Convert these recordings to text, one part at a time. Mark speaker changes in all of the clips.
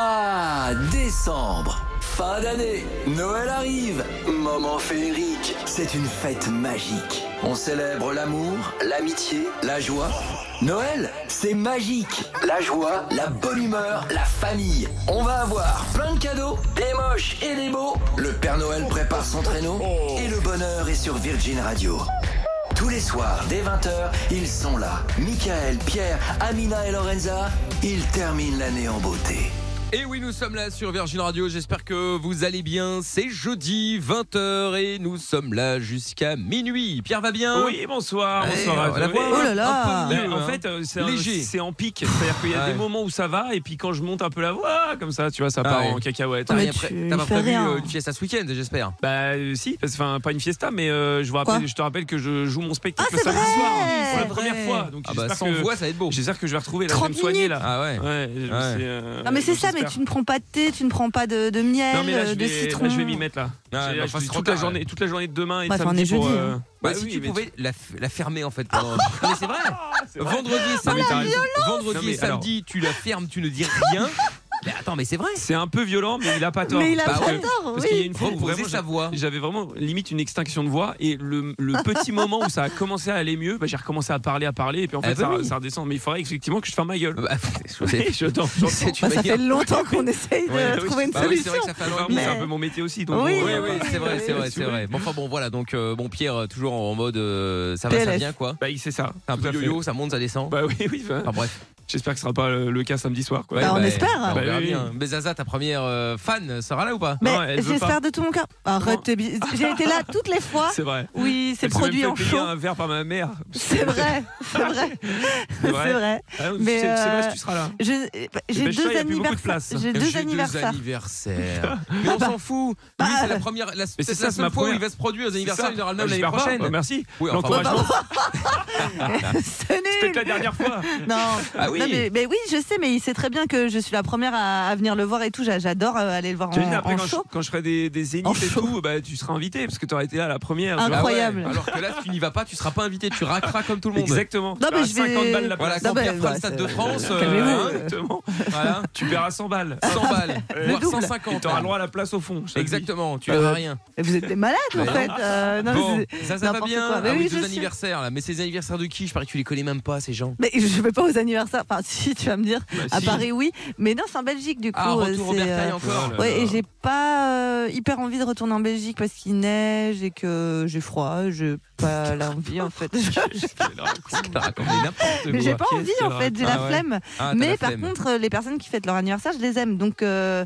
Speaker 1: à décembre. Fin d'année, Noël arrive. Moment féerique. C'est une fête magique. On célèbre l'amour, l'amitié, la joie. Noël, c'est magique. La joie, la bonne humeur, la famille. On va avoir plein de cadeaux, des moches et des beaux. Le Père Noël prépare son traîneau et le bonheur est sur Virgin Radio. Tous les soirs, dès 20h, ils sont là. Michael, Pierre, Amina et Lorenza, ils terminent l'année en beauté.
Speaker 2: Et oui, nous sommes là sur Virgin Radio. J'espère que vous allez bien. C'est jeudi 20h et nous sommes là jusqu'à minuit. Pierre va bien
Speaker 3: Oui, bonsoir,
Speaker 2: Allez,
Speaker 3: bonsoir à
Speaker 2: on la
Speaker 3: tous.
Speaker 2: voit,
Speaker 3: Et-
Speaker 2: hein.
Speaker 4: Oh là là
Speaker 3: Ben, en
Speaker 2: hein.
Speaker 3: fait, euh, c'est un-
Speaker 2: Léger.
Speaker 3: c'est en pic. C'est-à-dire qu'il y a
Speaker 2: Ouais.
Speaker 3: des moments où ça va, et puis quand je monte un peu la voix, comme ça, tu vois, ça part
Speaker 2: Ah ouais.
Speaker 3: en cacahuète.
Speaker 2: T'as
Speaker 4: Oh, Mais
Speaker 2: rien
Speaker 4: tu-
Speaker 2: pré-
Speaker 4: il
Speaker 2: t'as pas
Speaker 4: fait
Speaker 2: prévu
Speaker 4: rien.
Speaker 2: euh, une fiesta ce week-end, j'espère.
Speaker 3: Bah euh, si, parce enfin pas une fiesta, mais euh, je, vous rappelle-
Speaker 4: Quoi
Speaker 3: je te rappelle que je joue mon spectacle
Speaker 4: Ah,
Speaker 3: le
Speaker 4: c'est
Speaker 3: samedi
Speaker 4: vrai
Speaker 3: soir pour la
Speaker 4: C'est
Speaker 3: première
Speaker 4: vrai.
Speaker 3: fois. Donc
Speaker 2: Ah bah,
Speaker 3: j'espère
Speaker 2: sans
Speaker 3: que
Speaker 2: voix, ça va être beau.
Speaker 3: j'espère que je vais retrouver la
Speaker 4: 30
Speaker 3: me soigner là.
Speaker 2: Ah ouais.
Speaker 3: Ouais, je me
Speaker 2: Ouais.
Speaker 3: suis, euh,
Speaker 4: Non mais c'est ça, mais
Speaker 3: j'espère.
Speaker 4: tu ne prends pas de thé, tu ne prends pas de, de miel,
Speaker 3: Non, mais là, je
Speaker 4: euh, de
Speaker 3: vais-
Speaker 4: citron.
Speaker 3: là, ben, je vais m'y mettre
Speaker 2: Ah,
Speaker 3: là.
Speaker 2: Ouais,
Speaker 3: J'ai-
Speaker 2: mais enfin,
Speaker 3: là, je
Speaker 2: c'est
Speaker 3: suis
Speaker 2: bah, trop
Speaker 3: toute la
Speaker 2: tard,
Speaker 3: journée, toute la journée de demain et de
Speaker 4: Bah, enfin, on
Speaker 3: samedi
Speaker 4: est
Speaker 3: pour.
Speaker 4: jeudi,
Speaker 3: euh,
Speaker 4: hein.
Speaker 2: Bah,
Speaker 3: ouais,
Speaker 2: si
Speaker 3: oui,
Speaker 2: tu
Speaker 3: mais
Speaker 2: pouvais la, f- la fermer en fait. pendant- Mais c'est vrai.
Speaker 3: c'est vrai.
Speaker 2: Vendredi et
Speaker 3: Non, mais
Speaker 2: samedi,
Speaker 3: t'as raison.
Speaker 2: vendredi
Speaker 3: Non,
Speaker 2: et
Speaker 3: mais alors-
Speaker 2: samedi, tu la fermes, tu ne dis rien. Mais attends, mais c'est vrai.
Speaker 3: C'est un peu violent, mais il a pas tort.
Speaker 4: Mais il a
Speaker 2: Bah
Speaker 4: pas
Speaker 2: ouais.
Speaker 4: tort,
Speaker 3: Parce qu'il y a
Speaker 4: oui.
Speaker 3: une fois où
Speaker 2: Faut poser
Speaker 3: vraiment
Speaker 2: sa voix.
Speaker 3: J'avais vraiment limite une extinction de voix et le, le petit moment où ça a commencé à aller mieux, bah, j'ai recommencé à parler, à parler et puis en fait
Speaker 2: Ah bah
Speaker 3: ça,
Speaker 2: oui.
Speaker 3: ça redescend. Mais il faudrait effectivement que je ferme ma gueule.
Speaker 2: Bah,
Speaker 3: Et
Speaker 2: c'est-
Speaker 3: je t'en- j'entends.
Speaker 2: c'est tu
Speaker 4: Bah,
Speaker 2: vas
Speaker 4: ça
Speaker 2: dire-
Speaker 4: fait longtemps qu'on essaye de
Speaker 3: Ouais, oui,
Speaker 4: trouver une
Speaker 2: Bah oui, c'est
Speaker 4: solution.
Speaker 2: vrai que ça fait un an et
Speaker 3: Enfin,
Speaker 2: demi.
Speaker 3: bon, C'est un
Speaker 4: Mais-
Speaker 3: peu mon métier aussi. Donc
Speaker 4: Oui,
Speaker 3: bon,
Speaker 2: Oui,
Speaker 3: ouais,
Speaker 2: oui,
Speaker 3: bah,
Speaker 2: c'est vrai, c'est vrai,
Speaker 3: oui,
Speaker 2: c'est
Speaker 3: oui.
Speaker 2: vrai. Bon, enfin bon, voilà, donc euh, bon Pierre, euh, toujours en mode euh, ça va, ça
Speaker 4: PLS.
Speaker 2: vient quoi.
Speaker 3: Bah, il sait ça.
Speaker 2: C'est un
Speaker 3: Tout
Speaker 2: peu
Speaker 3: à fait.
Speaker 2: yo-yo, ça monte, ça descend.
Speaker 3: Bah oui, oui. bah,
Speaker 2: Enfin bref.
Speaker 3: J'espère que ce sera pas le, le cas samedi soir. Quoi.
Speaker 2: Ouais,
Speaker 4: Bah, on espère.
Speaker 2: on
Speaker 3: Bah,
Speaker 2: verra
Speaker 3: oui, oui.
Speaker 2: bien. Mais Zaza, ta première euh, fan sera là ou pas
Speaker 3: Non, elle veut
Speaker 4: Mais
Speaker 3: pas.
Speaker 4: j'espère de tout mon cœur. Arrête, tes bi- j'ai été là toutes les fois.
Speaker 3: C'est vrai.
Speaker 4: Oui, c'est
Speaker 3: Elle s'est
Speaker 4: produit
Speaker 3: même
Speaker 4: en
Speaker 3: fait payer
Speaker 4: chaud.
Speaker 3: un verre par ma mère.
Speaker 4: C'est vrai, c'est vrai, c'est vrai.
Speaker 3: Ah, non,
Speaker 4: Mais,
Speaker 3: Sé- Sébastien,
Speaker 4: euh,
Speaker 3: tu seras là.
Speaker 4: Je-
Speaker 3: Eh
Speaker 4: J'ai
Speaker 3: Bechtel, ben, il
Speaker 4: deux
Speaker 3: y a plus beaucoup de
Speaker 4: anniversaires.
Speaker 3: place.
Speaker 4: J'ai
Speaker 2: J'ai
Speaker 4: deux anniversaires.
Speaker 2: anniversaires. Mais on s'en fout. Lui,
Speaker 4: Bah,
Speaker 2: c'est la première, la,
Speaker 3: mais
Speaker 2: c'est
Speaker 3: c'est ça,
Speaker 2: la
Speaker 3: c'est ma
Speaker 2: seule fois où
Speaker 3: première.
Speaker 2: il va se produire les
Speaker 3: C'est
Speaker 2: anniversaires.
Speaker 3: ça.
Speaker 2: Il aura le
Speaker 3: Bah,
Speaker 2: même l'année
Speaker 3: j'espère pas.
Speaker 2: prochaine.
Speaker 3: Bah, merci.
Speaker 2: Oui, enfin,
Speaker 3: L'encouragement,
Speaker 4: C'est
Speaker 3: c'était la
Speaker 4: nul.
Speaker 3: dernière fois.
Speaker 4: Non.
Speaker 2: Ah oui.
Speaker 4: Non, mais, mais oui, je sais, mais il sait très bien que je suis la première à, à venir le voir et tout. J'a- J'adore euh, aller le voir
Speaker 3: Tu imagines,
Speaker 4: en,
Speaker 3: après,
Speaker 4: en
Speaker 3: quand je,
Speaker 4: show.
Speaker 3: quand je ferai des, des
Speaker 4: En
Speaker 3: zéniths et
Speaker 4: show.
Speaker 3: tout, bah, tu seras invité parce que tu aurais été là la première. tu vois.
Speaker 2: Ah ouais.
Speaker 4: Incroyable.
Speaker 2: Alors que là, si tu n'y vas pas, tu seras pas invité. Tu raqueras comme tout le monde.
Speaker 3: Exactement.
Speaker 4: Non,
Speaker 3: Tu
Speaker 4: mais
Speaker 3: as
Speaker 4: je vais-
Speaker 3: 50 balles la
Speaker 2: Voilà,
Speaker 3: place.
Speaker 4: Non,
Speaker 2: quand
Speaker 4: bah,
Speaker 2: Pierre fera le
Speaker 4: bah,
Speaker 2: Stade
Speaker 4: c'est-
Speaker 2: de France, euh,
Speaker 4: calmez-vous.
Speaker 2: hein,
Speaker 3: Exactement.
Speaker 2: voilà,
Speaker 3: Tu paieras 100 balles.
Speaker 2: 100 balles,
Speaker 3: Le
Speaker 2: voire hein.
Speaker 4: double.
Speaker 2: 150.
Speaker 3: Tu auras le droit à la place au fond. je te le dis.
Speaker 2: Exactement, tu
Speaker 4: Euh,
Speaker 2: n'auras rien.
Speaker 4: Et Vous êtes des malades en
Speaker 2: Bah,
Speaker 4: fait. Euh, non,
Speaker 2: Bon,
Speaker 4: mais, c'est-
Speaker 2: ça, ça va
Speaker 4: n'importe
Speaker 2: bien.
Speaker 4: quoi. Mais
Speaker 2: Ah
Speaker 4: oui,
Speaker 2: oui,
Speaker 4: je
Speaker 2: deux
Speaker 4: sais.
Speaker 2: anniversaires là. Mais c'est les anniversaires de qui Je parie que tu les connais même pas, ces gens.
Speaker 4: mais je vais pas aux anniversaires. Enfin, si tu vas me dire
Speaker 3: Bah,
Speaker 4: à
Speaker 3: si.
Speaker 4: Paris, oui. Mais non, c'est en Belgique du coup.
Speaker 2: Ah,
Speaker 4: euh,
Speaker 2: retour au
Speaker 4: c'est,
Speaker 2: Bertail
Speaker 4: euh,
Speaker 2: encore.
Speaker 3: voilà.
Speaker 4: Ouais, et
Speaker 3: Alors.
Speaker 4: j'ai pas euh, hyper envie de retourner en Belgique parce qu'il neige et que j'ai froid. J'ai pas l'envie en fait.
Speaker 2: T'as raconté n'importe quoi.
Speaker 4: Mais j'ai pas envie en fait. J'ai
Speaker 2: Ah
Speaker 4: la
Speaker 2: ouais.
Speaker 4: flemme.
Speaker 2: Ah, t'as la
Speaker 4: Mais par
Speaker 2: flemme.
Speaker 4: contre, euh, les personnes qui fêtent leur anniversaire, je les aime. Donc, euh,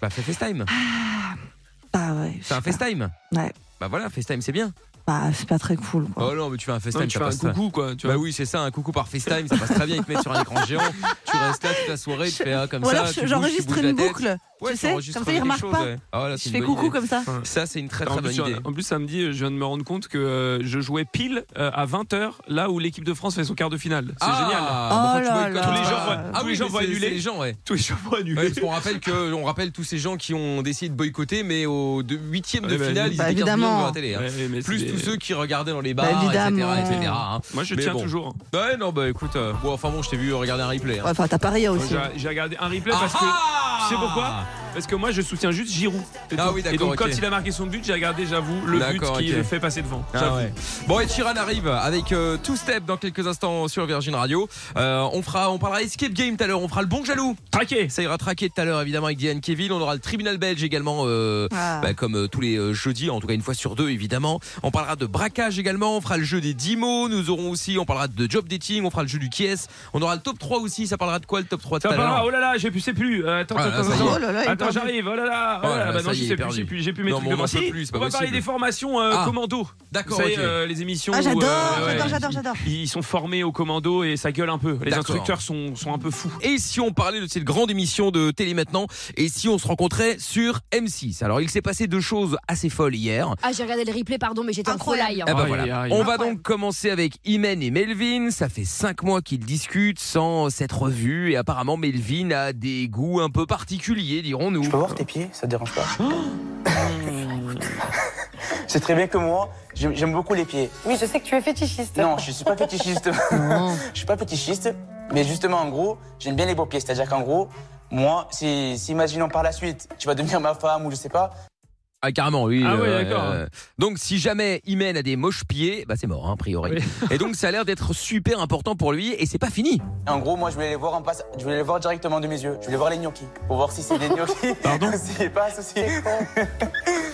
Speaker 2: Bah, fais FaceTime.
Speaker 4: bah ouais. je
Speaker 2: C'est un
Speaker 4: sais pas.
Speaker 2: FaceTime.
Speaker 4: Ouais.
Speaker 2: Bah voilà, FaceTime, c'est bien.
Speaker 4: Bah, c'est pas très cool. Quoi.
Speaker 2: Oh non, mais tu fais un
Speaker 3: Non,
Speaker 2: FaceTime,
Speaker 3: tu
Speaker 2: ça
Speaker 3: fais un
Speaker 2: passe.
Speaker 3: coucou, quoi. Tu
Speaker 2: Bah
Speaker 3: vois.
Speaker 2: oui, c'est ça, un coucou par FaceTime, ça passe très bien. Ils te mettent sur un écran géant, tu restes là toute la soirée, tu fais ah, comme
Speaker 4: Ou
Speaker 2: ça.
Speaker 4: alors,
Speaker 2: tu
Speaker 4: je-
Speaker 2: bouges, tu
Speaker 4: j'enregistre
Speaker 2: bouges
Speaker 4: une
Speaker 2: la tête.
Speaker 4: boucle.
Speaker 2: Ouais,
Speaker 4: tu sais,
Speaker 2: t'enregistres
Speaker 4: comme ça, ils
Speaker 2: des
Speaker 4: remarquent
Speaker 2: choses,
Speaker 4: pas.
Speaker 2: ouais. Ah, voilà, c'est une
Speaker 4: Je fais
Speaker 2: bonne
Speaker 4: coucou
Speaker 2: idée.
Speaker 4: comme ça.
Speaker 2: Ça, c'est une très
Speaker 3: en,
Speaker 2: très bonne
Speaker 3: plus,
Speaker 2: idée.
Speaker 3: en plus, samedi, je viens de me rendre compte que euh, je jouais pile euh, à 20h, là où l'équipe de France fait son quart de finale. C'est
Speaker 2: Ah,
Speaker 3: génial.
Speaker 2: bah,
Speaker 4: Oh
Speaker 2: tu vois,
Speaker 4: là
Speaker 2: ils
Speaker 4: là.
Speaker 2: connaissent
Speaker 4: Tous les
Speaker 2: pas.
Speaker 4: gens vont-
Speaker 2: Ah
Speaker 3: tous
Speaker 2: oui,
Speaker 3: les gens
Speaker 2: mais
Speaker 3: vont
Speaker 2: c'est-
Speaker 3: annuler.
Speaker 2: c'est les gens, ouais.
Speaker 3: Tous les jours pour
Speaker 2: Ouais,
Speaker 3: annuler.
Speaker 2: parce qu'on rappelle que on rappelle tous ces gens qui ont décidé de boycotter, mais au de- huitième de
Speaker 3: Ouais, bah,
Speaker 2: finale, ils
Speaker 4: bah,
Speaker 2: étaient 15 millions
Speaker 4: évidemment.
Speaker 2: devant la télé. hein.
Speaker 3: Ouais, mais c'est
Speaker 2: Plus
Speaker 3: des-
Speaker 2: tous ceux qui regardaient dans les bars,
Speaker 4: Bah, évidemment.
Speaker 2: etc., etc., hein.
Speaker 3: Moi, je
Speaker 2: Mais
Speaker 3: tiens
Speaker 2: bon.
Speaker 3: toujours.
Speaker 2: Ouais, non, bah écoute, euh, bon, enfin bon, je t'ai vu regarder un replay. hein.
Speaker 4: Ouais, Enfin, t'as pas rien aussi.
Speaker 3: J'ai j'ai regardé un replay parce que.
Speaker 2: Ah
Speaker 3: Tu sais pourquoi Parce que moi je soutiens juste Giroud. Et
Speaker 2: Ah
Speaker 3: tout.
Speaker 2: oui,
Speaker 3: Et
Speaker 2: d'accord,
Speaker 3: donc quand
Speaker 2: ok.
Speaker 3: il a marqué son but, j'ai regardé, j'avoue, le but qui
Speaker 2: D'accord, ok.
Speaker 3: le fait passer devant.
Speaker 2: Ah
Speaker 3: J'avoue.
Speaker 2: ouais. Bon, et Chiran arrive avec euh, Two Step dans quelques instants sur Virgin Radio. Euh, on fera, on parlera Escape Game tout à l'heure. On fera le bon jaloux.
Speaker 3: Traqué
Speaker 2: Ça ira traquer tout à l'heure évidemment avec Diane Kevin. On aura le tribunal belge également, euh,
Speaker 4: Ah.
Speaker 2: bah, comme euh, tous les euh, jeudis, en tout cas une fois sur deux évidemment. On parlera de braquage également. On fera le jeu des 10 mots. Nous aurons aussi, on parlera de job dating. On fera le jeu du qui est. On aura le top 3 aussi. Ça parlera de quoi le top 3 tout
Speaker 3: Ça
Speaker 2: à
Speaker 3: parlera,
Speaker 2: l'heure
Speaker 3: oh là là, je sais plus. Euh, attends,
Speaker 2: Ah là,
Speaker 3: attends,
Speaker 2: ça y est.
Speaker 3: attends.
Speaker 4: Oh là là, il est
Speaker 3: attends,
Speaker 4: perdu.
Speaker 3: j'arrive. Oh là là, oh
Speaker 2: Ouais,
Speaker 3: là là,
Speaker 2: là, Ah,
Speaker 3: bah
Speaker 2: ça
Speaker 3: non,
Speaker 2: y est,
Speaker 3: je
Speaker 2: il est
Speaker 3: sais plus,
Speaker 2: perdu.
Speaker 3: j'ai plus, j'ai plus mes
Speaker 2: Non,
Speaker 3: trucs
Speaker 2: mais on
Speaker 3: devant.
Speaker 2: en peut
Speaker 3: Si,
Speaker 2: plus, c'est
Speaker 3: on
Speaker 2: pas
Speaker 3: va parler
Speaker 2: possible.
Speaker 3: des formations euh,
Speaker 2: Ah.
Speaker 3: commando.
Speaker 2: D'accord.
Speaker 3: Vous savez,
Speaker 2: ok.
Speaker 3: euh, les émissions.
Speaker 4: Ah,
Speaker 3: où,
Speaker 4: j'adore,
Speaker 3: euh,
Speaker 4: j'adore,
Speaker 3: ouais,
Speaker 4: j'adore, j'adore.
Speaker 3: Ils, ils sont formés au commando et ça gueule un peu. Les
Speaker 2: D'accord.
Speaker 3: instructeurs sont, sont un peu fous.
Speaker 2: Et si on parlait de cette grande émission de télé maintenant Et si on se rencontrait sur M6 Alors il s'est passé deux choses assez folles hier.
Speaker 5: Ah, j'ai regardé le replay, pardon, mais j'étais en
Speaker 4: Incroyable.
Speaker 5: folie.
Speaker 2: Ah bah
Speaker 3: Aïe,
Speaker 2: voilà.
Speaker 3: aïe, aïe.
Speaker 2: On va donc commencer avec Imen et Melvin. Ça fait cinq mois qu'ils discutent sans s'être revus et apparemment Melvin a des goûts un peu particuliers, dirons-nous.
Speaker 6: Je peux voir tes pieds, ça te dérange pas C'est très bien que moi, j'aime j'aime beaucoup les pieds.
Speaker 7: Oui, je sais que tu es fétichiste.
Speaker 6: Non, je suis pas fétichiste. je suis pas fétichiste, mais justement en gros, j'aime bien les beaux pieds. C'est-à-dire qu'en gros, Moi, si, si imaginons par la suite, tu vas devenir ma femme ou je sais pas,
Speaker 2: Ah, carrément, oui. euh,
Speaker 3: Ah ouais, d'accord.
Speaker 2: donc, si jamais il mène à des moches pieds, bah, c'est mort, hein, a priori. Et donc, ça a l'air d'être super important pour lui et c'est pas fini.
Speaker 6: En gros, moi, je voulais les voir en passe, je voulais les voir directement de mes yeux. Je voulais voir les gnocchis pour voir si c'est des gnocchis.
Speaker 3: Pardon
Speaker 6: Si pas associé.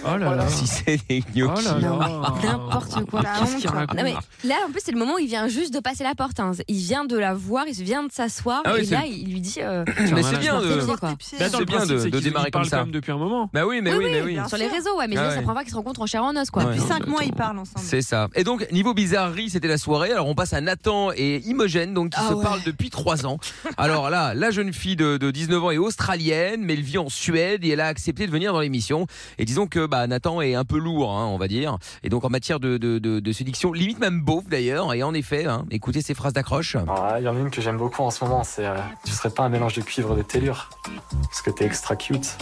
Speaker 3: Oh là là.
Speaker 2: Si c'est des
Speaker 3: Oh
Speaker 2: gnocchis.
Speaker 3: là là.
Speaker 5: N'importe quoi.
Speaker 4: La
Speaker 3: Ah, Qu'est-ce
Speaker 4: honte,
Speaker 3: qu'il
Speaker 4: quoi.
Speaker 3: raconte
Speaker 5: Non, mais là, en plus, c'est le moment où il vient juste de passer la porte. hein. Il vient de la voir, il vient de s'asseoir.
Speaker 2: Ah oui,
Speaker 5: et
Speaker 2: c'est-
Speaker 5: là, il lui dit euh,
Speaker 3: un
Speaker 2: mais c'est
Speaker 3: malade.
Speaker 2: bien
Speaker 5: Je
Speaker 2: de.
Speaker 5: m'en fous.
Speaker 4: Voir tes
Speaker 5: quoi.
Speaker 4: pieds.
Speaker 3: Bah, attends,
Speaker 2: C'est
Speaker 3: le
Speaker 2: bien
Speaker 3: principe,
Speaker 2: de- de
Speaker 3: c'est qu'ils-
Speaker 2: démarrer
Speaker 3: ils parlent
Speaker 2: comme ça.
Speaker 3: quand même depuis un moment.
Speaker 2: Bah oui, mais
Speaker 5: Oui,
Speaker 2: oui,
Speaker 5: oui,
Speaker 2: mais oui.
Speaker 4: bien
Speaker 5: sur les
Speaker 4: sûr.
Speaker 5: réseaux, ouais, mais
Speaker 2: Ah
Speaker 5: là,
Speaker 2: ouais.
Speaker 5: c'est la première fois qu'ils se rencontrent en chair en os, quoi.
Speaker 3: Ouais.
Speaker 4: Depuis
Speaker 3: non,
Speaker 4: 5
Speaker 3: mais
Speaker 4: mois,
Speaker 3: attends.
Speaker 4: ils parlent ensemble.
Speaker 2: C'est ça. Et donc, niveau bizarrerie, c'était la soirée. Alors, on passe à Nathan et Imogène, donc qui
Speaker 5: Ah
Speaker 2: se
Speaker 5: ouais.
Speaker 2: parlent depuis 3 ans. Alors là, la jeune fille de, de 19 ans est australienne, mais elle vit en Suède et elle a accepté de venir dans l'émission. Et disons que bah, Nathan est un peu lourd, hein, on va dire. Et donc, en matière de, de, de- de séduction, limite même beauf d'ailleurs. Et en effet, hein, écoutez ces phrases d'accroche.
Speaker 7: Alors, Ah, Il y en a une que j'aime beaucoup en ce moment, c'est euh, Tu serais pas un mélange de cuivre et de tellure Parce que t'es extra cute.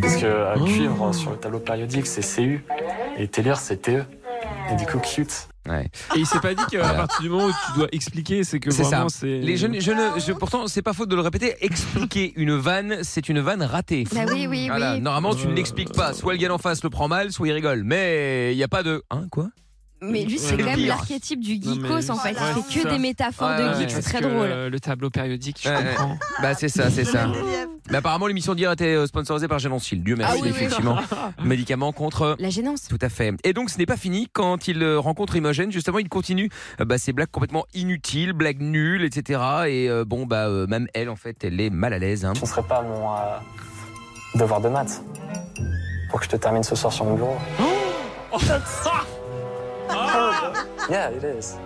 Speaker 7: Parce que euh, cuivre euh, sur le tableau périodique c'est CU et tellure c'est TE. Et du coup cute.
Speaker 2: Ouais.
Speaker 3: Et il s'est pas dit qu'à partir du moment où tu dois expliquer, c'est que
Speaker 2: C'est ça.
Speaker 3: vraiment c'est.
Speaker 2: Les jeunes, je ne- je- pourtant, c'est pas faute de le répéter. Expliquer une vanne, c'est une vanne ratée.
Speaker 5: Bah oui, oui,
Speaker 2: Voilà,
Speaker 5: oui.
Speaker 2: normalement tu ne
Speaker 3: Euh,
Speaker 2: l'expliques pas, soit le gars en face le prend mal, soit il rigole. Mais il n'y a pas de hein quoi
Speaker 5: Mais lui, c'est
Speaker 3: Ouais.
Speaker 5: quand même
Speaker 2: Pire.
Speaker 5: l'archétype du
Speaker 3: Non, mais-
Speaker 5: geekos, en fait.
Speaker 4: Voilà.
Speaker 5: Il fait que
Speaker 3: Ça.
Speaker 5: des métaphores
Speaker 2: Ouais,
Speaker 5: de
Speaker 2: ouais,
Speaker 5: geek, c'est
Speaker 3: parce
Speaker 5: très
Speaker 3: que,
Speaker 5: drôle.
Speaker 3: euh, Le tableau périodique, je
Speaker 2: Ouais, ouais.
Speaker 3: comprends.
Speaker 2: Bah c'est ça, c'est ça.
Speaker 4: Le relief.
Speaker 2: Mais apparemment l'émission d'hier était euh, sponsorisée par Génoncil. Dieu merci
Speaker 5: Ah oui, oui.
Speaker 2: effectivement. Médicaments contre
Speaker 5: La gênance.
Speaker 2: tout à fait. Et donc ce n'est pas fini quand il euh, rencontre Imogène, justement il continue euh, bah, ses blagues complètement inutiles, blagues nulles, etc. Et euh, bon bah euh, même elle en fait elle est mal à l'aise. hein.
Speaker 7: Ce ne serait pas mon euh, devoir de maths pour que je te termine ce soir sur mon bureau. Yeah, it is.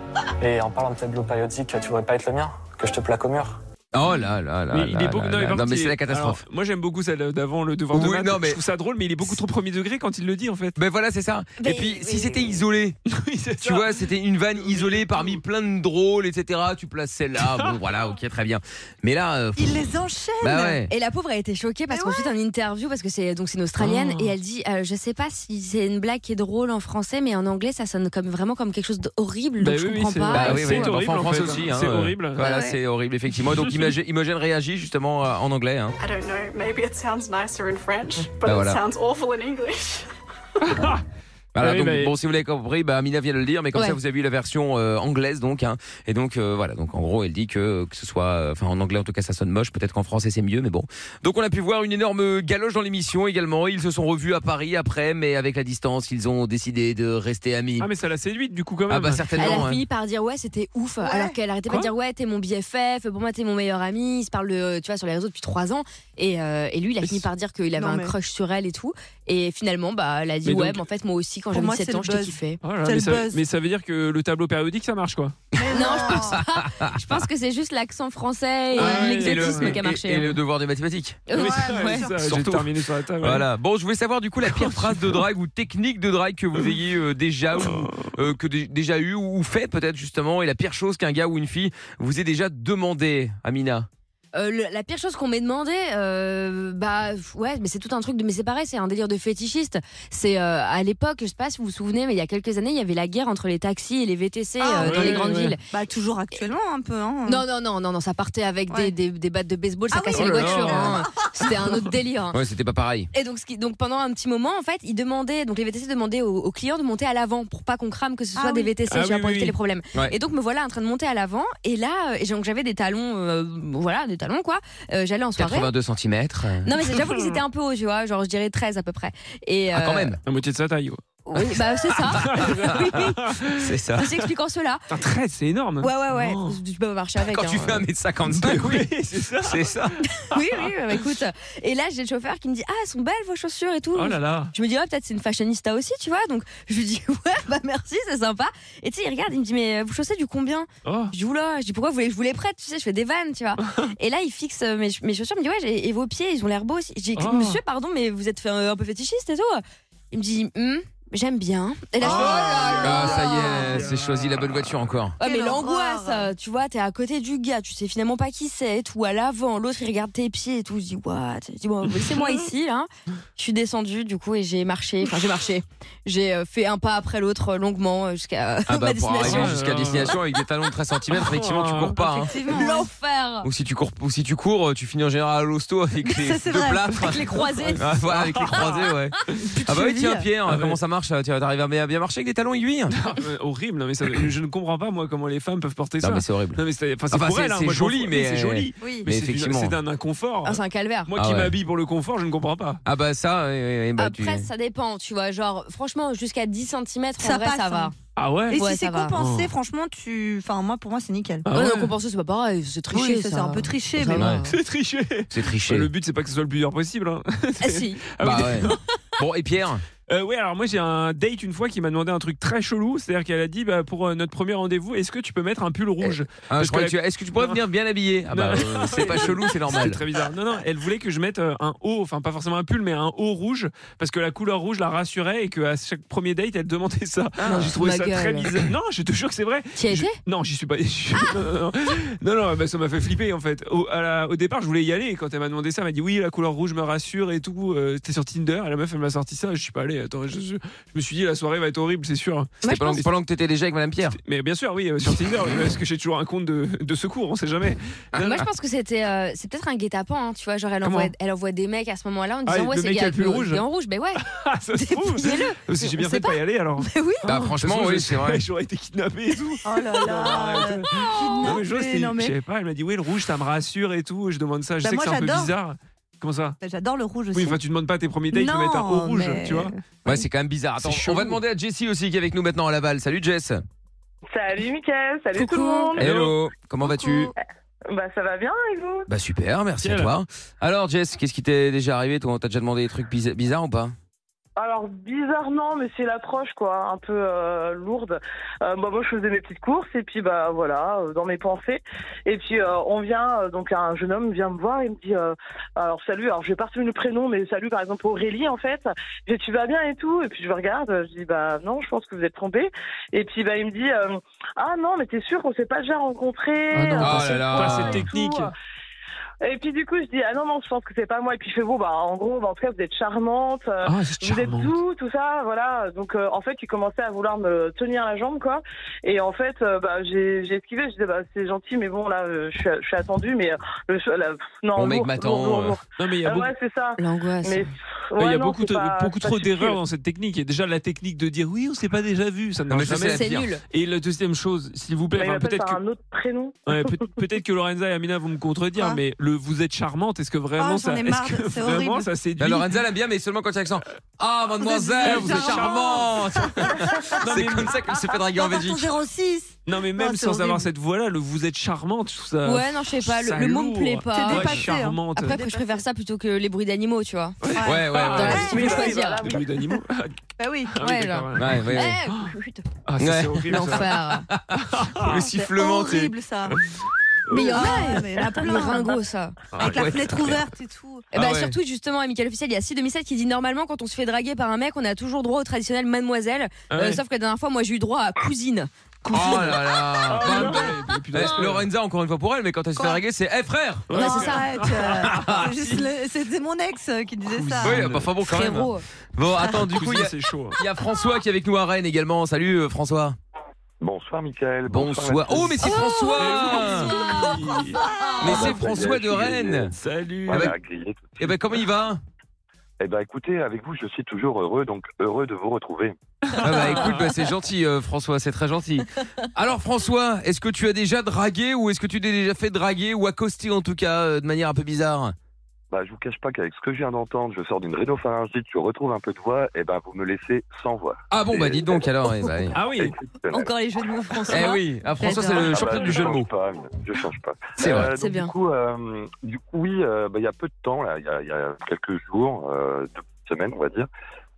Speaker 7: Et en parlant de tableau périodique, tu voudrais pas être le mien Que je te plaque au mur
Speaker 2: Oh là là là.
Speaker 3: Mais il
Speaker 2: là
Speaker 3: est beaucoup
Speaker 2: là
Speaker 3: non, mais
Speaker 2: là. Non
Speaker 3: par contre,
Speaker 2: mais
Speaker 3: il
Speaker 2: c'est
Speaker 3: est-
Speaker 2: la catastrophe.
Speaker 3: Alors, moi j'aime beaucoup celle d'avant le devoir de
Speaker 2: Oui,
Speaker 3: maths.
Speaker 2: non, mais-
Speaker 3: Je trouve ça drôle, mais il est beaucoup trop premier degré quand il le dit en fait.
Speaker 2: Mais Ben voilà c'est ça.
Speaker 5: Mais
Speaker 2: Et puis
Speaker 5: oui,
Speaker 2: si
Speaker 5: Ben oui,
Speaker 2: c'était
Speaker 5: oui.
Speaker 2: isolé,
Speaker 3: Oui, c'est
Speaker 2: Tu vois, c'était une vanne isolée parmi plein de drôles, etc. Tu places celle-là, bon voilà, ok, très bien. Mais là, euh,
Speaker 4: Ils les enchaînent.
Speaker 2: bah ouais.
Speaker 5: Et la pauvre a été choquée parce
Speaker 4: Mais
Speaker 5: qu'ensuite en interview parce que c'est donc c'est une australienne
Speaker 3: Oh.
Speaker 5: et elle dit euh, je sais pas si c'est une blague qui est drôle en français mais en anglais ça sonne comme vraiment comme quelque chose d'horrible donc
Speaker 3: Bah
Speaker 5: je
Speaker 3: oui, oui,
Speaker 5: comprends
Speaker 3: c'est-
Speaker 5: pas.
Speaker 3: bah
Speaker 5: Et
Speaker 3: oui,
Speaker 2: enfin,
Speaker 3: oui.
Speaker 5: tout.
Speaker 3: horrible,
Speaker 2: en
Speaker 3: en
Speaker 2: France
Speaker 3: fait.
Speaker 2: aussi. hein,
Speaker 3: C'est
Speaker 2: euh,
Speaker 3: horrible.
Speaker 2: Voilà,
Speaker 5: Ouais.
Speaker 2: c'est horrible, effectivement. Et Donc Imogène Imogène réagit justement euh, en anglais. hein.
Speaker 8: I don't know, maybe it sounds nicer in French, but
Speaker 2: Bah
Speaker 8: it
Speaker 2: voilà.
Speaker 8: sounds awful in English.
Speaker 2: Voilà,
Speaker 3: Oui,
Speaker 2: donc,
Speaker 3: mais-
Speaker 2: Bon, si vous l'avez compris, bah, Amina vient de le dire, mais comme
Speaker 5: Ouais.
Speaker 2: ça, vous avez eu la version euh, anglaise, donc. hein. Et donc, euh, voilà, donc en gros, elle dit que que ce soit, euh, enfin, en anglais, en tout cas, ça sonne moche. Peut-être qu'en français, c'est mieux, mais bon. Donc, on a pu voir une énorme galoche dans l'émission également. Ils se sont revus à Paris après, mais avec la distance, ils ont décidé de rester amis.
Speaker 3: Ah, mais ça l'a séduite du coup quand même.
Speaker 2: Ah bah
Speaker 5: Elle
Speaker 2: certainement.
Speaker 5: a
Speaker 2: hein.
Speaker 5: fini par dire ouais c'était ouf alors qu'elle arrêtait pas
Speaker 3: Quoi
Speaker 5: de dire ouais t'es mon BFF pour moi bah, t'es mon meilleur ami ils se parlent de- euh, tu vois sur les réseaux depuis trois ans et, euh, et lui il a
Speaker 3: Mais
Speaker 5: fini
Speaker 3: c'est-
Speaker 5: par dire qu'il avait
Speaker 4: Non,
Speaker 5: un
Speaker 4: mais-
Speaker 5: crush sur elle et tout et finalement bah elle a dit
Speaker 3: Mais
Speaker 5: ouais
Speaker 3: donc-
Speaker 5: mais en fait moi aussi quand
Speaker 4: Pour
Speaker 5: j'ai
Speaker 4: moi,
Speaker 5: 17
Speaker 4: c'est
Speaker 5: ans
Speaker 4: le
Speaker 5: je t'ai
Speaker 4: buzz.
Speaker 5: kiffé.
Speaker 3: Oh là là,
Speaker 4: Quel
Speaker 3: mais, ça,
Speaker 4: buzz.
Speaker 3: mais ça veut dire que le tableau périodique ça marche quoi.
Speaker 5: Non je pense pas. Je pense que c'est juste l'accent français et
Speaker 3: Ah, et
Speaker 5: l'exotisme
Speaker 3: le-
Speaker 5: qui a
Speaker 2: Ah. et-
Speaker 5: marché.
Speaker 2: et
Speaker 5: hein.
Speaker 2: le devoir des mathématiques.
Speaker 5: Ouais,
Speaker 3: Oui, c'est ça,
Speaker 5: ouais.
Speaker 3: c'est ça, J'ai
Speaker 2: Surtout.
Speaker 3: terminé sur la table. ouais. Oh,
Speaker 2: Voilà. Bon, je voulais savoir du coup la pire phrase de drague ou technique de drague que vous ayez euh, déjà
Speaker 3: Oh.
Speaker 2: ou euh, que dé- déjà eu ou fait peut-être justement et la pire chose qu'un gars ou une fille vous ait déjà demandé, Amina.
Speaker 5: Euh, le- la pire chose qu'on m'ait demandé, euh, bah f- ouais, mais c'est tout un truc de, mais c'est pareil, c'est un délire de fétichiste. C'est euh, à l'époque, je sais pas si vous vous souvenez, mais il y a quelques années, il y avait la guerre entre les taxis et les VTC
Speaker 4: Ah,
Speaker 5: euh, dans
Speaker 3: oui,
Speaker 5: les grandes
Speaker 3: oui.
Speaker 5: villes.
Speaker 4: Bah, toujours actuellement, un peu. Hein.
Speaker 5: Non, non, non, non, non, ça partait avec
Speaker 4: Ouais.
Speaker 5: des, des- des battes de baseball, ça
Speaker 4: Ah oui.
Speaker 5: cassait
Speaker 2: Oh
Speaker 5: les
Speaker 2: là là.
Speaker 5: voitures. hein. C'était un autre délire. hein.
Speaker 2: Ouais, c'était pas pareil.
Speaker 5: Et donc, ce qui, donc pendant un petit moment, en fait, ils demandaient, donc les VTC demandaient aux, aux clients de monter à l'avant pour pas qu'on crame que ce
Speaker 4: Ah
Speaker 5: soit
Speaker 4: oui.
Speaker 5: des VTC,
Speaker 3: Ah
Speaker 5: tu vois,
Speaker 3: oui,
Speaker 5: pour
Speaker 3: oui,
Speaker 5: éviter
Speaker 3: oui.
Speaker 5: les problèmes.
Speaker 2: Ouais.
Speaker 5: Et donc me voilà en train de monter à l'avant, et là, euh, et donc j'avais des talons, euh, voilà, des talons quoi. Euh, J'allais en soirée.
Speaker 2: 82 cm.
Speaker 5: Non mais c'est- j'avoue que c'était un peu haut, tu vois, genre je dirais 13 à peu près. Et
Speaker 2: Ah, quand
Speaker 5: euh,
Speaker 2: même,
Speaker 3: La moitié de sa taille. ouais.
Speaker 5: Oui, bah c'est ça. oui, oui,
Speaker 2: c'est ça.
Speaker 5: ça s'explique en cela.
Speaker 3: Putain, 13, c'est énorme.
Speaker 5: Ouais ouais ouais,
Speaker 3: Oh.
Speaker 5: tu peux marcher avec.
Speaker 2: Quand tu
Speaker 5: hein.
Speaker 2: fais 1m55, oui,
Speaker 3: c'est ça.
Speaker 2: c'est ça.
Speaker 5: Oui oui, bah, écoute. Et là j'ai le chauffeur qui me dit ah elles sont belles vos chaussures et tout.
Speaker 3: Oh là là.
Speaker 5: Je me dis, ouais, peut-être c'est une fashionista aussi, tu vois. Donc, je lui dis, ouais, bah merci, c'est sympa. Et tu sais, il regarde, il me dit, mais euh, vous chaussez du combien
Speaker 3: Oh.
Speaker 5: Je dis, oula, je dis, pourquoi vous voulez que je vous les prête Tu sais, je fais des vannes, tu vois. et là, il fixe euh, mes, mes chaussures, il me dit, ouais, j'ai- et vos pieds, ils ont l'air beaux aussi. Je dis,
Speaker 3: Oh.
Speaker 5: monsieur, pardon, mais vous êtes fait, euh, un peu fétichiste et tout. Il me dit, hum. j'aime bien. Et là, je fais, oh là là
Speaker 2: Ah, ça y est, c'est choisi la bonne voiture encore.
Speaker 5: Ouais, Ah, mais
Speaker 4: Quelle
Speaker 5: l'angoisse,
Speaker 4: horreur.
Speaker 5: euh, tu vois, t'es à côté du gars, tu sais finalement pas qui c'est, tout à l'avant, l'autre il regarde tes pieds et tout, je dis what, je dis bon, laissez-moi ici là. Je suis descendue du coup et j'ai marché, enfin j'ai marché, j'ai euh, fait un pas après l'autre euh, longuement euh, jusqu'à
Speaker 2: Ah bah
Speaker 5: ma
Speaker 2: pour
Speaker 5: destination.
Speaker 2: arriver
Speaker 3: destination.
Speaker 2: jusqu'à destination avec des talons de 13 cm, effectivement tu cours pas. hein.
Speaker 4: Effectivement.
Speaker 5: L'enfer,
Speaker 2: Ou si tu cours, ou si tu cours, tu finis en général à l'hosto avec les
Speaker 4: Ça, c'est
Speaker 2: deux
Speaker 4: vrai.
Speaker 2: plâtres.
Speaker 5: avec les croisés.
Speaker 2: Ah, voilà, avec les croisés, ouais. Ah bah oui, tiens
Speaker 4: chevilles.
Speaker 2: Pierre, comment ça marche Tu arrives à bien bien marcher avec des talons aiguilles
Speaker 3: Ah, euh, horrible, non, mais ça- je ne comprends pas moi comment les femmes peuvent porter ça.
Speaker 2: Non mais c'est horrible.
Speaker 3: Non, mais c'est enfin, c'est
Speaker 2: Enfin,
Speaker 3: pour
Speaker 2: c'est-
Speaker 3: elles, hein,
Speaker 2: c'est
Speaker 3: moi, je m'en
Speaker 2: joli,
Speaker 3: fous.
Speaker 2: mais-
Speaker 3: c'est joli.
Speaker 4: Oui.
Speaker 2: Mais
Speaker 3: c'est du-
Speaker 2: effectivement.
Speaker 3: c'est d'un inconfort.
Speaker 5: Ah, c'est un calvaire.
Speaker 3: Moi
Speaker 2: Ah
Speaker 3: qui
Speaker 2: ouais.
Speaker 3: m'habille pour le confort, je ne comprends pas.
Speaker 2: Ah bah ça, oui, oui, oui, bah, tu-
Speaker 5: Après, ça dépend, tu vois. Genre, franchement, jusqu'à 10 cm, en
Speaker 4: Ça
Speaker 5: vrai,
Speaker 4: passe,
Speaker 5: ça va.
Speaker 4: hein.
Speaker 3: Ah ouais. Oh.
Speaker 4: Et
Speaker 5: Ouais,
Speaker 4: si c'est
Speaker 5: ça va.
Speaker 4: compensé, franchement, tu. Enfin, moi, pour moi, c'est nickel.
Speaker 3: Ah
Speaker 5: Ouais,
Speaker 3: ouais.
Speaker 5: non, compenser, c'est pas pareil, c'est triché.
Speaker 4: oui, ça, c'est un peu triché,
Speaker 5: Ça
Speaker 4: mais
Speaker 5: va.
Speaker 4: bon.
Speaker 2: Ouais.
Speaker 3: C'est triché.
Speaker 2: c'est triché.
Speaker 3: Bah, Le but c'est pas que ce soit le plus dur possible. hein.
Speaker 5: Ah, si.
Speaker 3: Ah oui,
Speaker 2: Bah ouais. Bon et Pierre,
Speaker 3: Euh, ouais, alors moi j'ai un date une fois qui m'a demandé un truc très chelou, c'est-à-dire qu'elle a dit bah, pour euh, notre premier rendez-vous, est-ce que tu peux mettre un pull rouge
Speaker 2: hein, je
Speaker 3: que
Speaker 2: crois que
Speaker 3: la-
Speaker 2: tu- est-ce que tu pourrais
Speaker 3: Non.
Speaker 2: venir bien habillé Ah bah
Speaker 3: Non.
Speaker 2: euh, c'est pas chelou, c'est
Speaker 3: C'est
Speaker 2: normal.
Speaker 3: très bizarre. Non, non, elle voulait que je mette euh, un haut, enfin pas forcément un pull, mais un haut rouge, parce que la couleur rouge la rassurait et qu'à chaque premier date elle demandait ça.
Speaker 5: Ah,
Speaker 3: J'ai trouvé
Speaker 5: ma
Speaker 3: ça
Speaker 5: gueule.
Speaker 3: très bizarre. Non, je te jure que c'est vrai.
Speaker 5: Tu y as
Speaker 3: Je-
Speaker 5: été
Speaker 3: Non, j'y suis pas. je- Non, non, non. Non, non, bah, ça m'a fait flipper en fait. Au, à la- au départ, je voulais y aller. Et quand elle m'a demandé ça, elle m'a dit oui, la couleur rouge me rassure et tout. Euh, C'était sur Tinder. Et la meuf, elle m'a sorti ça. Je suis pas allé. Attends, je, je- je me suis dit la soirée va être horrible, c'est sûr.
Speaker 5: Moi,
Speaker 2: C'était
Speaker 5: je
Speaker 2: pendant,
Speaker 5: pense-
Speaker 2: pendant que t'étais déjà avec Madame Pierre.
Speaker 3: Mais bien sûr, oui, euh, sur Tinder, oui, parce que j'ai toujours un compte de, de secours, on sait jamais.
Speaker 2: Ah.
Speaker 5: Moi, je pense que c'était, euh, c'est peut-être un guet-apens, hein, tu vois. Genre, elle
Speaker 3: Comment
Speaker 5: envoie, elle envoie des mecs à ce moment-là en
Speaker 3: Ah,
Speaker 5: disant,
Speaker 3: le
Speaker 5: ouais, c'est
Speaker 3: mec qui a le
Speaker 5: gars,
Speaker 3: pull
Speaker 5: euh,
Speaker 3: rouge.
Speaker 5: il est en rouge, mais ouais.
Speaker 3: Ah, ça se trouve.
Speaker 5: Dépouillez-le.
Speaker 3: Parce que j'ai bien
Speaker 5: On
Speaker 3: fait
Speaker 5: sait
Speaker 3: de pas y aller alors.
Speaker 5: Mais oui.
Speaker 2: Bah franchement, oui, c'est vrai.
Speaker 3: J'aurais été kidnappé et tout.
Speaker 4: Oh là
Speaker 3: Non,
Speaker 4: là. Kidnappé,
Speaker 3: Non, mais je vois, c'était-
Speaker 4: non, mais-
Speaker 3: je savais pas, elle m'a dit oui, le rouge, ça me rassure et tout. Je demande ça, je
Speaker 4: Bah,
Speaker 3: sais
Speaker 4: moi,
Speaker 3: que c'est un peu
Speaker 4: j'adore.
Speaker 3: bizarre. Comment ça
Speaker 4: Bah, J'adore le rouge aussi.
Speaker 3: Oui, enfin, tu demandes pas à tes premiers dates de
Speaker 4: Non,
Speaker 3: mettre un haut rouge,
Speaker 4: mais-
Speaker 3: tu vois.
Speaker 2: Ouais, c'est quand même bizarre. Attends,
Speaker 3: C'est
Speaker 2: on va
Speaker 3: chelou.
Speaker 2: demander à Jessie aussi qui est avec nous maintenant à Laval. Salut Jess.
Speaker 9: Salut Mickaël, salut
Speaker 5: Coucou.
Speaker 9: tout le monde.
Speaker 3: Hello.
Speaker 2: Hello. Comment vas-tu
Speaker 3: Eh.
Speaker 9: Bah ça va bien et vous
Speaker 2: Bah super, merci à
Speaker 3: Nickel.
Speaker 2: toi. Alors Jess, qu'est-ce qui t'est déjà arrivé Toi, on t'a déjà demandé des trucs biza- bizarres ou pas
Speaker 9: Alors bizarrement, mais c'est l'approche quoi, un peu euh, lourde. Euh, bah, moi je faisais mes petites courses et puis bah voilà, euh, dans mes pensées. Et puis euh, on vient, euh, donc un jeune homme vient me voir et me dit, euh, alors salut, alors je vais pas retenu le prénom, mais salut par exemple Aurélie en fait. Je dis, tu vas bien et tout. Et puis je le regarde, euh, je dis bah non, je pense que vous êtes trompé. Et puis bah il me dit, euh, ah non, mais t'es sûr qu'on s'est pas déjà rencontré
Speaker 3: Ah non,
Speaker 9: euh,
Speaker 2: Ah
Speaker 3: pas
Speaker 2: là
Speaker 3: cette-
Speaker 2: là.
Speaker 3: pas cette
Speaker 9: et
Speaker 3: technique.
Speaker 9: tout. Et puis du coup, je dis ah non non, je pense que c'est pas moi. Et puis je fais bon bah en gros, bah, en tout cas vous êtes charmante, euh,
Speaker 3: Ah, c'est
Speaker 9: vous êtes
Speaker 3: charmant.
Speaker 9: doux, tout ça, voilà. Donc euh, en fait, il commençait à vouloir me tenir la jambe quoi. Et en fait, euh, bah j'ai j'ai esquivé. Je disais bah c'est gentil, mais bon là, euh, je suis je suis attendue, mais euh, le che- la- pff, non.
Speaker 2: Mon mec
Speaker 9: lourd,
Speaker 2: m'attend,
Speaker 9: lourd, lourd,
Speaker 2: euh.
Speaker 9: lourd.
Speaker 3: Non, mais il y a
Speaker 9: Ah
Speaker 3: beaucoup,
Speaker 9: ouais, c'est ça.
Speaker 5: L'angoisse.
Speaker 9: Mais
Speaker 3: mais il y
Speaker 9: ouais,
Speaker 3: a
Speaker 9: non,
Speaker 3: beaucoup,
Speaker 9: c'est
Speaker 3: de-
Speaker 9: pas-
Speaker 3: beaucoup
Speaker 9: pas
Speaker 3: trop
Speaker 9: subtil.
Speaker 3: d'erreurs dans cette technique. Et déjà, la technique de dire oui, on s'est pas déjà vu, ça ne
Speaker 2: Non, mais
Speaker 3: marche
Speaker 2: ça,
Speaker 3: jamais.
Speaker 5: c'est
Speaker 2: pire.
Speaker 5: nul.
Speaker 3: Et la deuxième chose, s'il vous plaît,
Speaker 9: Mais Bah, il
Speaker 3: enfin,
Speaker 9: appelle
Speaker 3: peut-être
Speaker 9: ça
Speaker 3: que,
Speaker 9: un autre prénom.
Speaker 3: ouais, peut- peut-être que Lorenza et Amina vont me contredire,
Speaker 4: Quoi
Speaker 3: mais le vous êtes charmante, est-ce que vraiment
Speaker 4: Ah. Oh, j'en
Speaker 3: ça,
Speaker 4: ai
Speaker 3: est-ce
Speaker 4: marre,
Speaker 3: que
Speaker 4: c'est
Speaker 3: vraiment
Speaker 4: horrible.
Speaker 3: ça séduit
Speaker 2: La Bah, Lorenza l'aime bien, mais seulement quand il y a l'accent. Ah, mademoiselle, vous êtes charmante
Speaker 3: Non,
Speaker 2: C'est
Speaker 3: mais-
Speaker 2: comme ça qu'elle se fait draguer en
Speaker 4: Avoir ton
Speaker 2: Belgique.
Speaker 4: 06.
Speaker 3: Non, mais même
Speaker 4: Oh, c'est
Speaker 3: sans avoir
Speaker 4: horrible.
Speaker 3: cette voix-là, le vous êtes charmante, je trouve ça.
Speaker 5: Ouais, non, je sais pas, le,
Speaker 3: ça
Speaker 5: le mot me
Speaker 3: lourd.
Speaker 5: plaît
Speaker 4: T'es
Speaker 5: pas.
Speaker 3: Ouais,
Speaker 4: dépassé, hein.
Speaker 3: Euh, Oh, charmante.
Speaker 5: Après, je préfère ça plutôt que les bruits d'animaux, tu vois.
Speaker 4: Ouais.
Speaker 2: Ouais, ouais, ouais.
Speaker 3: Ah,
Speaker 5: Dans la
Speaker 3: ouais.
Speaker 5: vie, tu peux choisir.
Speaker 3: Le bruit d'animaux.
Speaker 4: Bah oui.
Speaker 3: Ah oui,
Speaker 5: Ouais,
Speaker 3: d'accord, ouais.
Speaker 2: Ouais, ouais, ouais.
Speaker 5: Eh, putain,
Speaker 3: Ah, ça,
Speaker 2: Ouais.
Speaker 3: c'est horrible. ça.
Speaker 5: L'enfer.
Speaker 2: Le
Speaker 4: C'est
Speaker 2: sifflement, t'es-
Speaker 4: horrible ça.
Speaker 5: Mais il y en
Speaker 4: Ah, mais
Speaker 5: a
Speaker 4: la
Speaker 5: plein. Ringo, ça.
Speaker 4: Avec
Speaker 2: oh. Ah, ouais.
Speaker 4: la fenêtre ouverte et tout.
Speaker 5: Et bah,
Speaker 2: Ah ouais.
Speaker 5: surtout, justement, à Michael Officiel, il y a 6 2007 qui dit normalement, quand on se fait draguer par un mec, on a toujours droit au traditionnel mademoiselle.
Speaker 3: Ah
Speaker 5: Euh,
Speaker 3: ouais.
Speaker 5: sauf que la dernière fois, moi, j'ai eu droit à cousine.
Speaker 2: Oh là là.
Speaker 3: Ah,
Speaker 2: Bah,
Speaker 3: ouais, putain,
Speaker 2: eh,
Speaker 3: c'est-
Speaker 2: Lorenza, encore une fois pour elle, mais quand elle se fait
Speaker 4: Quoi
Speaker 2: draguer, c'est Eh frère
Speaker 5: Ouais, c'est ça.
Speaker 4: arrête, euh, c'est juste le- C'était mon ex euh, qui disait ça. Ah.
Speaker 2: Oui, bah, enfin bon, quand même.
Speaker 5: Frérot.
Speaker 2: Bon, attends, du coup, il y a-
Speaker 3: c'est chaud.
Speaker 2: il y a François qui est avec nous à Rennes également. Salut euh, François.
Speaker 10: Bonsoir Mickaël.
Speaker 2: Bonsoir. Oh, mais c'est François Ah, bah, Mais c'est François de Rennes
Speaker 3: Salut.
Speaker 2: Ah bah,
Speaker 10: Voilà, grillé.
Speaker 2: Et ben comment il va
Speaker 10: Eh ben écoutez, avec vous, je suis toujours heureux, donc heureux de vous retrouver.
Speaker 2: Ah bah écoute, bah, c'est gentil euh, François, c'est très gentil. Alors François, est-ce que tu as déjà dragué ou est-ce que tu t'es déjà fait draguer ou accoster en tout cas euh, de manière un peu bizarre
Speaker 10: Bah, je vous cache pas qu'avec ce que je viens d'entendre, je sors d'une rhinopharyngite, je retrouve un peu de voix, et ben vous me laissez sans voix.
Speaker 2: Ah bon bah dis donc alors. Eh, bah, eh.
Speaker 3: Ah oui.
Speaker 10: Exceptionnel.
Speaker 4: Encore les jeux de mots français.
Speaker 2: Eh oui, ah, François c'est
Speaker 10: Ah
Speaker 2: le
Speaker 10: bah,
Speaker 2: champion du
Speaker 10: je
Speaker 2: jeu de
Speaker 10: change
Speaker 2: mots.
Speaker 10: pas, je change pas.
Speaker 2: C'est
Speaker 10: Euh,
Speaker 2: vrai.
Speaker 10: donc,
Speaker 5: C'est bien.
Speaker 10: Du coup, euh, du coup, oui, euh, bah, il y a peu de temps, là, il y a- il y, a quelques jours, euh, deux petites semaines, on va dire,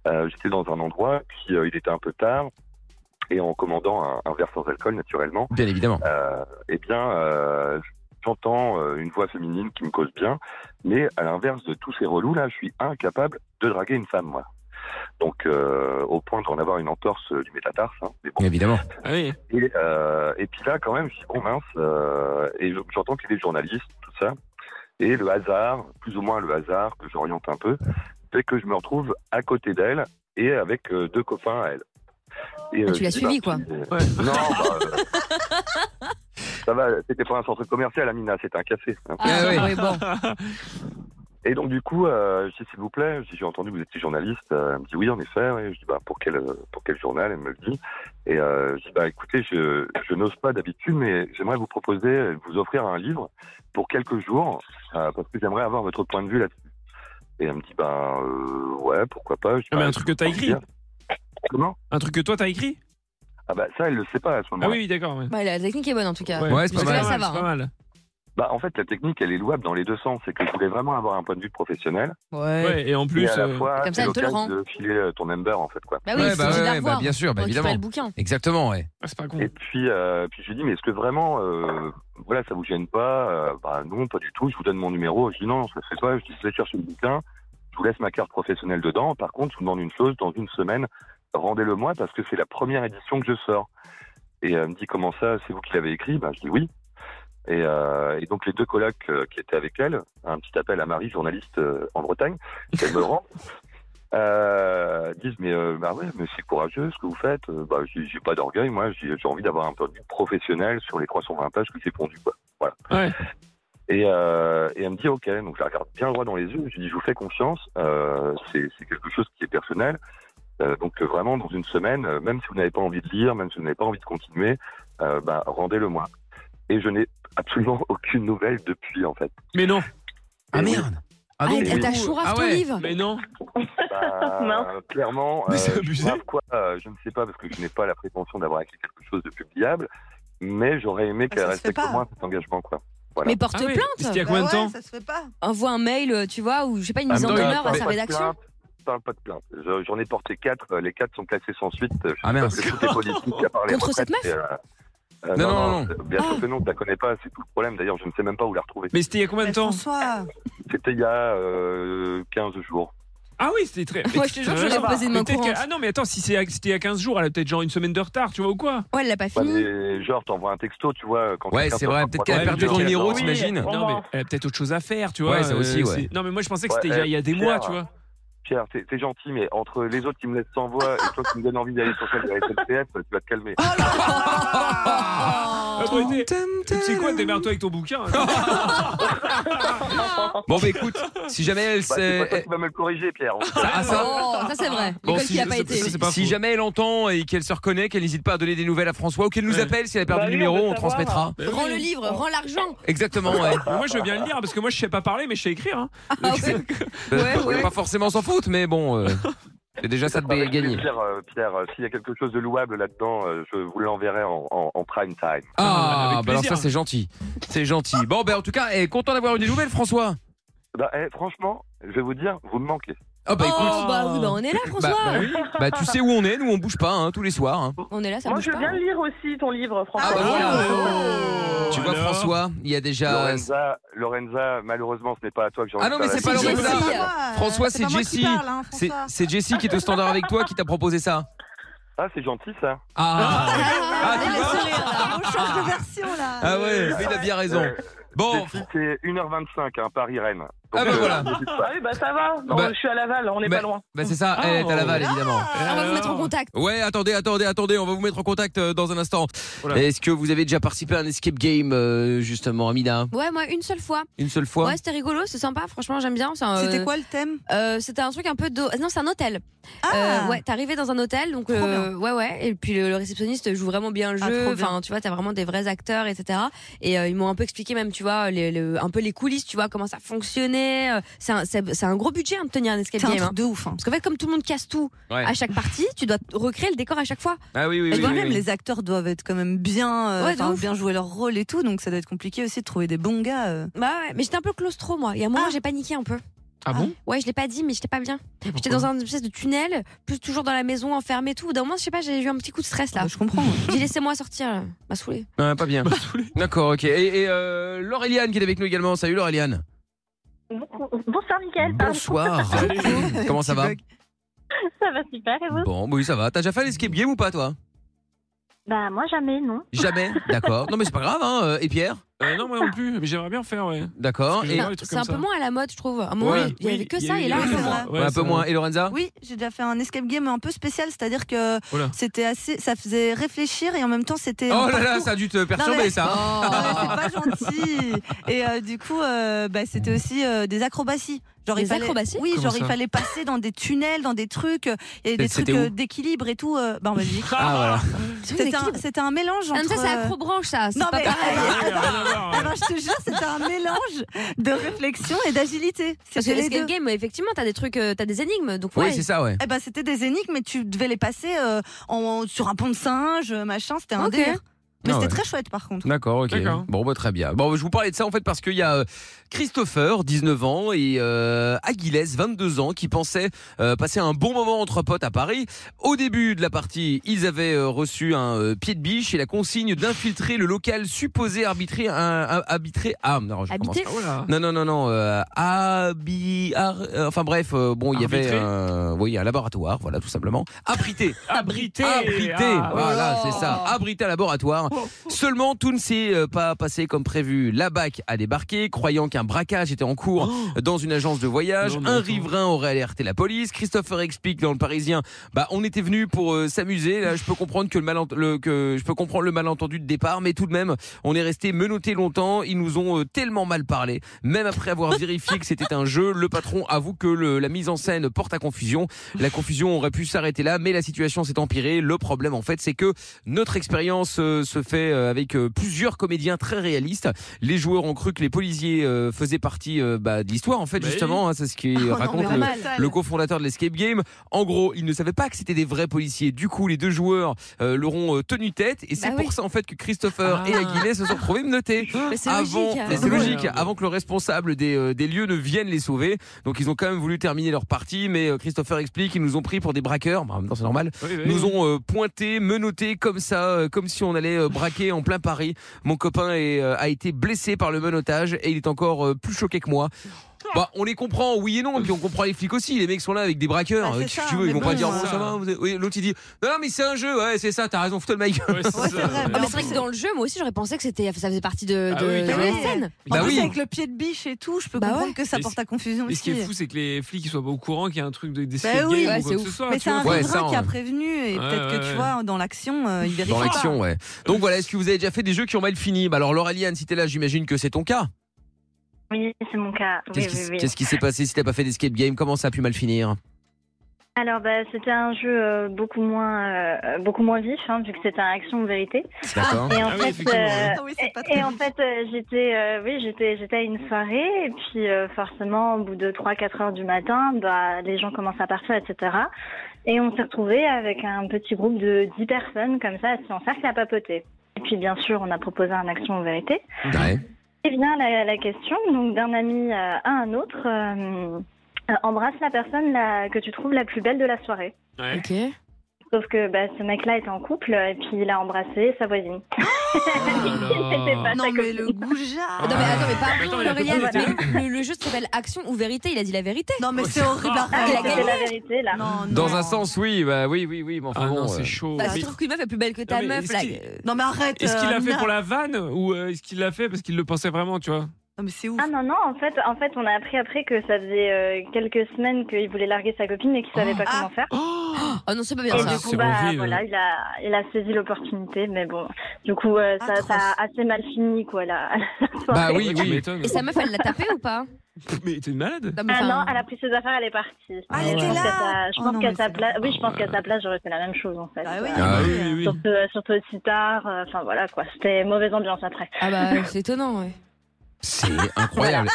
Speaker 10: euh, j'étais dans un endroit, puis euh, il était un peu tard, et en commandant un- un verre sans alcool, naturellement,
Speaker 2: Bien évidemment.
Speaker 10: euh, eh bien, euh, j'entends euh, une voix féminine qui me cause bien, mais à l'inverse de tous ces relous là, je suis incapable de draguer une femme, moi. Donc, euh, au point d'en avoir une entorse euh, du métatarse. hein, mais bon.
Speaker 2: Évidemment.
Speaker 10: Et, euh, et puis là, quand même, je suis bon, mince. euh, et je- j'entends qu'il est journaliste, tout ça. Et le hasard, plus ou moins le hasard, que j'oriente un peu, fait que je me retrouve à côté d'elle et avec euh, deux copains à elle. Et,
Speaker 5: Ah,
Speaker 10: euh,
Speaker 5: tu l'as
Speaker 10: je dis,
Speaker 5: suivi,
Speaker 10: bah,
Speaker 5: quoi.
Speaker 10: euh, Non, bah, euh, ça va, c'était pas un centre commercial, Amina, c'était un café.
Speaker 5: Ah, oui. oui, bon.
Speaker 10: Et donc, du coup, euh, je dis, s'il vous plaît, je dis, j'ai entendu que vous étiez journaliste. Euh, elle me dit, oui, en effet. ouais. Je dis, bah, pour, quel, euh, pour quel journal Elle me le dit. Et euh, je dis, bah, écoutez, je, je n'ose pas d'habitude, mais j'aimerais vous proposer, euh, vous offrir un livre pour quelques jours, euh, parce que j'aimerais avoir votre point de vue là-dessus. Et elle me dit, bah, euh, ouais, pourquoi pas. Je dis,
Speaker 3: Ah, mais
Speaker 10: bah,
Speaker 3: un truc que t'as
Speaker 10: je vais
Speaker 3: écrit.
Speaker 10: dire. Comment
Speaker 3: Un truc que toi, t'as écrit
Speaker 10: Ah, bah, ça, elle le sait pas à ce moment-là.
Speaker 3: Ah oui, oui, d'accord. ouais.
Speaker 5: Bah, la technique est bonne en tout cas.
Speaker 10: Ouais, Ouais, c'est pas
Speaker 5: Parce que là,
Speaker 10: mal.
Speaker 5: ça va.
Speaker 10: C'est pas
Speaker 5: hein.
Speaker 3: mal.
Speaker 10: Bah, en fait, la technique, elle est louable dans les deux sens. C'est que je voulais vraiment avoir un point de vue professionnel.
Speaker 4: Ouais.
Speaker 3: Ouais, et en plus,
Speaker 10: à la
Speaker 3: euh,
Speaker 10: fois,
Speaker 5: Comme ça,
Speaker 10: c'est
Speaker 5: elle te le
Speaker 10: l'occasion
Speaker 5: rend.
Speaker 10: de filer euh, ton number, en fait, quoi.
Speaker 5: Bah oui,
Speaker 2: Ouais,
Speaker 5: c'est
Speaker 2: bah
Speaker 5: obligé de la
Speaker 2: ouais,
Speaker 5: revoir
Speaker 2: bah bien sûr, bah
Speaker 5: pour récupérer
Speaker 2: évidemment.
Speaker 5: Oh, le bouquin.
Speaker 2: Exactement, ouais.
Speaker 3: Ah, c'est pas con.
Speaker 10: Et puis, euh, puis je lui dis, mais est-ce que vraiment, euh, voilà, ça vous gêne pas Euh, Bah non, pas du tout. Je vous donne mon numéro. Je dis non, ça se fait pas. Je dis, je vais chercher le bouquin. Je vous laisse ma carte professionnelle dedans. Par contre, je vous demande une chose. Dans une semaine, rendez-le moi parce que c'est la première édition que je sors. Et elle me dit, comment ça C'est vous qui l'avez écrit Bah je dis oui. Et, euh, et donc les deux colocs euh, qui étaient avec elle, un petit appel à Marie, journaliste euh, en Bretagne, qu'elle me rend, euh, disent mais euh, bah ouais mais c'est courageux ce que vous faites Euh, bah j'ai j'ai pas d'orgueil moi j'ai j'ai envie d'avoir un point de vue professionnel sur les 320 pages que j'ai pondu quoi voilà
Speaker 3: Ouais.
Speaker 10: et, euh, et elle me dit ok donc je la regarde bien droit dans les yeux je dis je vous fais confiance euh, c'est c'est quelque chose qui est personnel Euh, donc euh, vraiment dans une semaine euh, même si vous n'avez pas envie de lire même si vous n'avez pas envie de continuer euh, bah rendez-le moi et je n'ai absolument aucune nouvelle depuis en fait
Speaker 3: Mais non.
Speaker 2: Ah merde.
Speaker 5: Ah,
Speaker 2: donc,
Speaker 5: t'as-
Speaker 2: du
Speaker 5: t'as
Speaker 2: coup-
Speaker 5: chouraf
Speaker 2: ah
Speaker 5: ton
Speaker 2: ouais.
Speaker 5: livre
Speaker 3: Mais non.
Speaker 10: Bah,
Speaker 11: Mince.
Speaker 10: clairement,
Speaker 3: Mais
Speaker 10: euh,
Speaker 3: c'est
Speaker 10: je
Speaker 3: abusé.
Speaker 10: sais pas pourquoi, euh, je ne sais pas parce que je n'ai pas la prétention d'avoir écrit quelque chose de publiable, mais j'aurais aimé
Speaker 4: Ah,
Speaker 10: qu'elle
Speaker 4: ça se fait
Speaker 10: respecte
Speaker 4: pas.
Speaker 10: au moins cet engagement. Quoi. Voilà.
Speaker 5: Mais porte
Speaker 3: Ah oui. C'était il y a
Speaker 5: plainte.
Speaker 3: combien de
Speaker 4: Bah ouais,
Speaker 3: temps
Speaker 4: ça se fait pas.
Speaker 5: Envoie un mail, euh, tu vois, ou je sais pas, une
Speaker 3: Ah
Speaker 10: En
Speaker 5: mise en
Speaker 10: même temps,
Speaker 5: demeure
Speaker 10: je
Speaker 5: à
Speaker 10: parle
Speaker 5: sa
Speaker 10: pas de
Speaker 5: rédaction.
Speaker 10: plainte, je parle pas de plainte. Je- J'en ai porté quatre, euh, les quatre sont classés sans suite. Je sais
Speaker 2: Ah,
Speaker 10: pas
Speaker 2: merde.
Speaker 10: parce que tout est politique, à part les
Speaker 5: Contre
Speaker 10: retraites,
Speaker 5: cette meuf Ah.
Speaker 10: et, euh, euh,
Speaker 2: Non,
Speaker 10: non,
Speaker 2: non,
Speaker 10: non,
Speaker 2: non.
Speaker 10: euh, bien sûr que non, je la connais pas, c'est tout le problème. D'ailleurs, je ne sais même pas où la retrouver.
Speaker 3: Mais c'était il y a combien de
Speaker 5: Bah,
Speaker 4: Mais
Speaker 3: temps
Speaker 4: François,
Speaker 10: C'était il y a euh, 15 jours.
Speaker 3: Ah oui, c'était très.
Speaker 5: Moi, je te jure,
Speaker 3: Ça
Speaker 5: je l'ai
Speaker 3: va.
Speaker 5: posé de main
Speaker 3: Mais peut-être
Speaker 5: courante.
Speaker 3: que- Ah non, mais attends, si c'est- c'était il y a 15 jours, elle a peut-être genre une semaine de retard, tu vois, ou quoi
Speaker 5: Ouais, elle l'a pas
Speaker 10: Ouais,
Speaker 5: fini.
Speaker 10: mais genre, Bah, t'envoies un texto, tu vois. Quand
Speaker 2: Ouais,
Speaker 10: quelqu'un
Speaker 2: c'est
Speaker 10: t'offre
Speaker 2: vrai,
Speaker 10: un
Speaker 2: peut-être qu'elle a
Speaker 10: produit,
Speaker 2: perdu
Speaker 10: tu
Speaker 2: ton
Speaker 10: dis,
Speaker 2: numéro,
Speaker 10: ah, oui,
Speaker 2: t'imagines
Speaker 3: Non, mais elle a peut-être autre chose à faire, tu vois. euh,
Speaker 2: Ouais, ça aussi, ouais.
Speaker 3: c'est- Non, mais moi, je pensais que c'était
Speaker 10: Ouais,
Speaker 3: il y a- il y a des
Speaker 10: Pierre,
Speaker 3: mois, tu vois.
Speaker 10: Pierre, t'es t'es gentil, mais entre les autres qui me laissent sans voix et toi qui me donnes envie d'aller sur celle de la SNCF, tu vas te calmer.
Speaker 3: Ah,
Speaker 2: Oh.
Speaker 3: bon, t'es- Tu sais quoi, démerde-toi avec ton bouquin. hein.
Speaker 2: Bon, bah écoute, si jamais elle
Speaker 10: Bah, c'est pas toi
Speaker 2: s'est.
Speaker 10: qui vas me le corriger, Pierre.
Speaker 2: Ah, ça-
Speaker 5: Oh, ça c'est vrai.
Speaker 2: Bon,
Speaker 5: L'école
Speaker 2: si
Speaker 5: qui a
Speaker 2: je-
Speaker 5: pas
Speaker 3: c'est-
Speaker 5: été.
Speaker 3: c'est- pas
Speaker 2: si
Speaker 3: faux.
Speaker 2: jamais elle entend et qu'elle se reconnaît, qu'elle n'hésite pas à donner des nouvelles à François ou qu'elle nous
Speaker 3: Ouais.
Speaker 2: appelle si elle a perdu
Speaker 11: Bah oui,
Speaker 2: le
Speaker 11: on
Speaker 2: numéro,
Speaker 11: veut
Speaker 2: on,
Speaker 11: savoir.
Speaker 2: transmettra.
Speaker 5: Rends le livre, rends l'argent.
Speaker 2: Exactement, ouais.
Speaker 3: Mais Moi, je veux bien le lire parce que moi, je sais pas parler, mais je sais écrire. hein.
Speaker 5: Ah ouais. Ouais, ouais.
Speaker 2: Euh, Pas forcément sans faute, mais bon, euh, c'est déjà ça de
Speaker 10: Avec
Speaker 2: gagner.
Speaker 10: plaisir, euh, Pierre, euh, s'il y a quelque chose de louable là-dedans, euh, je vous l'enverrai en, en- en prime time.
Speaker 3: Ah,
Speaker 2: Ah,
Speaker 3: avec
Speaker 2: bah alors
Speaker 3: plaisir.
Speaker 2: ça c'est gentil. C'est gentil. Bon, ben en tout cas, eh, content d'avoir eu des nouvelles, François.
Speaker 10: Bah, eh, franchement, je vais vous dire, vous me manquez.
Speaker 2: Ah bah écoute,
Speaker 5: oh, bah oui, bah on est là, François.
Speaker 2: bah oui. bah tu sais où on est, nous on bouge pas hein, tous les soirs. hein.
Speaker 5: On est là, ça
Speaker 11: Moi,
Speaker 5: bouge
Speaker 11: je
Speaker 5: pas.
Speaker 11: viens de lire aussi ton livre, François.
Speaker 4: Ah, bah, voilà.
Speaker 3: Oh,
Speaker 2: Tu vois
Speaker 3: alors
Speaker 2: François, il y a déjà...
Speaker 10: Lorenza, Lorenza, malheureusement, ce n'est pas à toi que j'ai envie
Speaker 2: Ah non,
Speaker 10: de
Speaker 2: mais
Speaker 10: faire
Speaker 2: c'est
Speaker 10: la-
Speaker 2: pas
Speaker 5: C'est
Speaker 2: Lorenza.
Speaker 5: Jessie.
Speaker 4: moi,
Speaker 2: François,
Speaker 4: euh,
Speaker 2: c'est
Speaker 4: pas moi qui
Speaker 2: Jessie.
Speaker 4: parle, hein,
Speaker 2: C'est
Speaker 4: François.
Speaker 2: c'est Jessie qui est au standard avec toi qui t'a proposé ça.
Speaker 10: Ah, c'est gentil, ça.
Speaker 2: Ah,
Speaker 5: Ah,
Speaker 2: Ah,
Speaker 5: il a
Speaker 2: tu
Speaker 5: le sourire, là.
Speaker 4: On change de version là.
Speaker 2: ah ouais, mais il a bien raison.
Speaker 10: Euh,
Speaker 2: Bon,
Speaker 10: Ceci, C'est 1h25, hein, Paris-Rennes. Donc,
Speaker 2: Ah, bah,
Speaker 10: euh,
Speaker 2: voilà.
Speaker 10: n'hésite pas.
Speaker 11: Ah oui, bah ça va. Non,
Speaker 2: Bah-
Speaker 11: je suis à Laval, on n'est
Speaker 2: bah-
Speaker 11: pas loin.
Speaker 2: bah c'est ça,
Speaker 3: Ah.
Speaker 2: eh, t'as Laval évidemment.
Speaker 5: On va vous mettre en contact.
Speaker 2: Ouais, attendez, attendez, attendez, on va vous mettre en contact euh, dans un instant.
Speaker 3: Oula.
Speaker 2: Est-ce que vous avez déjà participé à un escape game, euh, justement, Amina
Speaker 5: Ouais, moi, une seule fois.
Speaker 2: Une seule fois
Speaker 5: Ouais, c'était rigolo, c'est sympa, franchement, j'aime bien. c'est un,
Speaker 4: C'était
Speaker 5: euh,
Speaker 4: quoi le thème
Speaker 5: euh, C'était un truc un peu. d'eau- Non, c'est un hôtel.
Speaker 4: Ah
Speaker 5: Euh, ouais, t'arrivais dans un hôtel, donc
Speaker 4: Trop
Speaker 5: euh, ouais, ouais. Et puis le, le réceptionniste joue vraiment bien le
Speaker 4: Ah,
Speaker 5: jeu.
Speaker 4: trop bien.
Speaker 5: Enfin, tu vois, t'as vraiment des vrais acteurs, etc. Et euh, ils m'ont un peu expliqué même, tu vois, les, le- un peu les coulisses, tu vois, comment ça fonctionnait. Euh, C'est un, c'est- c'est un gros budget hein, de tenir un escape
Speaker 4: C'est un
Speaker 5: game. hein.
Speaker 4: truc de ouf. hein.
Speaker 5: Parce qu'en fait, comme tout le monde casse tout
Speaker 2: Ouais.
Speaker 5: à chaque partie, tu dois recréer le décor à chaque fois.
Speaker 2: Ah oui, oui,
Speaker 4: Et
Speaker 2: oui.
Speaker 4: puis
Speaker 2: oui,
Speaker 4: même
Speaker 2: oui.
Speaker 4: les acteurs doivent être quand même bien, euh,
Speaker 5: Ouais, de
Speaker 4: enfin,
Speaker 5: ouf.
Speaker 4: bien jouer leur rôle et tout, donc ça doit être compliqué aussi de trouver des bons gars. euh.
Speaker 5: Bah ouais, mais j'étais un peu claustro moi. Et à un moment,
Speaker 4: Ah.
Speaker 5: j'ai paniqué un peu.
Speaker 3: Ah bon
Speaker 5: Ouais, je l'ai pas dit, mais j'étais pas bien. J'étais dans un espèce de tunnel, plus toujours dans la maison, enfermée et tout. D'un moment, je sais pas, j'ai eu un petit coup de stress là.
Speaker 4: Ah, je comprends.
Speaker 5: J'ai laissé moi sortir, là. m'a saoulé.
Speaker 2: Ah, pas bien. D'accord, ok. Et, et, euh, Laureliane qui est avec nous également. Salut Laureliane.
Speaker 8: Bonsoir, Mickaël.
Speaker 2: Bonsoir. Comment ça
Speaker 4: Petit
Speaker 2: va
Speaker 4: bug.
Speaker 12: Ça va super, et vous
Speaker 2: Bon, bah oui, ça va. T'as déjà fait l'escape game ou pas, toi
Speaker 12: Bah, moi, jamais, non.
Speaker 2: Jamais D'accord. Non, mais c'est pas grave, hein. euh, Et Pierre
Speaker 3: Non, moi non plus, mais j'aimerais bien faire, ouais.
Speaker 2: D'accord. Ah, Et...
Speaker 5: C'est un peu moins hein. à la mode, je trouve. À un moment,
Speaker 2: Ouais.
Speaker 5: il y avait que
Speaker 2: Oui,
Speaker 5: ça,
Speaker 2: il y
Speaker 5: et
Speaker 2: a
Speaker 5: là,
Speaker 2: eu
Speaker 5: c'est
Speaker 2: un peu
Speaker 5: vrai.
Speaker 2: moins. Ouais, un peu moins. Et Lorenza
Speaker 4: Oui, j'ai déjà fait un escape game un peu spécial, c'est-à-dire que
Speaker 2: Oula.
Speaker 4: c'était assez, ça faisait réfléchir et en même temps c'était. un
Speaker 2: Oh là là,
Speaker 4: parcours-
Speaker 2: ça a dû te perturber,
Speaker 4: Non, mais- Oh,
Speaker 2: ça. hein.
Speaker 5: Oh.
Speaker 4: Et euh, du coup, euh, bah, c'était aussi euh, des acrobaties. Genre,
Speaker 5: Des
Speaker 4: il fallait,
Speaker 5: acrobaties
Speaker 4: Oui,
Speaker 2: Comment
Speaker 4: genre
Speaker 2: ça
Speaker 4: il fallait passer dans des tunnels, dans des trucs, euh, il y avait des
Speaker 2: C'était
Speaker 4: trucs
Speaker 2: où
Speaker 4: euh, d'équilibre et tout. euh, bah, en Belgique.
Speaker 2: Ah,
Speaker 4: C'était un, c'était un mélange
Speaker 5: Ah, mais
Speaker 4: entre.
Speaker 5: ça, c'est
Speaker 4: euh,
Speaker 5: accrobranche, ça. C'est
Speaker 4: Non,
Speaker 5: pas
Speaker 4: mais-
Speaker 5: pareil.
Speaker 2: Ah,
Speaker 4: Alors, je te jure, c'était un mélange de réflexion et d'agilité.
Speaker 5: Parce que
Speaker 4: C'était les deux.
Speaker 5: l'escape game, effectivement, t'as des trucs, euh, t'as des énigmes. Donc,
Speaker 2: Oui,
Speaker 5: ouais.
Speaker 2: c'est ça, ouais.
Speaker 4: Eh ben, c'était des énigmes, mais tu devais les passer euh, en, sur un pont de singe, machin. C'était un
Speaker 5: Ok.
Speaker 4: délire.
Speaker 2: Ah
Speaker 4: Mais c'était
Speaker 2: ouais.
Speaker 4: très chouette, par contre.
Speaker 2: D'accord, ok.
Speaker 3: D'accord.
Speaker 2: Bon, bah, très bien. Bon, je vous parlais de ça en fait parce qu'il y a euh, Christopher, 19 ans, et euh, Aguilès, 22 ans, qui pensaient euh, passer un bon moment entre potes à Paris. Au début de la partie, ils avaient euh, reçu un euh, pied de biche et la consigne d'infiltrer le local supposé arbitrer un, un- arbitrer. Ah, non, je
Speaker 5: Habiter.
Speaker 3: Oh
Speaker 2: commence. Non, non, non, non. euh, habi- ar- euh, enfin bref, euh, bon, il y avait
Speaker 3: Arbitrer.
Speaker 2: un, oui, un laboratoire, voilà, tout simplement. Abrité.
Speaker 3: Abrité
Speaker 2: Abrité,
Speaker 3: Ah, Oh.
Speaker 2: voilà, c'est ça. Abrité à laboratoire. Seulement, tout ne s'est euh, pas passé comme prévu. La BAC a débarqué, croyant qu'un braquage était en cours dans une agence de voyage.
Speaker 3: Oh. Non, mais
Speaker 2: Un
Speaker 3: attends.
Speaker 2: riverain aurait alerté la police. Christopher explique dans le Parisien bah, on était venu pour euh, s'amuser. Là, je peux comprendre que le, malent- le- que je peux comprendre le malentendu de départ, mais tout de même, on est resté menotté longtemps. Ils nous ont euh, tellement mal parlé. Même après avoir vérifié que c'était un jeu, le patron avoue que le- la mise en scène porte à confusion. La confusion aurait pu s'arrêter là, mais la situation s'est empirée. Le problème, en fait, c'est que notre expérience euh, se fait euh, avec euh, plusieurs comédiens très réalistes. Les joueurs ont cru que les policiers euh, faisaient partie euh, bah, de l'histoire, en fait,
Speaker 3: Bah
Speaker 2: justement. hein, c'est ce qui
Speaker 4: Ah, non,
Speaker 2: raconte
Speaker 4: mais
Speaker 2: le,
Speaker 4: pas mal.
Speaker 2: le cofondateur de l'Escape Game. En gros, ils ne savaient pas que c'était des vrais policiers. Du coup, les deux joueurs euh, leur ont euh, tenu tête, et c'est
Speaker 5: Bah
Speaker 2: pour
Speaker 5: oui.
Speaker 2: ça, en fait, que Christopher et
Speaker 4: Ah.
Speaker 2: Aguilé se sont retrouvés menottés.
Speaker 5: Mais c'est
Speaker 2: Avant,
Speaker 5: logique.
Speaker 2: mais c'est
Speaker 3: Ouais.
Speaker 2: logique, avant que le responsable des, euh, des lieux ne vienne les sauver. Donc ils ont quand même voulu terminer leur partie, mais euh, Christopher explique qu'ils nous ont pris pour des braqueurs. Bah, en même temps, c'est normal.
Speaker 3: Oui, oui.
Speaker 2: Nous ont euh, pointé, menotté comme ça, euh, comme si on allait euh, braquer en plein Paris. Mon copain est, euh, a été blessé par le menottage et il est encore euh, plus choqué que moi. Bah, on les comprend, oui et non, et puis on comprend les flics aussi. Les mecs sont là avec des braqueurs.
Speaker 4: Bah,
Speaker 2: Euh,
Speaker 4: c'est
Speaker 2: Qu'est-ce que
Speaker 4: ça,
Speaker 2: tu veux, ils
Speaker 4: mais
Speaker 2: vont pas
Speaker 4: bon,
Speaker 2: dire
Speaker 3: c'est
Speaker 2: bon, ça
Speaker 3: ça.
Speaker 2: va. vous avez- oui, L'autre il dit non, non, mais c'est un jeu. Ouais, c'est ça. T'as raison, fous-toi de ma gueule.
Speaker 3: Ouais, c'est
Speaker 4: Ouais,
Speaker 3: ça.
Speaker 4: c'est vrai.
Speaker 3: ouais.
Speaker 5: Non, Ah, mais c'est vrai que dans le jeu, moi aussi, j'aurais pensé que c'était, ça faisait partie de,
Speaker 3: Ah
Speaker 5: de,
Speaker 3: oui,
Speaker 5: de
Speaker 3: carrément.
Speaker 5: la scène.
Speaker 4: En
Speaker 2: Bah
Speaker 4: plus,
Speaker 2: oui.
Speaker 4: avec le pied de biche et tout, je peux
Speaker 5: Bah
Speaker 4: comprendre
Speaker 5: ouais.
Speaker 4: que ça
Speaker 3: Et
Speaker 4: porte à confusion
Speaker 3: Et ce qui
Speaker 4: aussi.
Speaker 3: est fou, c'est que les flics ils soient pas au courant qu'il y a un truc de des
Speaker 4: Bah
Speaker 3: escape
Speaker 4: oui.
Speaker 3: game
Speaker 5: Ouais,
Speaker 3: ou quoi
Speaker 5: c'est
Speaker 3: que ce
Speaker 5: ouf.
Speaker 3: soit.
Speaker 4: mais
Speaker 3: tu
Speaker 4: c'est un
Speaker 3: vois. hein.
Speaker 2: Ouais,
Speaker 4: riverain
Speaker 2: ça,
Speaker 4: qui a
Speaker 2: ouais.
Speaker 4: prévenu et
Speaker 3: Ouais,
Speaker 4: peut-être que
Speaker 3: ouais,
Speaker 4: tu
Speaker 3: ouais.
Speaker 4: vois, dans l'action, euh, il vérifie
Speaker 2: Dans
Speaker 4: pas.
Speaker 2: l'action, ouais. Donc voilà, est-ce que vous avez déjà fait des jeux qui ont mal fini Bah alors Laura Liane, si t'es là, j'imagine que c'est ton cas.
Speaker 12: Oui, c'est mon cas. Oui,
Speaker 2: Qu'est-ce
Speaker 12: oui,
Speaker 2: qui-
Speaker 12: oui.
Speaker 2: qu'est-ce qui s'est passé si t'as pas fait d'escape game Comment ça a pu mal finir
Speaker 12: Alors, bah, c'était un jeu euh, beaucoup moins, euh, beaucoup moins vif, hein, vu que c'était un action-vérité.
Speaker 2: D'accord.
Speaker 12: Et en
Speaker 3: Ah oui,
Speaker 12: fait, euh,
Speaker 3: effectivement, oui.
Speaker 4: Ah oui, c'est pas
Speaker 12: et,
Speaker 4: très
Speaker 12: et en
Speaker 4: vif.
Speaker 12: fait, euh, j'étais, euh, oui, j'étais, j'étais à une soirée, et puis euh, forcément, au bout de 3-4 heures du matin, bah, les gens commencent à partir, etc. Et on s'est retrouvés avec un petit groupe de 10 personnes, comme ça, assis en cercle à papoter. Et puis, bien sûr, on a proposé un action en vérité.
Speaker 2: Ouais.
Speaker 12: Et vient la, la question, donc d'un ami euh, à un autre, euh, euh, embrasse la personne la- que tu trouves la plus belle de la soirée.
Speaker 3: Ouais.
Speaker 5: Ok.
Speaker 12: Sauf que bah, ce mec-là était en couple, et puis il a embrassé sa voisine.
Speaker 3: Oh
Speaker 12: C'était pas
Speaker 4: Non,
Speaker 12: sa
Speaker 4: mais le
Speaker 12: copine.
Speaker 4: goujat
Speaker 5: Ah, Non, mais attends, mais pardon,
Speaker 3: Ah, Attends, mais la
Speaker 5: Aurélien,
Speaker 3: copine était-
Speaker 5: mais le, le jeu s'appelle Action ou Vérité. Il a dit la vérité.
Speaker 4: Non, mais c'est horrible.
Speaker 3: Ah,
Speaker 5: Elle a
Speaker 4: arrête.
Speaker 12: C'était la vérité, là.
Speaker 4: Non, non.
Speaker 2: Dans un sens, oui, bah oui, oui, oui, mais enfin
Speaker 3: Ah
Speaker 2: bon.
Speaker 3: non,
Speaker 2: euh,
Speaker 3: c'est chaud.
Speaker 5: Bah,
Speaker 3: Mais
Speaker 5: si tu trouves qu'une meuf est plus belle que ta
Speaker 3: Non, mais
Speaker 5: meuf,
Speaker 3: est-ce
Speaker 5: là.
Speaker 3: qu'il-
Speaker 5: euh,
Speaker 4: Non, mais arrête.
Speaker 3: Est-ce qu'il
Speaker 4: euh,
Speaker 3: l'a fait
Speaker 4: Amina.
Speaker 3: pour la vanne ou euh, est-ce qu'il l'a fait parce qu'il le pensait vraiment, tu vois
Speaker 4: Non, mais c'est ouf.
Speaker 12: Ah non, non, en fait, en fait, on a appris après que ça faisait euh, quelques semaines qu'il voulait larguer sa copine et qu'il savait pas
Speaker 4: Ah.
Speaker 12: comment faire.
Speaker 5: Oh non, c'est pas
Speaker 12: Et
Speaker 5: bien
Speaker 12: du
Speaker 5: ça.
Speaker 12: coup,
Speaker 3: c'est
Speaker 12: bah,
Speaker 3: horrible.
Speaker 12: voilà, il a, il a saisi l'opportunité, mais bon, du coup, euh,
Speaker 5: Ah,
Speaker 12: ça,
Speaker 4: Atroce.
Speaker 12: ça a assez mal fini, quoi, là.
Speaker 2: Bah
Speaker 3: Ouais,
Speaker 2: oui,
Speaker 3: tu
Speaker 2: oui.
Speaker 3: m'étonnes.
Speaker 5: Et sa meuf, elle l'a tapé ou pas
Speaker 3: Mais t'es une malade
Speaker 5: Non, mais
Speaker 12: Ah
Speaker 5: enfin,
Speaker 12: non, elle a pris ses affaires, elle est partie.
Speaker 4: Ah,
Speaker 12: Mais
Speaker 4: elle
Speaker 12: je
Speaker 4: était
Speaker 12: pense
Speaker 4: là
Speaker 12: qu'à sa- Je
Speaker 4: Oh
Speaker 12: pense
Speaker 4: non,
Speaker 12: qu'à
Speaker 4: mais
Speaker 12: sa
Speaker 4: c'est
Speaker 12: place, oui, je pense qu'à sa place, j'aurais fait la même chose, en fait.
Speaker 4: Bah oui.
Speaker 12: Euh,
Speaker 2: Ah
Speaker 3: Ah
Speaker 2: oui,
Speaker 3: oui, oui, oui.
Speaker 12: Surtout, euh, surtout aussi tard, euh, enfin voilà quoi, c'était mauvaise ambiance après.
Speaker 5: Ah bah, c'est étonnant, ouais.
Speaker 2: C'est incroyable.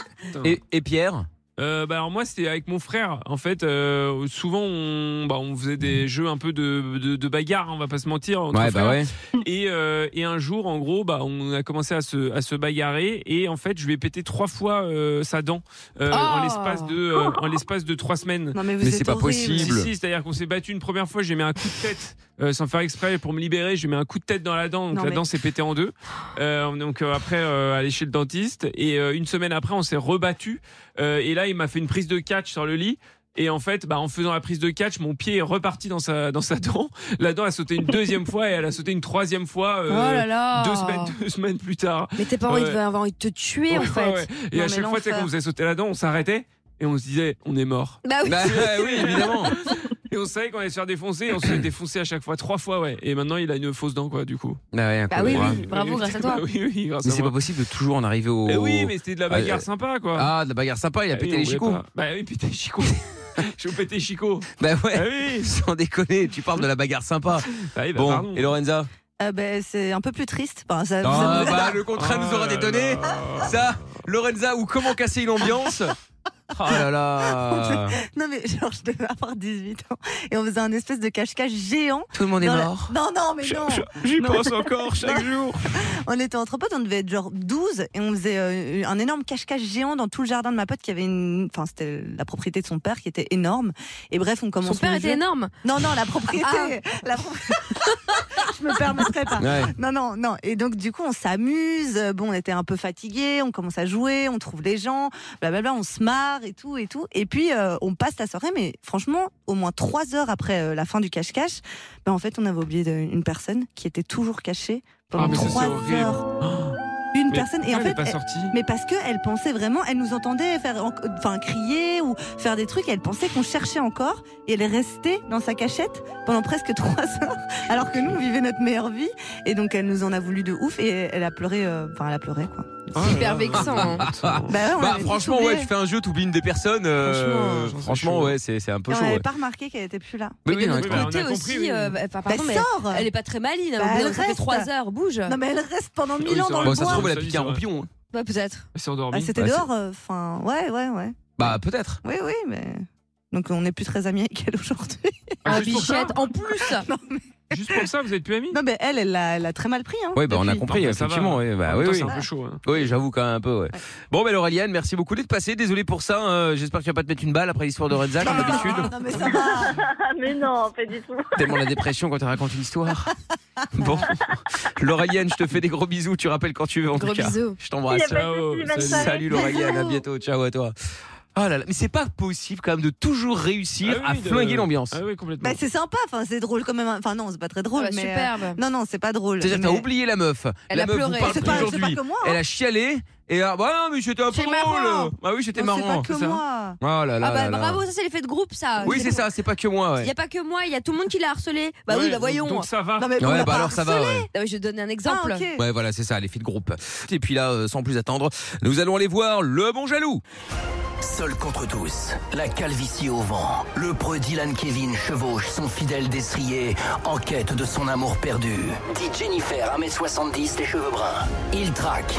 Speaker 2: et, et Pierre
Speaker 3: Euh, bah alors moi c'était avec mon frère en fait euh, souvent on, bah, on faisait des jeux un peu de, de, de bagarre on va pas se mentir entre
Speaker 2: Mm. Ouais,
Speaker 3: frères.
Speaker 2: bah ouais.
Speaker 3: et, euh, et un jour en gros bah, on a commencé à se, à se bagarrer et en fait je lui ai pété trois fois euh, sa dent euh,
Speaker 5: Oh.
Speaker 3: en l'espace de euh, en l'espace de trois semaines
Speaker 4: Non, mais vous
Speaker 2: Mais
Speaker 4: êtes
Speaker 2: c'est pas
Speaker 4: horrible.
Speaker 2: possible.
Speaker 3: Si, si, c'est-à-dire qu'on s'est battu une première fois, j'ai mis un coup de tête euh, sans faire exprès pour me libérer, j'ai mis un coup de tête dans la dent, donc
Speaker 4: Non,
Speaker 3: la
Speaker 4: mais-
Speaker 3: dent s'est pétée en deux. Euh, donc euh, après, euh, aller chez le dentiste, et euh, une semaine après, on s'est rebattu, Euh, et là, il m'a fait une prise de catch sur le lit. Et en fait, bah, en faisant la prise de catch, mon pied est reparti dans sa, dans sa dent. La dent a sauté une deuxième fois et elle a sauté une troisième fois euh,
Speaker 5: Oh là là.
Speaker 3: Deux, semaines, deux semaines plus tard.
Speaker 5: Mais tes parents, ils
Speaker 3: Ouais.
Speaker 5: devaient avoir envie de te tuer en
Speaker 3: Ouais,
Speaker 5: fait.
Speaker 3: ouais. Et à chaque fois, tu sais,
Speaker 5: c'est
Speaker 3: quand on faisait sauter la dent, on s'arrêtait et on se disait, on est mort.
Speaker 5: Bah oui. Bah,
Speaker 2: oui, évidemment.
Speaker 3: Et on savait qu'on allait se faire défoncer et on se fait défoncer à chaque fois, trois fois, ouais. Et maintenant, il a une fausse dent, quoi, du coup.
Speaker 2: Bah, ouais,
Speaker 5: Bah oui, oui, bravo, grâce à toi.
Speaker 3: Bah oui, oui, grâce
Speaker 2: Mais
Speaker 3: à
Speaker 2: c'est
Speaker 3: moi.
Speaker 2: pas possible de toujours en arriver au.
Speaker 3: Eh oui, mais c'était de la
Speaker 2: Ah,
Speaker 3: bagarre
Speaker 2: euh,
Speaker 3: sympa, quoi.
Speaker 2: Ah, de la bagarre sympa, il a
Speaker 3: Eh oui,
Speaker 2: pété
Speaker 3: on
Speaker 2: les
Speaker 3: voulait
Speaker 2: chicots.
Speaker 3: pas. Bah oui, pété les Ah chicots. Je vous pété les chicots.
Speaker 2: Bah ouais, sans déconner, tu parles de la bagarre sympa.
Speaker 3: bah,
Speaker 2: bon,
Speaker 3: pardon.
Speaker 2: et Lorenza
Speaker 4: Ah ben, c'est un peu plus triste. Enfin, ça, ça
Speaker 2: Ah,
Speaker 4: vous-
Speaker 2: bah, Le contrat nous
Speaker 3: Ah.
Speaker 2: aura détonné.
Speaker 4: Ah
Speaker 2: Ça, Lorenza, ou comment casser une ambiance Oh là là
Speaker 4: Non mais genre je devais avoir 18 ans et on faisait un espèce de cache-cache géant.
Speaker 2: Tout le monde est
Speaker 4: dans la-
Speaker 2: mort.
Speaker 4: Non non mais
Speaker 2: Je-
Speaker 4: non.
Speaker 2: je- j'y
Speaker 4: Non.
Speaker 2: pense encore chaque
Speaker 3: jour.
Speaker 4: On était entre potes, on devait être genre 12 et on faisait euh, un énorme cache-cache géant dans tout le jardin de ma pote qui avait une enfin c'était la propriété de son père qui était énorme et bref on commence
Speaker 5: Son père
Speaker 4: le
Speaker 5: était
Speaker 4: jeu.
Speaker 5: énorme.
Speaker 4: Non non la propriété la pro- je me permettrai pas.
Speaker 5: Ouais.
Speaker 4: Non, non, non. Et donc, du coup, on s'amuse. Bon, on était un peu fatigués, on commence à jouer, on trouve les gens, blablabla, on se marre et tout, et tout. Et puis, euh, on passe la soirée, mais franchement, au moins trois heures après euh, la fin du cache-cache, ben, en fait, on avait oublié de- une personne qui était toujours cachée pendant
Speaker 3: Ah, mais ça,
Speaker 4: trois
Speaker 3: c'est horrible. Ah.
Speaker 4: heures. Une
Speaker 3: Mais
Speaker 4: personne et
Speaker 3: pourquoi
Speaker 4: en
Speaker 3: elle
Speaker 4: fait,
Speaker 3: est pas sortie
Speaker 4: mais parce que elle pensait vraiment, elle nous entendait faire, en- enfin crier ou faire des trucs, et elle pensait qu'on cherchait encore et elle est restée dans sa cachette pendant presque trois heures, alors que nous on vivait notre meilleure vie et donc elle nous en a voulu de ouf et elle a pleuré, euh, enfin elle a pleuré quoi.
Speaker 3: Ah,
Speaker 5: Hyper vexant. hein.
Speaker 2: Bah,
Speaker 4: ouais, on avait tous
Speaker 2: franchement,
Speaker 4: oublié.
Speaker 2: ouais, tu fais un jeu, t'oublies une des personnes. euh, franchement, ouais, c'est c'est un peu
Speaker 4: Et on
Speaker 2: chaud.
Speaker 4: n'avait
Speaker 2: ouais.
Speaker 4: pas remarqué qu'elle était plus là.
Speaker 2: Oui, oui,
Speaker 5: de
Speaker 2: non,
Speaker 5: notre
Speaker 2: clairement.
Speaker 5: côté aussi, euh, bah, enfin,
Speaker 4: Bah,
Speaker 5: pardon, mais
Speaker 4: sors
Speaker 5: elle est pas très maline. hein, au bout
Speaker 4: Bah,
Speaker 5: d'un
Speaker 4: elle
Speaker 5: moment, ça fait
Speaker 4: reste.
Speaker 5: 3
Speaker 3: Oh
Speaker 5: heures, bouge.
Speaker 4: Non mais elle reste pendant mille ans dans le
Speaker 2: Bon, ça se
Speaker 4: bois.
Speaker 2: trouve, elle a
Speaker 3: Ça,
Speaker 2: piqué
Speaker 3: ça,
Speaker 2: un
Speaker 3: ça.
Speaker 2: roupillon. hein.
Speaker 5: Ouais, peut-être.
Speaker 3: Elle s'est endormie.
Speaker 4: Ah, C'était
Speaker 2: Bah, c'est-
Speaker 4: dehors, euh, enfin ouais ouais ouais.
Speaker 2: Bah, peut-être.
Speaker 4: Oui oui mais donc on n'est plus très amis avec elle aujourd'hui.
Speaker 5: Ah,
Speaker 3: juste pour ça
Speaker 5: bichette, en plus.
Speaker 3: Juste pour ça, vous êtes plus amis
Speaker 4: Non mais elle, elle a, elle a très mal pris. Hein,
Speaker 2: Oui, bah, on a
Speaker 4: depuis.
Speaker 2: compris,
Speaker 3: Non, mais ça
Speaker 2: effectivement.
Speaker 3: va.
Speaker 2: ouais, bah, oui,
Speaker 3: En même temps,
Speaker 2: oui.
Speaker 3: c'est un peu chaud. hein.
Speaker 2: Oui, j'avoue quand même un peu. Ouais. Bon, ben Laureliane, merci beaucoup d'être passée. Désolé pour ça. euh, J'espère que tu vas pas te mettre une balle après l'histoire de Renza, comme
Speaker 4: Ah,
Speaker 2: d'habitude.
Speaker 4: Non mais ça va.
Speaker 12: mais non, pas du tout.
Speaker 2: Tellement la dépression quand tu racontes une histoire. Bon, Laureliane, je te fais des gros bisous. Tu rappelles quand tu veux en
Speaker 5: Gros
Speaker 2: tout cas.
Speaker 5: bisous.
Speaker 2: Je t'embrasse.
Speaker 12: Il y a pas de souci, bonne
Speaker 2: Salut,
Speaker 12: soirée.
Speaker 2: salut Laureliane, à bientôt. Ciao à toi. Ah là là, mais c'est pas possible quand même de toujours réussir
Speaker 3: Ah oui,
Speaker 2: à
Speaker 3: de-
Speaker 2: flinguer l'ambiance.
Speaker 3: Ah oui, complètement.
Speaker 4: Bah, c'est sympa, enfin c'est drôle quand même. hein. Enfin non, c'est pas très drôle.
Speaker 5: Ah bah,
Speaker 4: mais, euh,
Speaker 5: superbe.
Speaker 4: Non non, c'est pas drôle.
Speaker 2: C'est-à-dire
Speaker 4: mais-
Speaker 2: t'as oublié la meuf.
Speaker 5: Elle
Speaker 2: la
Speaker 5: a
Speaker 2: meuf
Speaker 5: pleuré.
Speaker 2: vous
Speaker 4: C'est
Speaker 2: parle
Speaker 4: pas- c'est
Speaker 2: aujourd'hui.
Speaker 4: pas que moi, hein.
Speaker 2: Elle a chialé et ah, bah non mais j'étais un peu
Speaker 5: C'est marrant.
Speaker 2: drôle. Bah oui j'étais
Speaker 4: Non,
Speaker 2: marrant.
Speaker 4: C'est pas
Speaker 2: c'est
Speaker 4: que
Speaker 2: ça
Speaker 4: moi.
Speaker 2: Oh là là.
Speaker 5: Ah bah
Speaker 2: là là.
Speaker 5: bravo, ça c'est l'effet de groupe ça.
Speaker 2: Oui c'est ça, c'est pas que moi.
Speaker 5: Il
Speaker 2: Ouais.
Speaker 5: n'y a pas que moi, il y a tout le monde qui l'a harcelé. Bah oui,
Speaker 3: Ouais,
Speaker 5: bah voyons.
Speaker 3: Donc ça va.
Speaker 4: Non mais bon,
Speaker 2: Ouais
Speaker 4: on a
Speaker 2: bah
Speaker 4: pas
Speaker 2: alors ça va. Ouais.
Speaker 5: harcelé. Non, mais je donne un exemple.
Speaker 4: Ah, ok.
Speaker 2: Ouais, voilà, c'est ça, les filles de groupe. Et puis là, euh, sans plus attendre, nous allons aller voir le bon jaloux.
Speaker 1: Seul contre tous, la calvitie au vent, le preux Dylan Kevin chevauche son fidèle destrier en quête de son amour perdu. Dit Jennifer, 1m70, les cheveux bruns. Il traque.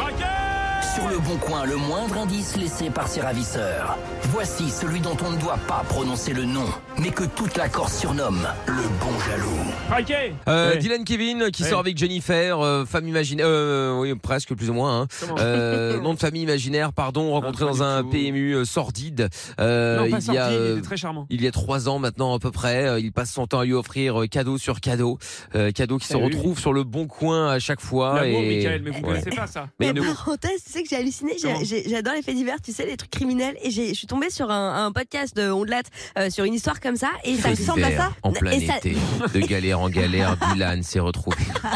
Speaker 1: Sur le bon coin, le moindre indice laissé par ses ravisseurs. Voici celui dont on ne doit pas prononcer le nom, mais que toute la Corse surnomme le bon jaloux.
Speaker 3: Traqué
Speaker 2: Euh,
Speaker 3: Ouais.
Speaker 2: Dylan Kevin qui
Speaker 3: Ouais.
Speaker 2: sort avec Jennifer, euh, femme imaginaire, euh, oui presque plus ou moins, hein.
Speaker 3: Comment
Speaker 2: Euh, nom de famille imaginaire, pardon, rencontré
Speaker 3: pas du
Speaker 2: dans un
Speaker 3: tout.
Speaker 2: PMU euh, sordide. Euh,
Speaker 3: Non, pas
Speaker 2: il y a,
Speaker 3: sorti, il
Speaker 2: euh,
Speaker 3: était très charmant.
Speaker 2: il y a trois ans maintenant à peu près, euh, il passe son temps à lui offrir euh, cadeau sur cadeau, euh, cadeau qui se
Speaker 3: Ah oui.
Speaker 2: retrouve sur le bon coin à chaque fois.
Speaker 3: L'amour,
Speaker 2: et...
Speaker 3: Michael, mais vous
Speaker 2: Ouais.
Speaker 3: connaissez pas ça.
Speaker 2: Mais
Speaker 5: Mais
Speaker 2: il ne-
Speaker 5: parenthèse, tu sais que j'ai halluciné, j'ai-
Speaker 3: Comment
Speaker 5: j'ai- j'adore les faits divers, tu sais, les trucs criminels, et j'ai- je suis tombée sur un, un podcast de Ondelat euh, sur une histoire comme ça, et ça
Speaker 2: Fait
Speaker 5: ressemble à
Speaker 2: d'hiver,
Speaker 5: ça.
Speaker 2: En plein
Speaker 5: et, ça
Speaker 2: été, de galère en galère, Dylan s'est retrouvé.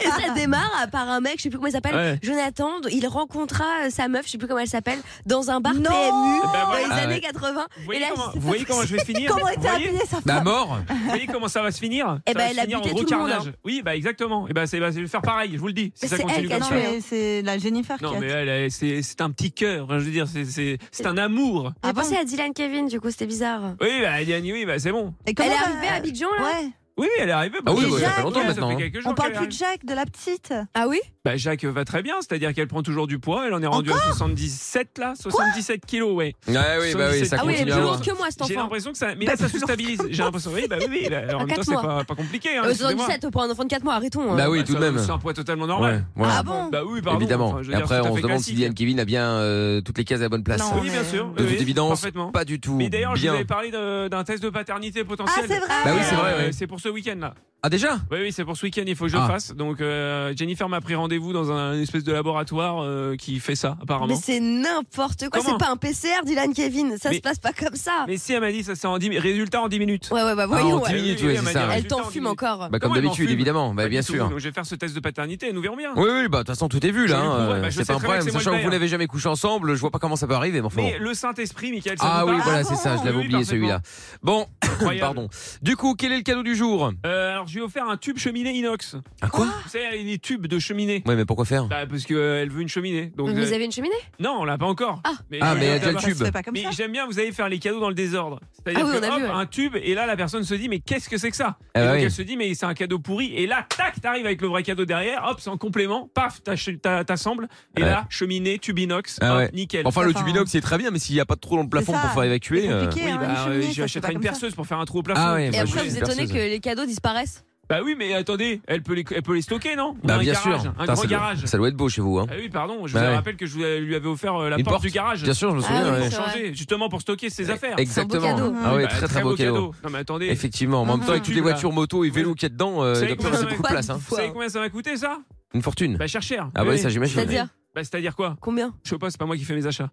Speaker 5: et ça démarre euh, par un mec, je sais plus comment il s'appelle,
Speaker 3: Ouais.
Speaker 5: Jonathan, il rencontra euh, sa meuf, je sais plus comment elle s'appelle, dans un bar
Speaker 4: Non
Speaker 5: PMU
Speaker 3: Eh ben
Speaker 5: dans
Speaker 3: voilà.
Speaker 5: les
Speaker 2: Ah
Speaker 5: années
Speaker 2: ouais.
Speaker 5: 80.
Speaker 3: Vous
Speaker 5: Et
Speaker 3: voyez,
Speaker 5: là,
Speaker 3: comment, vous voyez comment je vais finir
Speaker 4: Comment était
Speaker 3: vous, voyez,
Speaker 4: appelée sa
Speaker 2: Bah
Speaker 4: femme
Speaker 2: mort
Speaker 3: vous voyez comment ça va se finir
Speaker 5: Eh
Speaker 3: Ça
Speaker 5: ben,
Speaker 3: va se
Speaker 5: elle a
Speaker 3: finir en
Speaker 5: buté
Speaker 3: gros
Speaker 5: tout le monde, hein.
Speaker 3: carnage. Oui, bah exactement. Et bah, c'est, bah, je vais faire pareil, je vous le dis. Si
Speaker 5: Mais
Speaker 3: ça
Speaker 5: c'est
Speaker 3: continue
Speaker 5: elle qui a
Speaker 3: comme
Speaker 4: Non
Speaker 3: ça.
Speaker 5: tué.
Speaker 4: mais c'est la Jennifer
Speaker 3: Non,
Speaker 4: qui a
Speaker 3: mais elle, elle, c'est, c'est un petit cœur. hein, Je veux dire, c'est, c'est, c'est un amour.
Speaker 5: J'ai
Speaker 4: Ah bon
Speaker 5: pensé à Dylan Kevin, du coup, c'était bizarre.
Speaker 3: Oui, bah, Eliane, oui, bah, c'est bon.
Speaker 4: Et comment
Speaker 5: Elle est
Speaker 4: va-
Speaker 5: arrivée à Abidjan, là
Speaker 4: Ouais.
Speaker 3: Oui, elle est arrivée.
Speaker 2: Ah oui,
Speaker 3: bah,
Speaker 4: bah, ça fait
Speaker 2: longtemps
Speaker 3: ouais,
Speaker 2: maintenant,
Speaker 3: Ça
Speaker 2: hein.
Speaker 3: fait quelques jours
Speaker 4: On parle
Speaker 3: qu'elle
Speaker 4: plus
Speaker 3: arrive.
Speaker 4: de Jacques, de la petite.
Speaker 5: Ah oui
Speaker 3: Bah, Jacques va très bien, c'est-à-dire qu'elle prend toujours du poids. Elle en est rendue à 77 là, 77 kilos, ouais.
Speaker 2: Ouais, oui, bah oui, ça
Speaker 3: Ah
Speaker 5: Ah oui,
Speaker 2: continue
Speaker 5: elle est
Speaker 2: à
Speaker 5: plus
Speaker 2: voir.
Speaker 5: grosse que moi, cet
Speaker 3: J'ai
Speaker 5: enfant.
Speaker 3: l'impression que ça. Mais là, ça se stabilise. J'ai l'impression. Oui, bah oui, oui. là, alors, en
Speaker 5: À
Speaker 3: même temps,
Speaker 5: quatre
Speaker 3: c'est
Speaker 5: mois.
Speaker 3: pas, pas compliqué. Hein,
Speaker 5: Euh,
Speaker 3: excusez-moi.
Speaker 5: 77 pour un enfant de 4 mois, arrêtons. hein.
Speaker 2: Bah oui,
Speaker 3: Bah,
Speaker 2: tout de
Speaker 3: ça,
Speaker 2: même.
Speaker 3: C'est un poids totalement
Speaker 2: Ouais,
Speaker 3: normal.
Speaker 2: voilà.
Speaker 5: Ah bon
Speaker 3: Bah oui, pardon.
Speaker 2: Évidemment.
Speaker 3: Enfin, je veux
Speaker 2: Et
Speaker 3: dire,
Speaker 2: après,
Speaker 3: c'est tout à
Speaker 2: on
Speaker 3: fait
Speaker 2: se demande si Dylan
Speaker 3: classique.
Speaker 2: Kevin a bien euh, toutes les cases à la bonne place.
Speaker 4: Non.
Speaker 3: Oui, bien sûr.
Speaker 2: De
Speaker 3: oui,
Speaker 2: toute évidence,
Speaker 3: parfaitement.
Speaker 2: pas du tout.
Speaker 3: Mais d'ailleurs, je
Speaker 2: bien.
Speaker 3: vous avais parlé de- d'un test de paternité
Speaker 4: Ah
Speaker 3: potentiel. Euh,
Speaker 4: c'est vrai.
Speaker 2: Bah oui, c'est vrai, ouais.
Speaker 3: C'est pour ce week-end là.
Speaker 2: Ah déjà
Speaker 3: Oui, oui, c'est pour ce week-end, il faut que je le fasse. Donc euh, Jennifer m'a pris rendez-vous dans un espèce de laboratoire euh, qui fait ça, apparemment.
Speaker 5: Mais c'est n'importe quoi,
Speaker 3: Comment
Speaker 5: c'est pas un PCR, Dylan Kevin, ça
Speaker 3: Mais-
Speaker 5: se passe pas comme ça.
Speaker 3: Mais si, elle m'a dit, ça c'est en 10 Résultat en 10 minutes.
Speaker 5: Ouais, ouais, bah
Speaker 2: Ah,
Speaker 5: voyons.
Speaker 2: en dix
Speaker 5: ouais.
Speaker 2: minutes, ouais, c'est ça, ouais.
Speaker 5: Elle t'en fume encore.
Speaker 2: Bah, comme
Speaker 3: Comment elle m'en
Speaker 2: d'habitude,
Speaker 3: fume
Speaker 2: évidemment. Bah,
Speaker 3: Pas
Speaker 2: bien
Speaker 3: du tout.
Speaker 2: sûr.
Speaker 3: Donc, je vais faire ce test de paternité et nous verrons bien.
Speaker 2: Oui, oui, bah de toute façon, tout est vu là.
Speaker 3: Je le
Speaker 2: hein.
Speaker 3: prouverai, bah, je
Speaker 2: c'est
Speaker 3: sais
Speaker 2: pas un
Speaker 3: très bien
Speaker 2: problème.
Speaker 3: que c'est moi
Speaker 2: Sachant
Speaker 3: le
Speaker 2: que vous
Speaker 3: père.
Speaker 2: n'avez jamais couché ensemble, je vois pas comment ça peut arriver, mais enfin.
Speaker 3: Mais
Speaker 2: bon.
Speaker 3: le Saint-Esprit, Michael, ça
Speaker 2: Ah
Speaker 3: vous
Speaker 2: oui,
Speaker 3: parle
Speaker 2: voilà, c'est ça, je l'avais
Speaker 3: Oui,
Speaker 2: oublié celui-là. Bon, pardon.
Speaker 3: Incroyable.
Speaker 2: Du coup, quel est le cadeau du jour
Speaker 3: Euh, alors, je lui ai offert un tube cheminée inox.
Speaker 2: Un Ah, quoi
Speaker 3: Vous savez, les tubes de cheminée.
Speaker 2: Ouais, mais pourquoi faire
Speaker 3: Bah, parce qu'elle veut une cheminée. Donc,
Speaker 5: Vous
Speaker 3: euh,
Speaker 5: avez une cheminée
Speaker 3: Non, on l'a pas encore.
Speaker 2: Ah,
Speaker 3: je
Speaker 2: mais
Speaker 3: vais
Speaker 2: elle a déjà le
Speaker 3: faire-
Speaker 2: tube. Ça se fait
Speaker 13: pas comme
Speaker 3: mais
Speaker 13: ça.
Speaker 3: j'aime bien, vous allez faire les cadeaux dans le désordre. C'est-à-dire
Speaker 5: Ah oui,
Speaker 3: que,
Speaker 5: on a vu,
Speaker 3: hop,
Speaker 5: ouais.
Speaker 3: un tube, et là, la personne se dit, mais qu'est-ce que c'est que ça
Speaker 2: Ah
Speaker 3: Et donc,
Speaker 2: oui.
Speaker 3: elle se dit, mais c'est un cadeau pourri. Et là, tac, t'arrives avec le vrai cadeau derrière, hop, c'est en complément, paf, t'ach- t'a- t'assembles. Et
Speaker 2: Ouais.
Speaker 3: là, cheminée, tube inox,
Speaker 2: Ah
Speaker 3: hop,
Speaker 2: ouais.
Speaker 3: nickel.
Speaker 2: Enfin, le
Speaker 13: Enfin,
Speaker 2: tubinox, c'est très bien, mais s'il n'y a pas de trou dans le plafond
Speaker 13: ça,
Speaker 2: pour faire évacuer.
Speaker 13: c'est
Speaker 2: euh,
Speaker 13: compliqué,
Speaker 3: Oui,
Speaker 13: hein,
Speaker 3: bah,
Speaker 13: une cheminée, ça
Speaker 3: euh,
Speaker 13: se fait pas
Speaker 3: j'achèterai une
Speaker 13: comme ça.
Speaker 3: perceuse pour faire un trou au plafond.
Speaker 2: Ah ouais,
Speaker 5: Et
Speaker 2: bah,
Speaker 5: après,
Speaker 2: je-
Speaker 5: vous étonnez
Speaker 2: perceuse.
Speaker 5: que les cadeaux disparaissent
Speaker 3: Bah oui, mais attendez, elle peut les, elle peut les stocker, non Ou
Speaker 2: Bah,
Speaker 3: un
Speaker 2: bien
Speaker 3: garage,
Speaker 2: sûr.
Speaker 3: Un
Speaker 2: Putain, ça
Speaker 3: grand
Speaker 2: doit-
Speaker 3: garage.
Speaker 2: Ça doit être beau chez vous, hein.
Speaker 3: Ah oui, pardon, je
Speaker 2: Bah
Speaker 3: vous
Speaker 2: ouais.
Speaker 3: rappelle que je vous- lui avais offert euh, la
Speaker 2: Une
Speaker 3: porte,
Speaker 2: porte.
Speaker 3: du garage.
Speaker 2: Bien sûr, je me
Speaker 5: Ah
Speaker 2: souviens.
Speaker 5: oui,
Speaker 2: ouais. Eh,
Speaker 5: c'est vrai.
Speaker 3: Changer, justement pour stocker ses affaires.
Speaker 5: C'est un beau
Speaker 2: Exactement.
Speaker 5: cadeau. Ah
Speaker 2: Ah ouais,
Speaker 3: Bah,
Speaker 2: très très beau cadeau.
Speaker 3: Non mais attendez.
Speaker 2: Effectivement, en même temps, avec toutes les
Speaker 3: Tube, là.
Speaker 2: voitures, motos et vélos qu'il y a dedans, euh,
Speaker 3: Vous
Speaker 2: il
Speaker 3: savez
Speaker 2: doit plus
Speaker 3: combien
Speaker 2: rester
Speaker 3: ça
Speaker 2: beaucoup de
Speaker 5: coûte
Speaker 2: place. hein.
Speaker 3: Vous savez combien ça m'a coûté ça
Speaker 2: Une fortune.
Speaker 3: Bah cher cher.
Speaker 2: Ah ouais, ça j'imagine.
Speaker 5: C'est-à-dire
Speaker 3: Bah c'est-à-dire quoi
Speaker 5: Combien
Speaker 3: Je sais pas, c'est pas moi qui fais mes achats.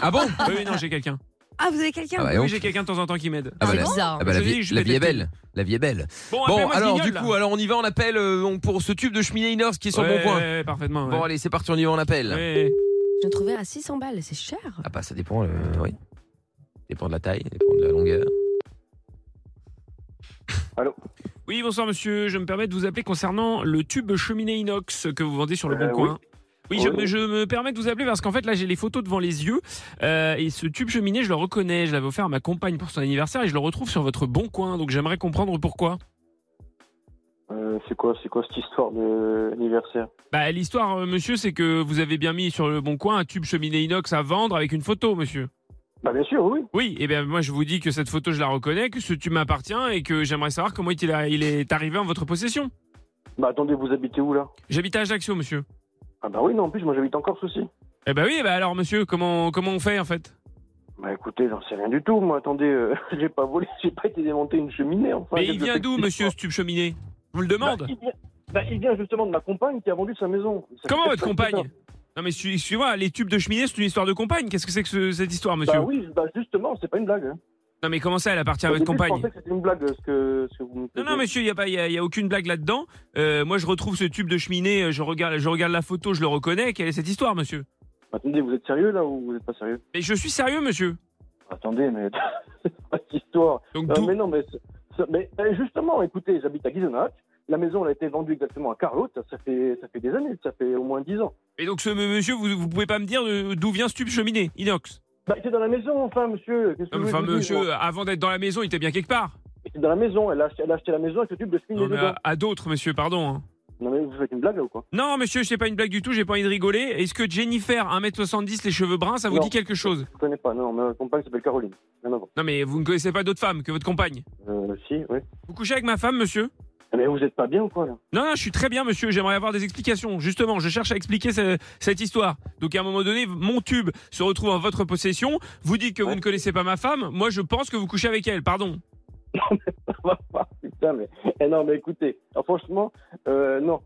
Speaker 2: Ah bon
Speaker 3: Oui, oui, non, j'ai quelqu'un.
Speaker 5: Ah, vous avez quelqu'un
Speaker 2: Ah bah,
Speaker 3: oui,
Speaker 2: donc.
Speaker 3: j'ai quelqu'un de temps en temps qui m'aide.
Speaker 2: Ah bah,
Speaker 5: C'est
Speaker 2: la-
Speaker 5: bizarre.
Speaker 2: ah bah, la
Speaker 3: Je
Speaker 2: vie
Speaker 3: dis, je
Speaker 2: la
Speaker 3: vais
Speaker 2: vie est
Speaker 3: péter.
Speaker 2: belle. La vie est belle.
Speaker 3: Bon,
Speaker 2: Bon,
Speaker 3: appelle-moi ce
Speaker 2: alors
Speaker 3: guignol,
Speaker 2: du
Speaker 3: là.
Speaker 2: coup, alors on y va, on appelle euh, on- pour ce tube de cheminée inox qui est sur
Speaker 3: Ouais,
Speaker 2: bon point.
Speaker 3: ouais, parfaitement. ouais.
Speaker 2: Bon, allez, c'est parti, on y va, on appelle.
Speaker 3: Ouais.
Speaker 5: Je l'ai trouvé à 600 balles, c'est cher.
Speaker 2: Ah bah ça dépend, euh, oui. Dépend de la taille, dépend de la longueur.
Speaker 3: Oui, bonsoir monsieur, je me permets de vous appeler concernant le tube cheminée inox que vous vendez sur le
Speaker 14: Euh,
Speaker 3: bon
Speaker 14: oui.
Speaker 3: coin. Oui, je,
Speaker 14: Oui.
Speaker 3: je me permets de vous appeler parce qu'en fait là j'ai les photos devant les yeux euh, et ce tube cheminée je le reconnais, je l'avais offert à ma compagne pour son anniversaire et je le retrouve sur votre bon coin donc j'aimerais comprendre pourquoi.
Speaker 14: Euh, c'est quoi, c'est quoi cette histoire de anniversaire
Speaker 3: Bah l'histoire euh, monsieur c'est que vous avez bien mis sur le bon coin un tube cheminée inox à vendre avec une photo monsieur.
Speaker 14: Bah bien sûr, oui.
Speaker 3: Oui, et bien moi je vous dis que cette photo je la reconnais, que ce tube m'appartient et que j'aimerais savoir comment il, a- il est arrivé en votre possession.
Speaker 14: Bah attendez, vous habitez où là
Speaker 3: J'habite à Ajaccio monsieur.
Speaker 14: Ah bah oui, non, en plus moi j'habite en Corse aussi.
Speaker 3: Eh ben oui, eh ben alors monsieur, comment comment on fait en fait
Speaker 14: Bah écoutez, j'en sais rien du tout. Moi, attendez, euh, j'ai pas volé, j'ai pas été démonter une cheminée. Enfin,
Speaker 3: Mais
Speaker 14: qu'est-ce
Speaker 3: il
Speaker 14: que
Speaker 3: vient
Speaker 14: c'est que
Speaker 3: d'où,
Speaker 14: cette
Speaker 3: monsieur, ce tube cheminée Je vous le
Speaker 14: histoire
Speaker 3: demande.
Speaker 14: bah, il vient, bah, il vient justement de ma compagne qui a vendu sa maison. Ça fait
Speaker 3: Comment votre
Speaker 14: personne,
Speaker 3: compagne Non, mais su- suivez-moi, les tubes de cheminée, c'est une histoire de compagne. Qu'est-ce que c'est que ce- cette histoire,
Speaker 14: putain.
Speaker 3: monsieur
Speaker 14: Bah oui, bah justement, c'est pas une blague. hein.
Speaker 3: Non, mais comment ça, elle appartient à
Speaker 14: Au
Speaker 3: votre
Speaker 14: début, Je
Speaker 3: compagne
Speaker 14: pensais que c'était une blague ce que, ce que vous me
Speaker 3: non,
Speaker 14: faisiez.
Speaker 3: non, monsieur, il n'y a, pas- y a, y a aucune blague là-dedans. Euh, moi, je retrouve ce tube de cheminée, euh, je regarde, je regarde la photo, je le reconnais. Quelle est cette histoire, monsieur
Speaker 14: Attendez, vous êtes sérieux là ou vous êtes pas sérieux
Speaker 3: Mais je suis sérieux, monsieur.
Speaker 14: Attendez, mais c'est pas cette histoire.
Speaker 3: Donc,
Speaker 14: Non,
Speaker 3: d'où-
Speaker 14: mais non, mais, c'est- c'est- mais, mais justement, écoutez, j'habite à Guisenach. La maison, elle a été vendue exactement à Carlotte. Ça fait, ça fait des années, ça fait au moins 10 ans.
Speaker 3: Et donc, ce m- monsieur, vous ne pouvez pas me dire de- d'où vient ce tube cheminée, Inox
Speaker 14: Bah, il était dans la maison, enfin, monsieur. Qu'est-ce que
Speaker 3: Non, mais
Speaker 14: vous
Speaker 3: Enfin,
Speaker 14: voulez que je vous dise, moi
Speaker 3: monsieur, avant d'être dans la maison, il était bien quelque part.
Speaker 14: Il était dans la maison. Elle a acheté, elle a acheté la maison avec le tube de cheminée
Speaker 3: Non, mais
Speaker 14: dedans.
Speaker 3: à, à d'autres, monsieur, pardon. hein.
Speaker 14: Non, mais vous faites une blague là ou quoi
Speaker 3: Non, monsieur, c'est pas une blague du tout, j'ai pas envie de rigoler. Est-ce que Jennifer, 1m70, les cheveux bruns, ça vous
Speaker 14: Non.
Speaker 3: dit quelque chose
Speaker 14: Je connais pas. Non, ma compagne s'appelle Caroline. Rien à voir.
Speaker 3: Non, mais vous ne connaissez pas d'autres femmes que votre compagne
Speaker 14: Euh, si, oui.
Speaker 3: Vous couchez avec ma femme, monsieur
Speaker 14: Ah, Mais vous êtes pas bien ou quoi là
Speaker 3: Non, non, je suis très bien, monsieur, j'aimerais avoir des explications. Justement, je cherche à expliquer ce- cette histoire. Donc, à un moment donné, mon tube se retrouve en votre possession, vous dites que vous
Speaker 14: Ouais.
Speaker 3: ne connaissez pas ma femme, moi je pense que vous couchez avec elle, pardon.
Speaker 14: Ah, Putain, mais. Eh non, mais écoutez, alors, franchement, euh, non.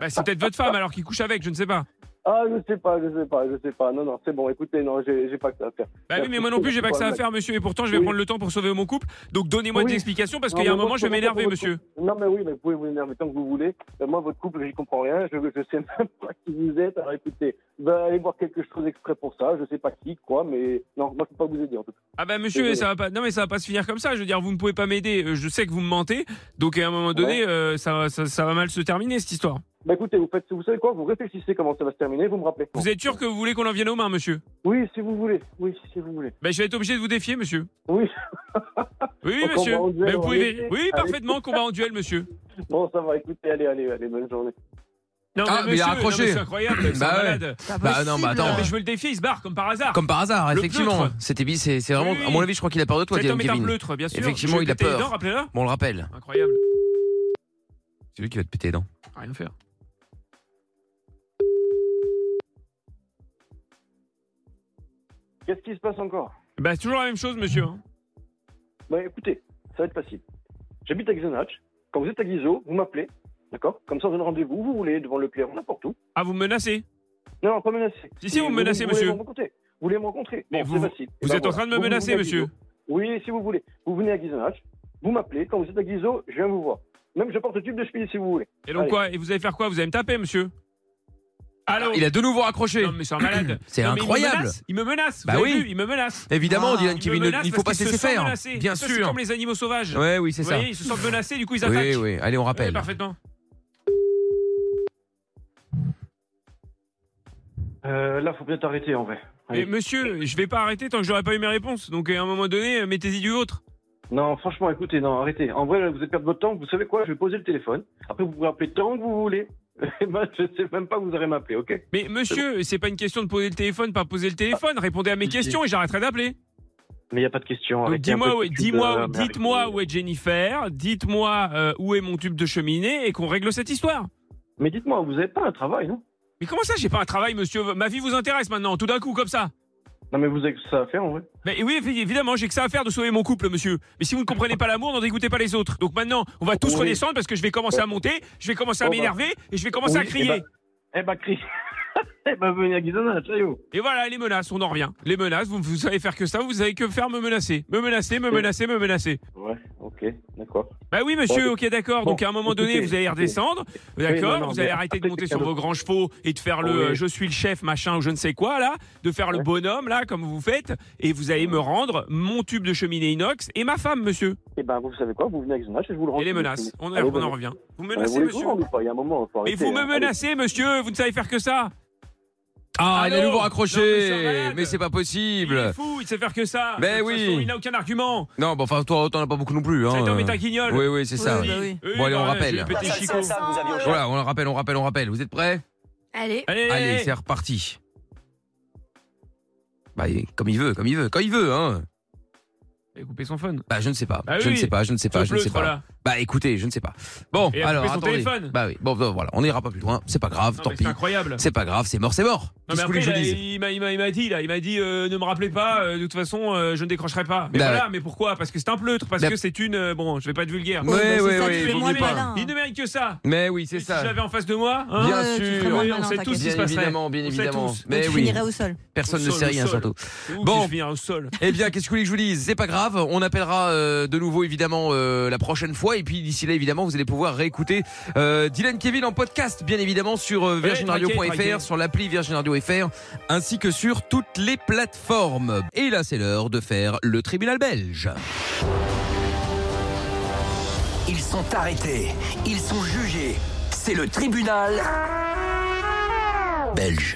Speaker 3: Bah, c'est peut-être votre femme alors qui couche avec, je ne sais pas.
Speaker 14: Ah, je sais pas, je sais pas, je sais pas. Non, non, c'est bon, écoutez, non, j'ai j'ai pas que ça à faire.
Speaker 3: Bah oui, mais moi non plus, j'ai pas que ça à faire, monsieur, et pourtant je vais
Speaker 14: Oui.
Speaker 3: prendre le temps pour sauver mon couple. Donc, donnez-moi
Speaker 14: Oui.
Speaker 3: des explications parce
Speaker 14: Non,
Speaker 3: qu'il y a un
Speaker 14: mais moi,
Speaker 3: moment, je vais
Speaker 14: comprends pas
Speaker 3: m'énerver,
Speaker 14: votre
Speaker 3: monsieur.
Speaker 14: Non, mais oui, mais vous pouvez vous énerver tant que vous voulez. Euh, moi, votre couple, j'y comprends rien. Je, je sais même pas qui vous êtes. Alors écoutez, bah, allez voir quelque chose exprès pour ça. Je sais pas qui, quoi, mais non, moi, je peux pas vous aider en tout cas.
Speaker 3: Ah bah monsieur,
Speaker 14: Désolé.
Speaker 3: ça va pas. Non mais ça va pas se finir comme ça. Je veux dire, vous ne pouvez pas m'aider. Euh, Je sais que vous me mentez. Donc à un moment donné, euh, ça, ça, ça va mal se terminer cette histoire.
Speaker 14: Bah écoutez, vous faites, vous savez quoi Vous réfléchissez comment ça va se terminer, vous me rappelez.
Speaker 3: Vous êtes sûr que vous voulez qu'on en vienne aux mains, monsieur
Speaker 14: Oui, si vous voulez. Oui, si vous voulez.
Speaker 3: Bah je vais être obligé de vous défier, monsieur.
Speaker 14: Oui,
Speaker 3: Oui,
Speaker 14: Au
Speaker 3: monsieur.
Speaker 14: combat en duel,
Speaker 3: Mais vous
Speaker 14: on
Speaker 3: pouvez.
Speaker 14: va
Speaker 3: vér-
Speaker 14: essayer.
Speaker 3: Oui,
Speaker 14: Allez.
Speaker 3: parfaitement. Combat en duel, monsieur.
Speaker 14: bon, ça va. Écoutez, allez, allez, allez, bonne journée.
Speaker 3: Non
Speaker 2: Ah, mais il a
Speaker 3: non,
Speaker 2: raccroché.
Speaker 3: mais C'est incroyable. c'est un
Speaker 2: Bah ouais.
Speaker 3: malade.
Speaker 13: Pas
Speaker 2: Bah, non,
Speaker 13: possible.
Speaker 2: bah, attends.
Speaker 3: Mais je veux le défier. Il se barre comme par hasard.
Speaker 2: Comme par hasard,
Speaker 3: Le
Speaker 2: effectivement.
Speaker 3: pleutre.
Speaker 2: C'était bi- c'est c'est vraiment
Speaker 3: Oui, oui.
Speaker 2: à mon avis, je crois qu'il a peur de toi,
Speaker 3: Cet
Speaker 2: Dylan
Speaker 3: homme est un
Speaker 2: Kevin. Bon,
Speaker 3: pleutre, bien sûr.
Speaker 2: Effectivement,
Speaker 3: Je vais
Speaker 2: il a
Speaker 3: péter les
Speaker 2: peur.
Speaker 3: dents, Rappelez-le.
Speaker 2: on le rappelle.
Speaker 3: Incroyable.
Speaker 2: C'est lui qui va te péter les dents.
Speaker 3: Rien faire.
Speaker 14: Qu'est-ce qui se passe encore
Speaker 3: Bah c'est toujours la même chose, monsieur. hein.
Speaker 14: Bah écoutez, ça va être facile. J'habite à Xenach. Quand vous êtes à Guizot, vous m'appelez, d'accord Comme ça, on donne rendez-vous, où vous voulez, devant le clairon, n'importe où.
Speaker 3: Ah, vous me menacez
Speaker 14: Non, non, pas menacé.
Speaker 3: Si, si, vous me menacez, monsieur.
Speaker 14: Vous voulez me rencontrer. Vous voulez me rencontrer
Speaker 3: Mais
Speaker 14: Bon,
Speaker 3: vous-
Speaker 14: c'est facile. Eh
Speaker 3: vous
Speaker 14: ben
Speaker 3: êtes en train de me
Speaker 14: Vous- vous
Speaker 3: menacer,
Speaker 14: venez à
Speaker 3: monsieur.
Speaker 14: Guizot. Oui, si vous voulez. Vous venez à Guizonage, vous m'appelez. Quand vous êtes à Guizot, je viens vous voir. Même je porte le tube de chemise, si vous voulez.
Speaker 3: Et donc
Speaker 14: Allez.
Speaker 3: quoi Et vous allez faire quoi Vous allez me taper, monsieur Allô
Speaker 2: Il a de nouveau raccroché.
Speaker 3: Non, mais c'est un malade.
Speaker 2: C'est
Speaker 3: Non, mais il me
Speaker 2: incroyable.
Speaker 3: menace, Il me menace.
Speaker 2: Bah
Speaker 3: vous
Speaker 2: oui.
Speaker 3: avez vu, il me menace. Ah,
Speaker 2: Évidemment, Dylan
Speaker 3: me
Speaker 2: Kevin,
Speaker 3: menace
Speaker 2: il faut
Speaker 3: parce
Speaker 2: pas
Speaker 3: qu'ils
Speaker 2: se laisser
Speaker 3: sentent
Speaker 2: faire.
Speaker 3: menacés.
Speaker 2: Bien
Speaker 3: Ça, C'est
Speaker 2: sûr.
Speaker 3: comme les animaux sauvages.
Speaker 2: Ouais, oui, c'est
Speaker 3: Vous
Speaker 2: ça.
Speaker 3: voyez, ils se sentent menacés, du coup ils attaquent.
Speaker 2: Oui, oui. Allez, on
Speaker 3: Oui,
Speaker 2: rappelle.
Speaker 3: parfaitement.
Speaker 14: Euh, là, faut bien t'arrêter, en vrai.
Speaker 3: Mais monsieur, je vais pas arrêter tant que j'aurai pas eu mes réponses. Donc à un moment donné, euh, mettez-y du vôtre.
Speaker 14: Non, franchement, écoutez, non, arrêtez. En vrai, là, vous allez perdre votre temps. Vous savez quoi Je vais poser le téléphone. Après, vous pouvez appeler tant que vous voulez. Eh ben, je sais même pas que vous allez m'appeler, ok
Speaker 3: Mais monsieur, c'est pas une question de poser le téléphone, pas poser le téléphone. Répondez à mes
Speaker 14: si, si.
Speaker 3: questions et j'arrêterai d'appeler.
Speaker 14: Mais il n'y a pas de question.
Speaker 3: Donc,
Speaker 14: arrêtez un
Speaker 3: Dis-moi,
Speaker 14: peu
Speaker 3: où,
Speaker 14: ce tube,
Speaker 3: dis-moi,
Speaker 14: euh,
Speaker 3: où-
Speaker 14: mais arrêtez.
Speaker 3: dites-moi où est Jennifer. Dites-moi euh, où est mon tube de cheminée et qu'on règle cette histoire.
Speaker 14: Mais dites-moi, vous n'avez pas un travail, non
Speaker 3: Mais comment ça, j'ai pas un travail, monsieur Ma vie vous intéresse maintenant, tout d'un coup, comme ça
Speaker 14: Non, mais vous avez que ça à faire, en vrai.
Speaker 3: mais oui, évidemment, j'ai que ça à faire de sauver mon couple, monsieur. Mais si vous ne comprenez pas l'amour, n'en dégoûtez pas les autres. Donc maintenant, on va tous
Speaker 14: Oui.
Speaker 3: redescendre parce que je vais commencer à monter, je vais commencer à
Speaker 14: Oh bah.
Speaker 3: m'énerver et je vais commencer à
Speaker 14: Oui,
Speaker 3: crier.
Speaker 14: eh ben- Eh ben, crie. eh ben, venez à Guizona, ça y est.
Speaker 3: Et voilà, les menaces, on en revient. Les menaces, vous, vous savez faire que ça, vous savez que faire me menacer. Me menacer, me menacer, me menacer.
Speaker 14: Ouais, ok, d'accord.
Speaker 3: Bah oui, monsieur,
Speaker 14: Bon,
Speaker 3: ok, d'accord. Donc à un moment donné,
Speaker 14: écoutez,
Speaker 3: vous allez
Speaker 14: écoutez.
Speaker 3: redescendre,
Speaker 14: Oui,
Speaker 3: d'accord
Speaker 14: non, non,
Speaker 3: Vous allez
Speaker 14: mais
Speaker 3: arrêter de
Speaker 14: après,
Speaker 3: monter
Speaker 14: c'est
Speaker 3: sur
Speaker 14: qu'un
Speaker 3: vos
Speaker 14: autre.
Speaker 3: grands chevaux et de faire le
Speaker 14: Oui.
Speaker 3: euh, je suis le chef, machin, ou je ne sais quoi, là, de faire le bonhomme, là, comme vous faites, et vous allez me rendre mon tube de cheminée inox et ma femme, monsieur.
Speaker 14: Eh ben, vous savez quoi Vous venez à Guizona, je vous le rends.
Speaker 3: Et les menaces, on,
Speaker 14: Allez,
Speaker 3: on
Speaker 14: venez.
Speaker 3: en revient. Vous me
Speaker 14: Ah,
Speaker 3: menacez,
Speaker 14: voulez
Speaker 3: monsieur
Speaker 14: vous rendre ou pas Il y a un moment, faut
Speaker 3: Mais
Speaker 14: arrêter,
Speaker 3: vous me
Speaker 14: hein.
Speaker 3: menacez, monsieur Vous ne savez faire que ça
Speaker 2: Ah, il a de
Speaker 3: Allô
Speaker 2: nouveau
Speaker 3: Non, mais
Speaker 2: raccroché.
Speaker 3: c'est un malade.
Speaker 2: mais c'est pas
Speaker 3: Il est
Speaker 2: possible.
Speaker 3: fou, il sait faire que ça.
Speaker 2: Ben
Speaker 3: De toute
Speaker 2: oui.
Speaker 3: façon, il n'a aucun argument.
Speaker 2: Non, bon, enfin, toi, t'en as pas beaucoup non plus. Hein.
Speaker 3: Cet homme est un guignol.
Speaker 2: Oui, oui, c'est ça.
Speaker 3: Oui, bah oui.
Speaker 2: Bon, allez, on
Speaker 3: Oui, bah,
Speaker 2: rappelle.
Speaker 3: je vais péter Chico.
Speaker 2: Voilà, on le rappelle, on rappelle, on rappelle. Vous êtes prêts
Speaker 5: Allez.
Speaker 2: Allez, c'est reparti. Bah, il- comme il veut, comme il veut, quand il veut, hein.
Speaker 3: Il a coupé son phone.
Speaker 2: Bah, je ne sais pas.
Speaker 3: Bah
Speaker 2: je
Speaker 3: oui.
Speaker 2: ne sais pas, je ne sais pas,
Speaker 3: Sauf
Speaker 2: je ne sais
Speaker 3: l'autre,
Speaker 2: pas.
Speaker 3: là.
Speaker 2: Bah, écoutez, je ne sais pas. Bon,
Speaker 3: Et il a
Speaker 2: alors,
Speaker 3: coupé son
Speaker 2: attendez.
Speaker 3: téléphone.
Speaker 2: Bah oui, bon, bon, voilà, on n'ira pas plus loin. C'est pas grave, tant pis.
Speaker 3: C'est incroyable.
Speaker 2: C'est pas grave, c'est mort, c'est mort.
Speaker 3: Non, mais
Speaker 2: Qu'est-ce que vous voulez
Speaker 3: après,
Speaker 2: que je
Speaker 3: il a-
Speaker 2: dise
Speaker 3: il m'a- il m'a il m'a dit, là, il m'a dit, euh, ne me rappelez pas, euh, de toute façon, euh, je ne décrocherai pas. Mais
Speaker 2: Bah,
Speaker 3: voilà,
Speaker 2: ouais.
Speaker 3: mais pourquoi Parce que c'est un pleutre, parce
Speaker 2: Bah,
Speaker 3: que c'est une. euh, bon, je vais pas être vulgaire.
Speaker 2: Ouais, Ouais, bah, c'est ouais, ça, tu ouais, fais
Speaker 3: il,
Speaker 2: il vaut moins mieux le pas. malin.
Speaker 3: ne mérite que ça.
Speaker 2: Mais oui, c'est
Speaker 3: Et
Speaker 2: ça.
Speaker 3: Si je l'avais en face de moi, hein,
Speaker 2: Bien
Speaker 3: euh, tu
Speaker 2: sûr.
Speaker 3: ferais moins le
Speaker 2: Oui,
Speaker 3: malin, on sait tous ce qui
Speaker 2: Bien
Speaker 3: se passerait.
Speaker 2: évidemment, bien
Speaker 3: On sait
Speaker 2: évidemment.
Speaker 3: tous.
Speaker 2: Mais
Speaker 4: tu
Speaker 2: oui.
Speaker 4: finirais au sol.
Speaker 2: Personne
Speaker 3: Au
Speaker 2: ne
Speaker 3: sol,
Speaker 2: sait
Speaker 3: au
Speaker 2: rien
Speaker 3: sol.
Speaker 2: surtout.
Speaker 3: C'est ouf,
Speaker 2: Bon.
Speaker 3: je viens au sol.
Speaker 2: Eh bien, qu'est-ce que vous voulez que je vous dise C'est pas grave, on appellera euh, de nouveau évidemment euh, la prochaine fois et puis d'ici là évidemment vous allez pouvoir réécouter euh, Dylan Kevin en podcast bien évidemment sur euh,
Speaker 3: Ouais, tranquille,
Speaker 2: virginradio.fr, sur l'appli Virgin Radio FR ainsi que sur toutes les plateformes. Et là c'est l'heure de faire le tribunal belge.
Speaker 1: Ils sont arrêtés, ils sont jugés. C'est le tribunal belge.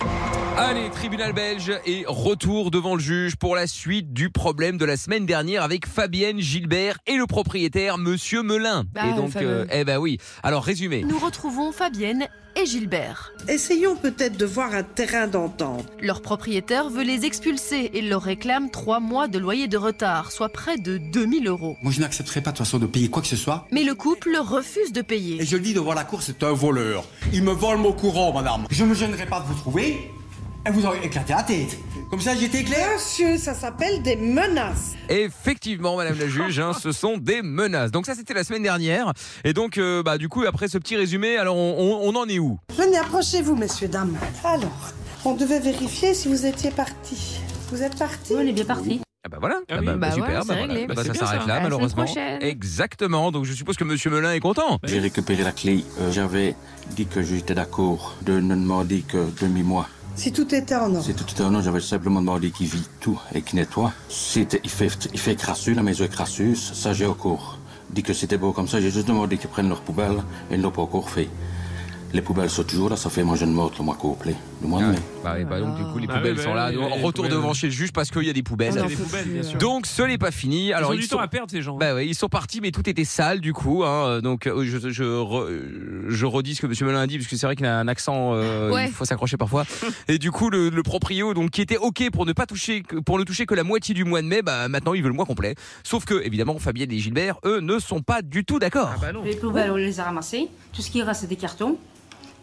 Speaker 2: Allez, tribunal belge et retour devant le juge pour la suite du problème de la semaine dernière avec Fabienne Gilbert et le propriétaire Monsieur Melin.
Speaker 15: Bah,
Speaker 2: et donc,
Speaker 15: le fameux.
Speaker 2: eh ben oui. Alors résumé.
Speaker 15: Nous retrouvons Fabienne et Gilbert.
Speaker 16: Essayons peut-être de voir un terrain d'entente.
Speaker 15: Leur propriétaire veut les expulser et leur réclame trois mois de loyer de retard, soit près de 2000 euros.
Speaker 9: Moi, je n'accepterai pas de toute façon de payer quoi que ce soit.
Speaker 15: Mais le couple refuse de payer.
Speaker 9: Et je le dis devant la cour, c'est un voleur. Il me vole mon courant, madame. Je me gênerai pas de vous trouver et vous aurez éclaté la tête. Comme ça, j'étais clair.
Speaker 16: Monsieur, ça s'appelle des menaces.
Speaker 2: Effectivement, Madame la juge, hein, ce sont des menaces. Donc ça, c'était la semaine dernière. Et donc, euh, bah, du coup, après ce petit résumé, alors on, on- on en est où
Speaker 16: Venez, approchez-vous, messieurs, dames. Alors, on devait vérifier si vous étiez partis. Vous êtes partis On est bien partis.
Speaker 2: Ah bah voilà,
Speaker 3: Ah
Speaker 2: Ah
Speaker 3: oui.
Speaker 2: bah,
Speaker 3: Bah
Speaker 2: super,
Speaker 3: voilà, c'est
Speaker 2: bah
Speaker 3: réglé.
Speaker 2: Bah, ça
Speaker 3: Bah, c'est bien,
Speaker 2: s'arrête
Speaker 3: ça.
Speaker 2: là
Speaker 3: À la semaine
Speaker 2: malheureusement.
Speaker 3: prochaine.
Speaker 2: Exactement, donc je suppose que Monsieur Melin est content.
Speaker 17: J'ai récupéré la clé. Euh, J'avais dit que j'étais d'accord de ne demander que demi-mois.
Speaker 16: Si tout était en ordre.
Speaker 17: C'est tout à l'heure, j'avais simplement demandé qu'il vit tout et qu'il nettoie. C'était, il fait, il fait crassus, la maison est crassus, ça j'ai encore. Dit que c'était beau comme ça, j'ai juste demandé qu'ils prennent leurs poubelles et ils l'ont pas encore fait. Les poubelles sont toujours là, ça fait moi je ne morte le mois complet,
Speaker 3: Ah
Speaker 17: le mois de mai.
Speaker 2: Bah, oui, bah, donc du coup les
Speaker 17: Ah
Speaker 2: poubelles
Speaker 17: oui, bah
Speaker 2: sont là.
Speaker 17: oui,
Speaker 2: Donc,
Speaker 17: oui, les
Speaker 2: retour
Speaker 17: poubelles.
Speaker 2: devant chez le juge parce qu'il y a des poubelles.
Speaker 3: Il y a des Ah, poubelles, bien sûr.
Speaker 2: Donc ce n'est pas fini. Alors
Speaker 3: ont du temps à perdre, ces gens. hein.
Speaker 2: Bah ouais, ils sont partis, mais tout était sale du coup. hein. Euh, Donc euh, je, je, re- je redis ce que Monsieur Melin a dit parce que c'est vrai qu'il a un accent, euh,
Speaker 18: Ouais.
Speaker 2: il faut s'accrocher parfois. Et du coup le, le proprio donc qui était ok pour ne pas toucher, que- pour ne toucher que la moitié du mois de mai, bah maintenant il veut le mois complet. Sauf que évidemment Fabienne et Gilbert eux ne sont pas du tout
Speaker 3: Ah
Speaker 2: d'accord.
Speaker 3: bah
Speaker 19: Les poubelles, on les a ramassées. Tout ce qui reste, c'est des cartons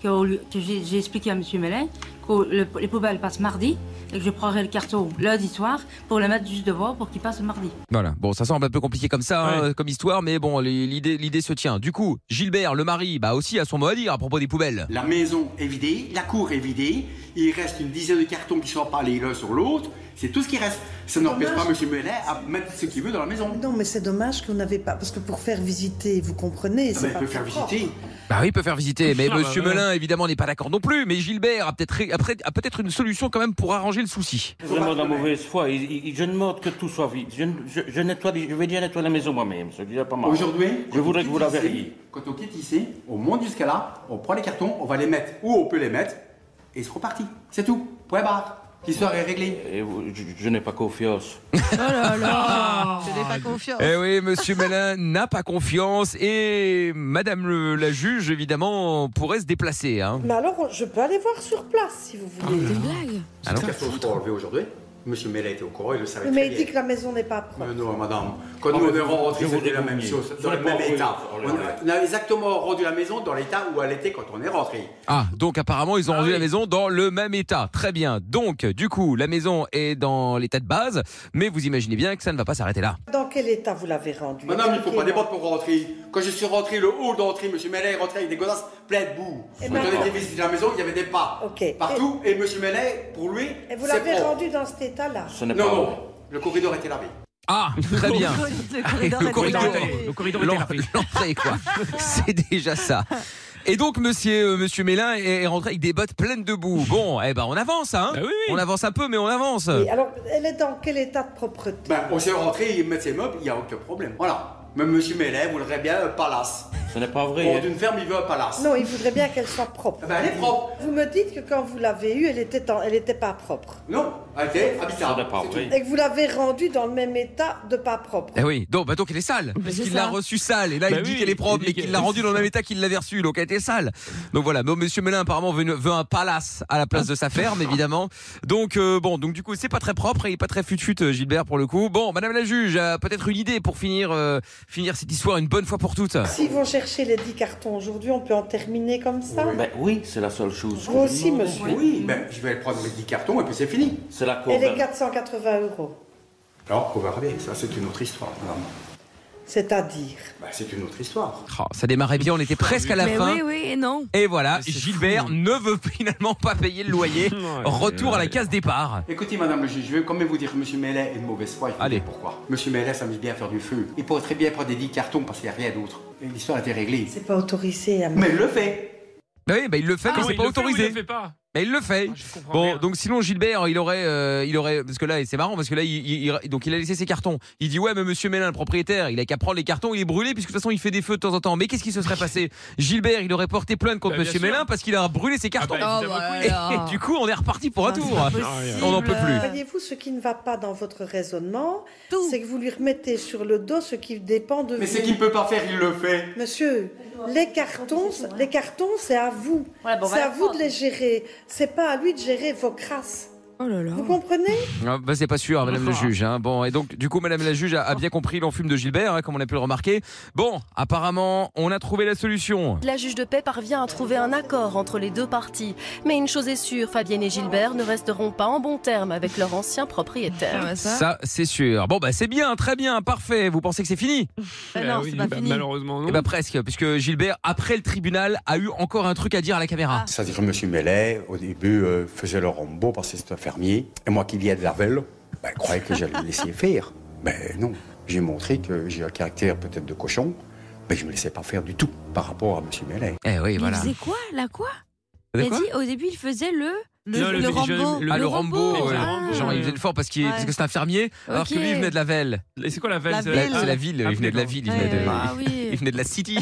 Speaker 19: que, on lui- que j'ai j'ai expliqué à M. Mélin
Speaker 18: pour le- les poubelles passent mardi et que je prendrai le carton lundi soir pour le mettre juste devant pour qu'il passe mardi.
Speaker 2: Voilà. Bon, ça semble un peu compliqué comme ça, hein, comme histoire, mais bon, les- l'idée, l'idée se tient. Du coup, Gilbert, le mari, bah aussi a son mot à dire à propos des poubelles.
Speaker 19: La maison est vidée, la cour est vidée, il reste une dizaine de cartons qui ne sont pas les l'un sur l'autre, c'est tout ce qui reste. Ça n'empêche pas
Speaker 16: Dommage.
Speaker 19: M. Mellet à mettre ce qu'il veut dans la maison.
Speaker 16: Non, mais c'est dommage qu'on n'avait pas. Parce que pour faire visiter, vous comprenez,
Speaker 19: Ah
Speaker 16: c'est
Speaker 19: ben,
Speaker 16: pas
Speaker 19: peut faire
Speaker 16: très propre.
Speaker 19: visiter.
Speaker 2: Bah oui, il peut faire visiter, mais
Speaker 19: Ah, bah,
Speaker 2: Monsieur
Speaker 19: ouais.
Speaker 2: Melun, évidemment, n'est pas d'accord non plus. Mais Gilbert a peut-être, ré- après- a peut-être une solution quand même pour arranger le souci.
Speaker 20: Vraiment de la mauvaise foi. Il- il- il- je demande que tout soit vide. Je, je, je nettoie, les- je vais dire nettoyer la maison moi-même. C'est déjà pas mal.
Speaker 19: Aujourd'hui,
Speaker 20: je voudrais
Speaker 19: quand
Speaker 20: que
Speaker 19: on
Speaker 20: vous la
Speaker 19: quitte ici-
Speaker 20: verriez.
Speaker 19: Quand on quitte ici, on monte jusqu'à là, on prend les cartons, on va les mettre où on peut les mettre, et c'est reparti. C'est tout. Point barre. L'histoire est réglée.
Speaker 20: Et vous- je, je n'ai pas confiance.
Speaker 4: Oh
Speaker 16: Ah.
Speaker 4: Je n'ai pas confiance.
Speaker 2: Eh oui, Monsieur Melun n'a pas confiance et Madame le- la juge, évidemment, pourrait se déplacer. Hein.
Speaker 16: Mais alors, je peux aller voir sur place si vous voulez. Ah, Des blagues
Speaker 19: Alors, carton sera enlevé aujourd'hui. Monsieur Mellet était au courant, il le savait
Speaker 16: Mais
Speaker 19: très
Speaker 16: il
Speaker 19: bien.
Speaker 16: dit que la maison n'est pas propre.
Speaker 19: Mais non, madame. Quand
Speaker 16: Oh,
Speaker 19: nous
Speaker 16: mais
Speaker 19: on est
Speaker 16: vous-
Speaker 19: rentrés,
Speaker 16: je
Speaker 19: c'était
Speaker 16: voudrais
Speaker 19: la même
Speaker 16: vous-
Speaker 19: chose,
Speaker 16: je
Speaker 19: dans le
Speaker 16: voudrais
Speaker 19: même
Speaker 16: pas
Speaker 19: état.
Speaker 16: vous-
Speaker 19: On a- on a exactement rendu la maison dans l'état où elle était quand on est rentré.
Speaker 2: Ah, donc apparemment, ils ont rendu la maison dans le même état. Très bien. Donc, du coup, la maison est dans l'état de base, mais vous imaginez bien que ça ne va pas s'arrêter là.
Speaker 16: Dans quel état vous l'avez rendu
Speaker 19: Madame, il ne faut pas débattre pour rentrer. Quand je suis rentré, le hall d'entrée, monsieur Mellet est rentré avec des godasses pleines de boue.
Speaker 16: Et
Speaker 19: Quand
Speaker 16: ben-
Speaker 19: on était visité la maison, il y avait des pas partout. Et monsieur Mellet, pour lui,
Speaker 16: Et vous
Speaker 19: c'est
Speaker 16: l'avez
Speaker 19: propre.
Speaker 16: rendu dans cet état-là
Speaker 19: Non, non, le corridor était lavé.
Speaker 2: Ah, très bien.
Speaker 19: Le corridor est allé. Le corridor est
Speaker 2: l'en-
Speaker 19: tapé.
Speaker 2: l'entrée, quoi. C'est déjà ça. Et donc, monsieur, euh, monsieur Mélin est est rentré avec des bottes pleines de boue. Bon, eh ben, on avance, hein.
Speaker 19: Bah
Speaker 2: On avance un peu, mais on avance.
Speaker 16: Et alors, elle est dans quel état de propreté
Speaker 19: Ben, on s'est rentré, ils mettent ses meubles, il n'y a aucun problème. Voilà. Même monsieur Mellet voudrait bien un palace.
Speaker 20: Ce n'est pas vrai.
Speaker 19: Pour
Speaker 20: hein.
Speaker 19: d'une ferme, il veut un palace.
Speaker 16: Non, il voudrait bien qu'elle soit propre.
Speaker 19: Ben, elle est propre.
Speaker 16: Vous me dites que quand vous l'avez eue, elle était en- elle n'était pas propre.
Speaker 19: Non, elle était habitable. c'est tout.
Speaker 16: Et que vous l'avez rendue dans le même état de pas propre.
Speaker 2: Eh oui, donc, bah, donc elle est sale, parce
Speaker 16: c'est
Speaker 2: qu'il l'a
Speaker 16: ça.
Speaker 2: reçue sale, et là
Speaker 16: Bah
Speaker 2: il dit
Speaker 16: oui,
Speaker 2: qu'elle est propre, mais qu'il l'a rendue dans le même état qu'il l'avait reçue, donc elle était sale. Donc voilà, mais Monsieur Mélin apparemment veut, une- veut un palace à la place de sa ferme, évidemment. Donc euh, bon, donc du coup c'est pas très propre et pas très fut-fut euh, Gilbert pour le coup. Bon, Madame la juge, a peut-être une idée pour finir euh, finir cette histoire une bonne fois pour toutes.
Speaker 19: Ah.
Speaker 16: S'ils vont chercher les 10 cartons aujourd'hui, on peut en terminer comme ça
Speaker 20: Ben oui, c'est la seule chose.
Speaker 16: Vous aussi, monsieur.
Speaker 19: Oui, ben, je vais prendre mes 10 cartons et puis c'est fini.
Speaker 20: C'est la cour.
Speaker 16: Et les 480 euros
Speaker 19: Alors, on va regarder, ça c'est une autre histoire, madame.
Speaker 16: C'est-à-dire
Speaker 19: Ben, c'est une autre histoire.
Speaker 2: Oh, ça démarrait bien, on était presque à la
Speaker 5: Mais
Speaker 2: fin.
Speaker 5: oui, oui, et non.
Speaker 2: Et voilà, Gilbert
Speaker 16: hein.
Speaker 2: ne veut finalement pas payer le loyer. Retour à la case départ.
Speaker 19: Écoutez, madame le juge, je vais quand même vous dire que monsieur Mellet est de mauvaise foi. Allez. Pourquoi Monsieur Mellet s'amuse bien à faire du feu. Il pourrait très bien prendre des 10 cartons parce qu'il n'y a rien d'autre. Et L'histoire était réglée.
Speaker 16: C'est pas autorisé à
Speaker 19: Mais il le fait.
Speaker 2: Bah oui, bah il le fait, mais
Speaker 19: Ah,
Speaker 2: c'est
Speaker 19: il
Speaker 2: pas
Speaker 19: le fait ou il
Speaker 2: autorisé.
Speaker 19: le fait pas Ah,
Speaker 2: mais il le fait. bon, donc sinon Gilbert, il aurait, euh, il aurait, parce que là, c'est marrant, parce que là, il, il- il- donc il a laissé ses cartons. Il dit ouais, mais Monsieur Mélin, le propriétaire, il a qu'à prendre les cartons, il est brûlé, puisque de toute façon, il fait des feux de temps en temps. Mais qu'est-ce qui se serait passé Gilbert, il aurait porté plainte contre
Speaker 3: Bah, bien
Speaker 2: Monsieur
Speaker 3: sûr.
Speaker 2: Mélin parce qu'il a brûlé ses cartons.
Speaker 19: Ah
Speaker 3: bah, évidemment
Speaker 2: Et- et du coup, on est reparti pour un tour. On n'en peut plus.
Speaker 16: Voyez-vous, ce qui ne va pas dans votre raisonnement, c'est que vous lui remettez sur le dos ce qui dépend de
Speaker 19: Mais
Speaker 16: vous.
Speaker 19: ce qu'il ne peut pas faire, il le fait.
Speaker 16: Monsieur, les cartons, les cartons, c'est à vous.
Speaker 19: bon, on va
Speaker 16: c'est à
Speaker 19: la
Speaker 16: vous de les gérer. C'est pas à lui de gérer vos crasses. Vous comprenez
Speaker 2: Ah, bah, c'est pas sûr, Madame le juge. hein. Bon, et donc, du coup, Madame la juge a, a bien compris l'enfume de Gilbert, hein, comme on a pu le remarquer. Bon, apparemment, on a trouvé la solution.
Speaker 15: La juge de paix parvient à trouver un accord entre les deux parties. Mais une chose est sûre, Fabienne et Gilbert ne resteront pas en bons termes avec leur ancien
Speaker 5: Ah, bah,
Speaker 15: propriétaire.
Speaker 2: Ça, c'est sûr. Bon, bah, c'est bien, très bien, parfait. Vous pensez que c'est fini
Speaker 15: Bah non, Bah c'est oui, pas bah, fini.
Speaker 19: malheureusement, non.
Speaker 2: Eh bah, presque, puisque Gilbert, après le tribunal, a eu encore un truc à dire à la
Speaker 5: Ah.
Speaker 2: caméra.
Speaker 19: C'est-à-dire que monsieur Mellet, au début, euh, faisait le rambo parce que c'est un fermier. Et moi qui viens de la Velle, ben, croyais que j'allais le laisser faire. Mais non, j'ai montré que j'ai un caractère peut-être de cochon, mais je ne me laissais pas faire du tout par rapport à monsieur Mellet.
Speaker 2: Eh oui,
Speaker 5: Il faisait quoi La quoi
Speaker 2: De
Speaker 5: Il a
Speaker 2: quoi
Speaker 5: dit au début, il faisait le. Ah.
Speaker 2: Non, Ah, le Rambo, ouais. Ah. Genre, il faisait le fort parce qu'il-
Speaker 5: Ouais.
Speaker 2: parce que c'est un fermier, alors que
Speaker 5: Ok.
Speaker 2: lui, il venait de la Velle.
Speaker 3: Et c'est quoi la veille
Speaker 2: La
Speaker 3: c'est-
Speaker 2: ville. C'est la ville, il venait de la ville, il venait de-
Speaker 5: Ah oui.
Speaker 2: Il venait de la City.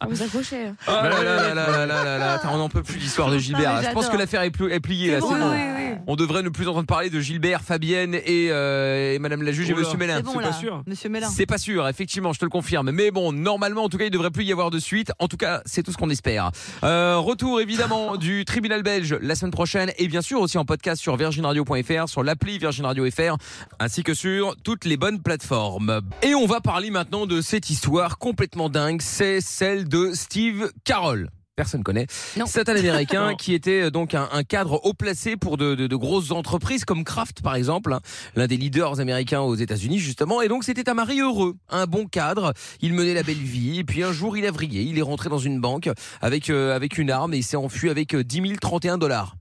Speaker 5: On vous accrochait. hein.
Speaker 2: Oh là là là là là là là là. Attends, on n'en peut plus l'histoire de Gilbert.
Speaker 5: mais
Speaker 2: là. Je pense
Speaker 5: j'adore.
Speaker 2: que l'affaire est, plu- est pliée. Là,
Speaker 5: C'est
Speaker 2: c'est
Speaker 5: bon,
Speaker 2: bon.
Speaker 5: oui, oui, oui.
Speaker 2: On devrait ne plus entendre parler de Gilbert, Fabienne et, euh, et Madame la juge et
Speaker 3: Oula.
Speaker 2: Monsieur Mélin.
Speaker 3: C'est bon, C'est pas Oh là. sûr.
Speaker 4: Monsieur Mélin.
Speaker 2: C'est pas sûr, effectivement, je te le confirme. Mais bon, normalement, en tout cas, il devrait plus y avoir de suite. En tout cas, c'est tout ce qu'on espère. Euh, retour évidemment du tribunal belge la semaine prochaine et bien sûr aussi en podcast sur virginradio.fr, sur l'appli Virgin Radio FR, ainsi que sur toutes les bonnes plateformes. Et on va parler maintenant de cette histoire complètement dingue. C'est celle de Steve Carroll. Personne connaît. C'est un Américain
Speaker 3: Non.
Speaker 2: qui était euh, donc un, un cadre haut placé pour de, de- de grosses entreprises comme Kraft, par exemple, hein, l'un des leaders américains aux États-Unis, justement. Et donc, c'était un mari heureux, un bon cadre. Il menait la belle vie. Et puis, un jour, il a vrillé. Il est rentré dans une banque avec, euh, avec une arme et il s'est enfui avec euh, 10 031 dollars.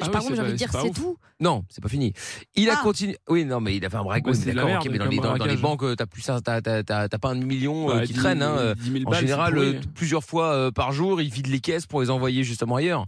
Speaker 5: Ah oui, contre, c'est j'ai envie pas- de dire, c'est pas c'est ouf. tout. Ah.
Speaker 2: Non, c'est pas fini. Il a continué. Oui, non, mais il a fait un braquage.
Speaker 3: Bah, c'est de la
Speaker 2: d'accord,
Speaker 3: merde,
Speaker 2: ok, mais dans
Speaker 3: comme
Speaker 2: les,
Speaker 3: un
Speaker 2: dans- dans les
Speaker 3: braquage.
Speaker 2: banques, euh, t'as plus ça, t'as, t'as- t'as- t'as pas un million euh,
Speaker 3: Bah,
Speaker 2: qui
Speaker 3: 10
Speaker 2: traîne. hein, euh,
Speaker 3: 10 000
Speaker 2: en
Speaker 3: balles, c'est
Speaker 2: général,
Speaker 3: pourri.
Speaker 2: euh, plusieurs fois euh, par jour, ils vident les caisses pour les envoyer justement ailleurs.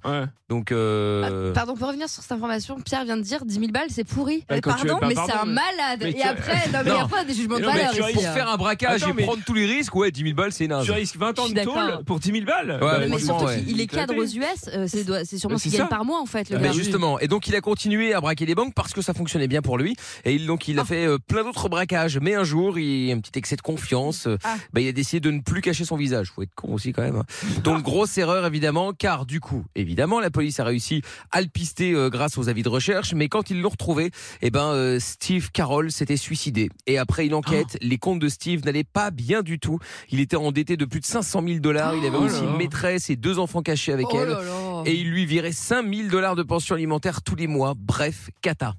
Speaker 2: Donc, euh,
Speaker 5: Ah, Pardon, pour revenir sur cette information, Pierre vient de dire 10 000 balles, c'est pourri.
Speaker 2: Bah,
Speaker 5: Mais
Speaker 2: quand tu-
Speaker 5: pardon,
Speaker 2: bah,
Speaker 5: mais
Speaker 2: pardon,
Speaker 5: c'est un
Speaker 2: mais-
Speaker 5: malade.
Speaker 2: mais
Speaker 5: et
Speaker 2: tu-
Speaker 5: après, non, mais
Speaker 2: Non.
Speaker 5: après, des jugements de
Speaker 2: Mais non, mais
Speaker 5: valeur.
Speaker 2: tu
Speaker 5: ici,
Speaker 2: risques-
Speaker 5: hein.
Speaker 2: pour faire un braquage
Speaker 3: Attends,
Speaker 2: et
Speaker 3: mais-
Speaker 2: prendre tous les risques, ouais, 10 000 balles, c'est naze.
Speaker 3: Tu risques 20 ans
Speaker 5: Je
Speaker 3: de
Speaker 5: suis d'accord.
Speaker 3: tôle pour 10 000 balles
Speaker 2: Ouais,
Speaker 3: Bah,
Speaker 2: mais
Speaker 5: Mais
Speaker 3: franchement,
Speaker 5: surtout
Speaker 2: ouais.
Speaker 5: qu'il- il est cadre aux US, euh, c'est doit- c'est sûrement
Speaker 2: Bah,
Speaker 5: ce qu'il
Speaker 2: c'est
Speaker 5: gagne
Speaker 2: ça.
Speaker 5: par mois en fait. Le
Speaker 2: Mais
Speaker 5: gars.
Speaker 2: justement, et donc il a continué à braquer les banques parce que ça fonctionnait bien pour lui. Et il, donc il
Speaker 3: Ah.
Speaker 2: a fait euh, plein d'autres braquages. Mais un jour, il un petit excès de confiance. euh,
Speaker 3: Ah.
Speaker 2: bah, il a décidé de ne plus cacher son visage. Faut être con aussi quand même. hein. Donc grosse erreur évidemment, car du coup, évidemment, la police a réussi à le pister euh, grâce aux avis de recherche. Mais quand ils l'ont retrouvé, eh ben euh, Steve Carroll s'était suicidé. Et après une
Speaker 3: Oh.
Speaker 2: enquête, les comptes de Steve n'allaient pas bien du tout. Il était endetté de plus de 500 000 dollars. Il avait
Speaker 3: Oh là
Speaker 2: aussi
Speaker 3: là.
Speaker 2: une maîtresse et deux enfants cachés avec
Speaker 3: Oh
Speaker 2: elle.
Speaker 3: là là.
Speaker 2: Et il lui virait 5000 dollars de pension alimentaire tous les mois. Bref, cata.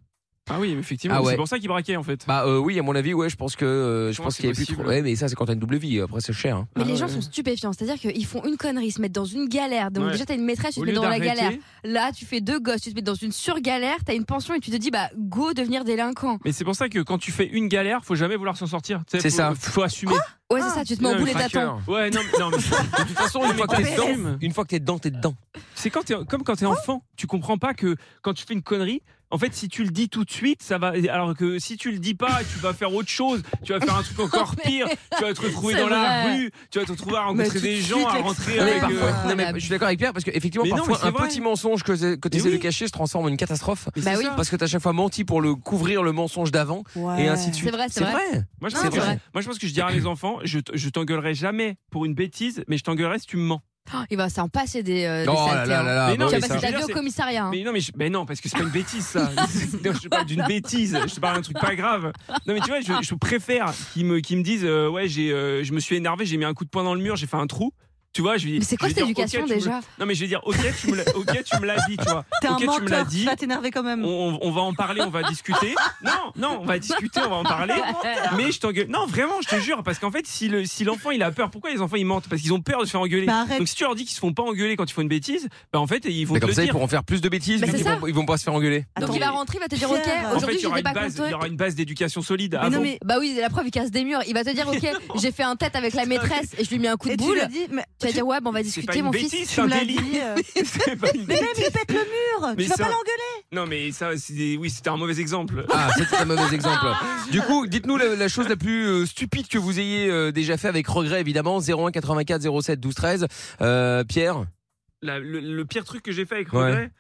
Speaker 3: Ah oui, mais effectivement,
Speaker 2: Ah ouais.
Speaker 3: c'est pour ça qu'il braquait en fait.
Speaker 2: Bah euh, oui, à mon avis, ouais, je pense que euh, je
Speaker 3: Comment
Speaker 2: pense
Speaker 3: c'est
Speaker 2: qu'il y a plus trop.
Speaker 3: possible Ah
Speaker 2: Ouais, mais ça c'est quand t'as une double vie. Après c'est cher. hein.
Speaker 5: Mais les gens sont stupéfiants, c'est-à-dire qu'ils font une connerie, ils se mettent dans une galère. Donc
Speaker 2: Ouais.
Speaker 5: déjà, t'as une maîtresse, tu
Speaker 2: Au
Speaker 5: te mets
Speaker 2: lieu
Speaker 5: dans la
Speaker 2: d'arrêter-
Speaker 5: galère. Là, tu fais deux gosses, tu te mets dans une surgalère, t'as une pension et tu te dis, bah, go devenir délinquant.
Speaker 3: Mais c'est pour ça que quand tu fais une galère, faut jamais vouloir s'en sortir. tu sais,
Speaker 2: C'est
Speaker 3: faut-
Speaker 2: ça.
Speaker 3: Faut assumer.
Speaker 5: Ouais, c'est ça, tu te mets en
Speaker 3: Non,
Speaker 5: boulet
Speaker 3: mais
Speaker 5: d'attente.
Speaker 3: craqueur. Ouais, non, mais- non, mais de toute façon,
Speaker 2: Une fois que t'es dedans, une fois que t'es dedans, t'es dedans.
Speaker 3: C'est quand t'es- comme quand t'es enfant, tu comprends pas que quand tu fais une connerie, en fait, si tu le dis tout de suite, ça va. Alors que si tu le dis pas, tu vas faire autre chose, tu vas faire un truc encore pire, tu vas te retrouver
Speaker 2: C'est
Speaker 3: dans la
Speaker 2: vrai.
Speaker 3: rue, tu vas te retrouver à
Speaker 2: Mais tout
Speaker 3: rencontrer
Speaker 2: de
Speaker 3: des
Speaker 2: suite,
Speaker 3: gens, à
Speaker 2: l'extrême.
Speaker 3: rentrer
Speaker 2: Non, mais
Speaker 3: avec.
Speaker 2: parfois-
Speaker 3: euh,
Speaker 5: Ah,
Speaker 2: non, mais je suis d'accord avec Pierre parce que effectivement
Speaker 3: Mais non,
Speaker 2: parfois
Speaker 3: mais c'est
Speaker 2: un
Speaker 3: vrai.
Speaker 2: petit mensonge que, que tu essaies de cacher se transforme en une catastrophe.
Speaker 3: Bah c'est oui. ça.
Speaker 2: Parce que t'as à chaque fois menti pour le couvrir le mensonge d'avant et ainsi de suite.
Speaker 3: Moi, je
Speaker 2: C'est
Speaker 3: pense que-
Speaker 2: vrai.
Speaker 3: moi, je pense que je dirais à mes enfants, je, t- je t'engueulerai jamais pour une bêtise, mais je t'engueulerai si tu me mens.
Speaker 5: Oh, Il va s'en passer des, euh, des
Speaker 3: Oh là
Speaker 5: saletés,
Speaker 3: là
Speaker 5: hein.
Speaker 3: là là, Mais bah non,
Speaker 5: Tu vas
Speaker 3: mais
Speaker 5: passer
Speaker 3: ça-
Speaker 5: ta
Speaker 3: je veux
Speaker 5: vie au
Speaker 3: dire, c'est-
Speaker 5: commissariat. hein.
Speaker 3: Mais non, mais, je- mais non, parce que c'est pas une bêtise, ça. Non, je parle d'une bêtise, je te parle d'un truc pas grave. Non, mais tu vois, je, je préfère qu'ils me, qu'ils me disent euh, Ouais, j'ai, euh, je me suis énervé, j'ai mis un coup de poing dans le mur, j'ai fait un trou. Tu vois, je vais,
Speaker 4: Mais c'est quoi
Speaker 3: je vais
Speaker 4: cette
Speaker 3: dire, Ok,
Speaker 4: éducation,
Speaker 3: tu me
Speaker 4: déjà
Speaker 3: le- Non, mais je vais dire Ok, tu me, l'as- ok, tu me l'as dit, tu vois.
Speaker 4: T'es un
Speaker 3: ok, tu me l'as
Speaker 4: menteur, tu
Speaker 3: dit.
Speaker 4: vas t'énerver quand même.
Speaker 3: On, on va en parler, on va discuter. Non, non, on va discuter, on va en parler. Mais je t'engueule. Non, vraiment, je te jure, parce qu'en fait, si le- si l'enfant il a peur, pourquoi les enfants ils mentent Parce qu'ils ont peur de se faire engueuler.
Speaker 4: Bah, arrête.
Speaker 3: Donc si tu leur dis qu'ils se font pas engueuler quand ils font une bêtise, bah en fait ils vont
Speaker 2: Mais
Speaker 3: te
Speaker 2: comme
Speaker 3: le
Speaker 2: ça ils
Speaker 3: dire.
Speaker 2: pourront faire plus de bêtises
Speaker 5: Bah,
Speaker 2: vu
Speaker 5: c'est
Speaker 2: qu'ils
Speaker 5: ça.
Speaker 2: vont- ils vont pas se faire engueuler.
Speaker 5: Donc il va rentrer, il va te dire Ok,
Speaker 3: En fait,
Speaker 5: aujourd'hui
Speaker 3: il y aura
Speaker 5: j'étais
Speaker 3: une
Speaker 5: pas
Speaker 3: base,
Speaker 5: content.
Speaker 3: il y aura une base d'éducation solide. Ah
Speaker 5: Mais non,
Speaker 3: bon
Speaker 5: mais- Bah oui, la preuve, il casse des murs. Il va te dire Ok, j'ai fait un tête avec la maîtresse et je lui mets un coup de
Speaker 4: Et tu
Speaker 5: boule.
Speaker 4: lui as dit, mais-
Speaker 5: Tu vas dire Ouais, bah, on va
Speaker 3: pas
Speaker 5: discuter,
Speaker 3: une
Speaker 5: mon
Speaker 3: bêtise,
Speaker 5: fils.
Speaker 3: c'est un délit. C'est pas une
Speaker 4: Euh, Mais même,
Speaker 3: bêtise.
Speaker 4: il pète le mur.
Speaker 3: Mais
Speaker 4: tu vas
Speaker 3: ça-
Speaker 4: pas l'engueuler.
Speaker 3: Non mais ça, c'est- oui, c'était un mauvais exemple. Ah.
Speaker 2: Ah, c'était un mauvais exemple. Du coup, dites-nous la, la chose la plus euh, stupide que vous ayez euh, déjà fait avec regret, évidemment. 01 84 07 12 13. Euh, Pierre
Speaker 3: La- le, le pire truc que j'ai fait avec
Speaker 2: Ouais.
Speaker 3: regret,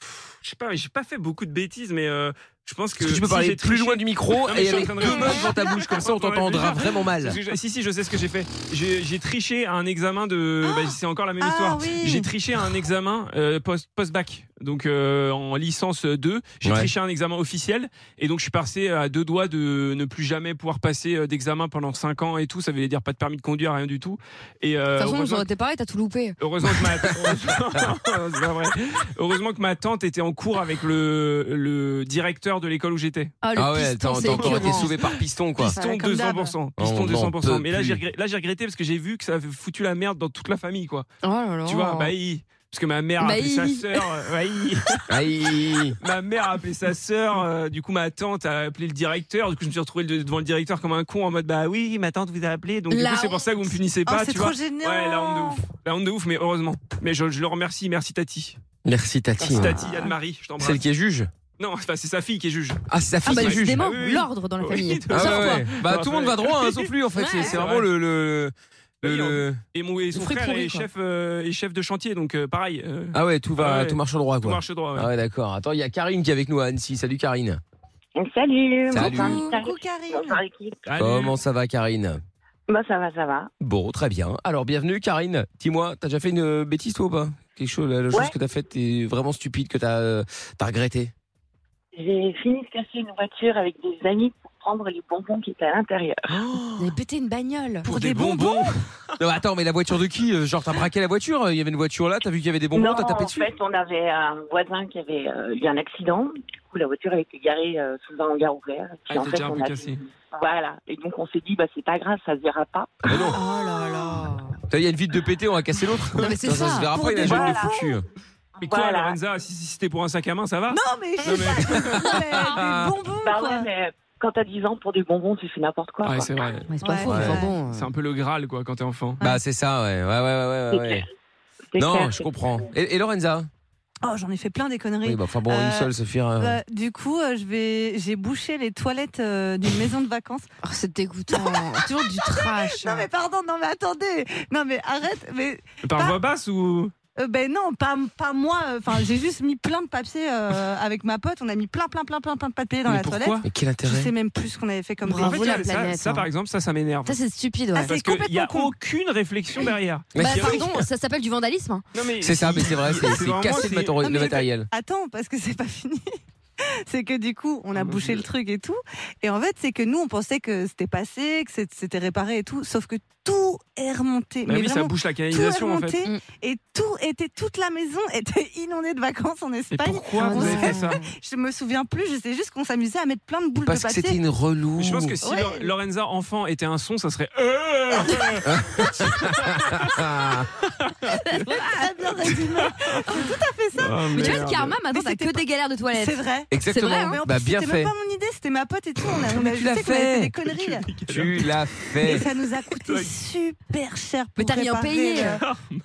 Speaker 3: pff, je sais pas, mais j'ai pas fait beaucoup de bêtises, mais euh, je pense que.
Speaker 2: Est-ce que tu peux
Speaker 3: si
Speaker 2: parler
Speaker 3: j'ai
Speaker 2: plus
Speaker 3: triché-
Speaker 2: loin du micro
Speaker 3: Non, mais
Speaker 2: et
Speaker 3: je suis en
Speaker 2: avec
Speaker 3: train de
Speaker 2: deux
Speaker 3: réfléchir.
Speaker 2: meufs dans ta bouche, comme ça, on
Speaker 3: Ouais,
Speaker 2: t'entendra
Speaker 3: déjà.
Speaker 2: vraiment mal.
Speaker 3: Parce que j'ai- Si, si, je sais ce que j'ai fait. J'ai j'ai triché à un examen de. bah, C'est encore la même
Speaker 2: Ah
Speaker 3: histoire.
Speaker 2: oui.
Speaker 3: J'ai triché à un examen euh, post- post-bac. donc euh, en licence 2, j'ai
Speaker 2: Ouais.
Speaker 3: triché à un examen officiel. Et donc je suis passé à deux doigts de ne plus jamais pouvoir passer euh, d'examen pendant 5 ans et tout. Ça voulait dire pas de permis de conduire, rien du tout. Et, euh,
Speaker 5: De toute façon,
Speaker 3: heureusement
Speaker 5: j'aurais été pareil, t'as tout loupé.
Speaker 3: Heureusement que, ma... heureusement- c'est pas vrai. Heureusement que ma tante était en cours avec le, le directeur de l'école où j'étais.
Speaker 5: Ah, le
Speaker 2: Ah ouais, piston, t'as- c'est t'as encore écœurant. été sauvé par piston, quoi. Oh
Speaker 3: Piston
Speaker 2: Ouais, comme d'hab.
Speaker 3: 200%.
Speaker 2: On
Speaker 3: Piston
Speaker 2: n'en
Speaker 3: 200%.
Speaker 2: peut
Speaker 3: Mais là, j'ai
Speaker 2: plus.
Speaker 3: regret- là, j'ai regretté parce que j'ai vu que ça avait foutu la merde dans toute la famille, quoi.
Speaker 5: Oh là là.
Speaker 3: Tu vois, bah il- Parce que ma mère a
Speaker 5: Bah,
Speaker 3: appelé sa
Speaker 5: il-
Speaker 3: sœur. euh, bah, il-
Speaker 2: Ah,
Speaker 3: ma mère a appelé sa sœur. euh, du coup, ma tante a appelé le directeur. Du coup, je me suis retrouvé de- devant le directeur comme un con en mode Bah oui, ma tante vous a appelé. Donc, du
Speaker 2: La
Speaker 3: coup, c'est pour ça que vous me punissez
Speaker 2: Oh,
Speaker 3: pas.
Speaker 2: c'est
Speaker 3: tu
Speaker 2: trop
Speaker 3: vois.
Speaker 2: gênant.
Speaker 3: Ouais, la honte de ouf. La honte de ouf, mais heureusement. Mais je, je le remercie. Merci, Tati.
Speaker 2: Merci Tati.
Speaker 3: Merci, Tati, Anne-Marie. Je t'embrasse.
Speaker 2: Celle qui est juge
Speaker 3: Non, enfin, c'est sa fille qui est juge.
Speaker 2: Ah, c'est sa fille
Speaker 5: Ah bah
Speaker 2: qui est juge.
Speaker 5: décidément,
Speaker 3: Ah oui, oui.
Speaker 5: l'ordre dans la
Speaker 3: Oui,
Speaker 5: famille.
Speaker 3: de-
Speaker 2: Ah ouais,
Speaker 5: Sors-toi.
Speaker 2: ouais. Bah, tout le monde va droit, hein, sauf lui en fait. C'est- C'est vraiment le. le- le- le-
Speaker 3: Et, mon, et son
Speaker 2: fruit
Speaker 3: frère
Speaker 2: pourri,
Speaker 3: est
Speaker 2: quoi.
Speaker 3: chef, euh, est chef de chantier, donc euh, pareil. euh,
Speaker 2: Ah ouais, tout va,
Speaker 3: Ah ouais.
Speaker 2: tout marche au droit quoi.
Speaker 3: Tout marche au droit, ouais.
Speaker 2: Ah ouais, d'accord. Attends, il y a Karine qui est avec nous à Annecy. Salut Karine.
Speaker 21: Salut,
Speaker 2: Salut.
Speaker 21: Coucou Karine. Bonsoir équipe.
Speaker 2: Comment ça va Karine
Speaker 21: Bah ça va, ça va.
Speaker 2: Bon, très bien. Alors, bienvenue, Karine. Dis-moi, t'as déjà fait une euh, bêtise, toi, ou pas Quelque chose, la, la chose
Speaker 21: Ouais.
Speaker 2: que t'as faite est vraiment stupide, que t'as euh, t'as regretté
Speaker 21: J'ai fini de casser une voiture avec des amis pour
Speaker 11: prendre les bonbons qui étaient à l'intérieur.
Speaker 5: Vous avez pété une bagnole.
Speaker 2: Oh. Pour des bonbons Non, mais attends, mais la voiture de qui Euh, Genre, t'as braqué la voiture Il y avait une voiture là, t'as vu qu'il y avait des bonbons,
Speaker 11: non,
Speaker 2: t'as tapé dessus
Speaker 11: en fait, on avait un voisin qui avait euh, eu un accident. Du coup, la voiture elle était garée euh, sous un hangar ouvert. Et
Speaker 3: Ah,
Speaker 11: puis, en fait, on a dû- Voilà. Et donc, on s'est dit, bah, c'est pas grave, ça se verra pas.
Speaker 2: T'as vu, Il y a une vitre de pété, on va casser l'autre.
Speaker 11: Non, mais c'est ça,
Speaker 2: se verra
Speaker 11: pour
Speaker 2: pas, il a
Speaker 11: des
Speaker 2: jamais
Speaker 11: bonbons.
Speaker 2: foutu.
Speaker 3: Mais quoi,
Speaker 11: Voilà.
Speaker 3: Lorenza, si, si c'était pour un sac à main, ça va
Speaker 4: Non, mais
Speaker 3: Ah, Non, mais-
Speaker 11: des bonbons, bah, ouais, mais quand t'as 10 ans, pour des bonbons, tu fais n'importe quoi.
Speaker 3: Ouais,
Speaker 11: quoi.
Speaker 3: c'est vrai.
Speaker 11: c'est
Speaker 2: bah,
Speaker 11: pas Ouais, faux, c'est
Speaker 2: vrai.
Speaker 3: C'est un peu le Graal, quoi, quand t'es enfant.
Speaker 2: Bah, c'est ça, ouais. Ouais, ouais, ouais, ouais. ouais.
Speaker 4: C'est
Speaker 2: Non,
Speaker 4: clair,
Speaker 2: je comprends. Et, et Lorenza
Speaker 4: Oh, j'en ai fait plein des conneries.
Speaker 2: Oui, bah, enfin bon,
Speaker 4: Euh,
Speaker 2: une seule hein. suffira.
Speaker 4: bah, du coup, euh, je vais, j'ai bouché les toilettes euh, d'une maison de vacances.
Speaker 5: Oh,
Speaker 4: c'est dégoûtant. Toujours du trash. non mais pardon, non mais attendez, non mais arrête. Mais
Speaker 3: Par voix basse ou.
Speaker 4: Euh, ben non, pas, pas moi. Enfin, j'ai juste mis plein de papiers euh, avec ma pote. On a mis plein, plein, plein, plein, plein de papiers dans
Speaker 3: Mais
Speaker 4: la
Speaker 3: pourquoi
Speaker 4: toilette.
Speaker 3: Mais quel
Speaker 4: Je
Speaker 3: intérêt
Speaker 4: sais même plus ce qu'on avait fait comme
Speaker 3: En fait, il y a- ça, ça, par exemple, ça, ça m'énerve.
Speaker 5: hein.
Speaker 3: Ah,
Speaker 5: Ça, c'est stupide, ouais.
Speaker 3: Parce qu'il n'y a aucune réflexion derrière.
Speaker 5: Bah,
Speaker 3: Il y a-
Speaker 5: pardon, ça s'appelle du vandalisme. hein.
Speaker 2: C'est ça, mais c'est vrai, c'est
Speaker 3: c'est
Speaker 2: c'est
Speaker 3: vraiment-
Speaker 2: casser le
Speaker 3: c'est-
Speaker 2: matéri-
Speaker 3: Non,
Speaker 2: le
Speaker 3: mais-
Speaker 2: matériel.
Speaker 4: Attends, parce que c'est pas fini. c'est que du coup,
Speaker 3: Ah,
Speaker 4: on a bouché le truc et tout. Et en fait, c'est que nous, on pensait que c'était passé, que c'est- c'était réparé et tout. Sauf que tout est remonté.
Speaker 3: Bah oui, ça
Speaker 4: vraiment,
Speaker 3: bouche la
Speaker 4: tout est
Speaker 3: canalisation, en fait.
Speaker 4: remonté.
Speaker 2: Mm.
Speaker 4: Et tout était, toute la maison était inondée de vacances en Espagne.
Speaker 3: pourquoi vous
Speaker 4: On
Speaker 3: avez fait
Speaker 4: sait-
Speaker 3: ça
Speaker 4: Je me souviens plus. Je sais juste qu'on s'amusait à mettre plein de boules de papier.
Speaker 2: relou.
Speaker 3: Je pense que si
Speaker 4: Ouais.
Speaker 3: Lo- Lorenza enfant était un son, ça serait. euh,
Speaker 4: Très bien résumé. C'est tout à fait ça.
Speaker 3: Oh,
Speaker 5: Mais tu vois, le karma, maintenant, t'as que des galères de toilettes.
Speaker 4: C'est vrai.
Speaker 2: Exactement.
Speaker 4: C'est vrai, hein. Mais en
Speaker 2: Bah,
Speaker 4: plus,
Speaker 2: bien
Speaker 4: c'était
Speaker 2: fait.
Speaker 4: même pas mon idée, c'était ma pote et tout. On a, on
Speaker 2: Mais
Speaker 4: a
Speaker 2: tu
Speaker 4: je
Speaker 2: l'as
Speaker 4: sais qu'on avait fait
Speaker 2: fait.
Speaker 4: des conneries.
Speaker 2: Tu l'as
Speaker 4: Et
Speaker 2: fait.
Speaker 4: ça nous a coûté super cher. Pour
Speaker 5: Mais t'as rien
Speaker 4: réparer
Speaker 5: payé.
Speaker 4: le-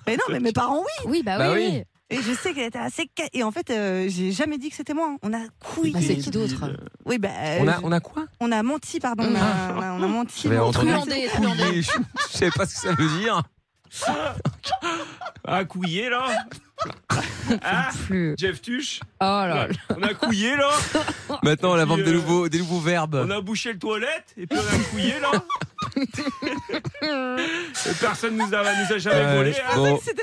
Speaker 4: Mais non, mais mes parents, oui.
Speaker 5: Oui, bah,
Speaker 2: Bah
Speaker 5: oui.
Speaker 2: oui.
Speaker 4: Et je sais qu'elle était assez. ca- Et en fait, euh, j'ai jamais dit que c'était moi. hein. On a couillé.
Speaker 5: Bah, c'est qui d'autre
Speaker 4: Oui, bah. euh,
Speaker 2: On a-
Speaker 4: je-
Speaker 2: on a quoi
Speaker 4: On a menti, pardon. On
Speaker 5: Ah.
Speaker 4: a, on a- on a menti.
Speaker 2: J'avais
Speaker 4: dans-
Speaker 2: entendu
Speaker 4: Truandé,
Speaker 2: couiller,
Speaker 4: truandé.
Speaker 2: Je je savais pas ce que ça veut dire.
Speaker 3: Ah, couillé là Ah, Jeff Tuche
Speaker 5: Oh là là.
Speaker 3: On a couillé là
Speaker 2: Maintenant, on
Speaker 3: Et
Speaker 2: invente
Speaker 3: puis,
Speaker 2: des,
Speaker 3: euh,
Speaker 2: nouveaux, des nouveaux
Speaker 5: Bah.
Speaker 2: verbes.
Speaker 3: On a bouché le toilette et puis on a couillé là Et Personne nous a, nous a jamais
Speaker 2: Ouais,
Speaker 3: volé.
Speaker 2: je
Speaker 11: Ah,
Speaker 3: hein.
Speaker 2: pensais que c'était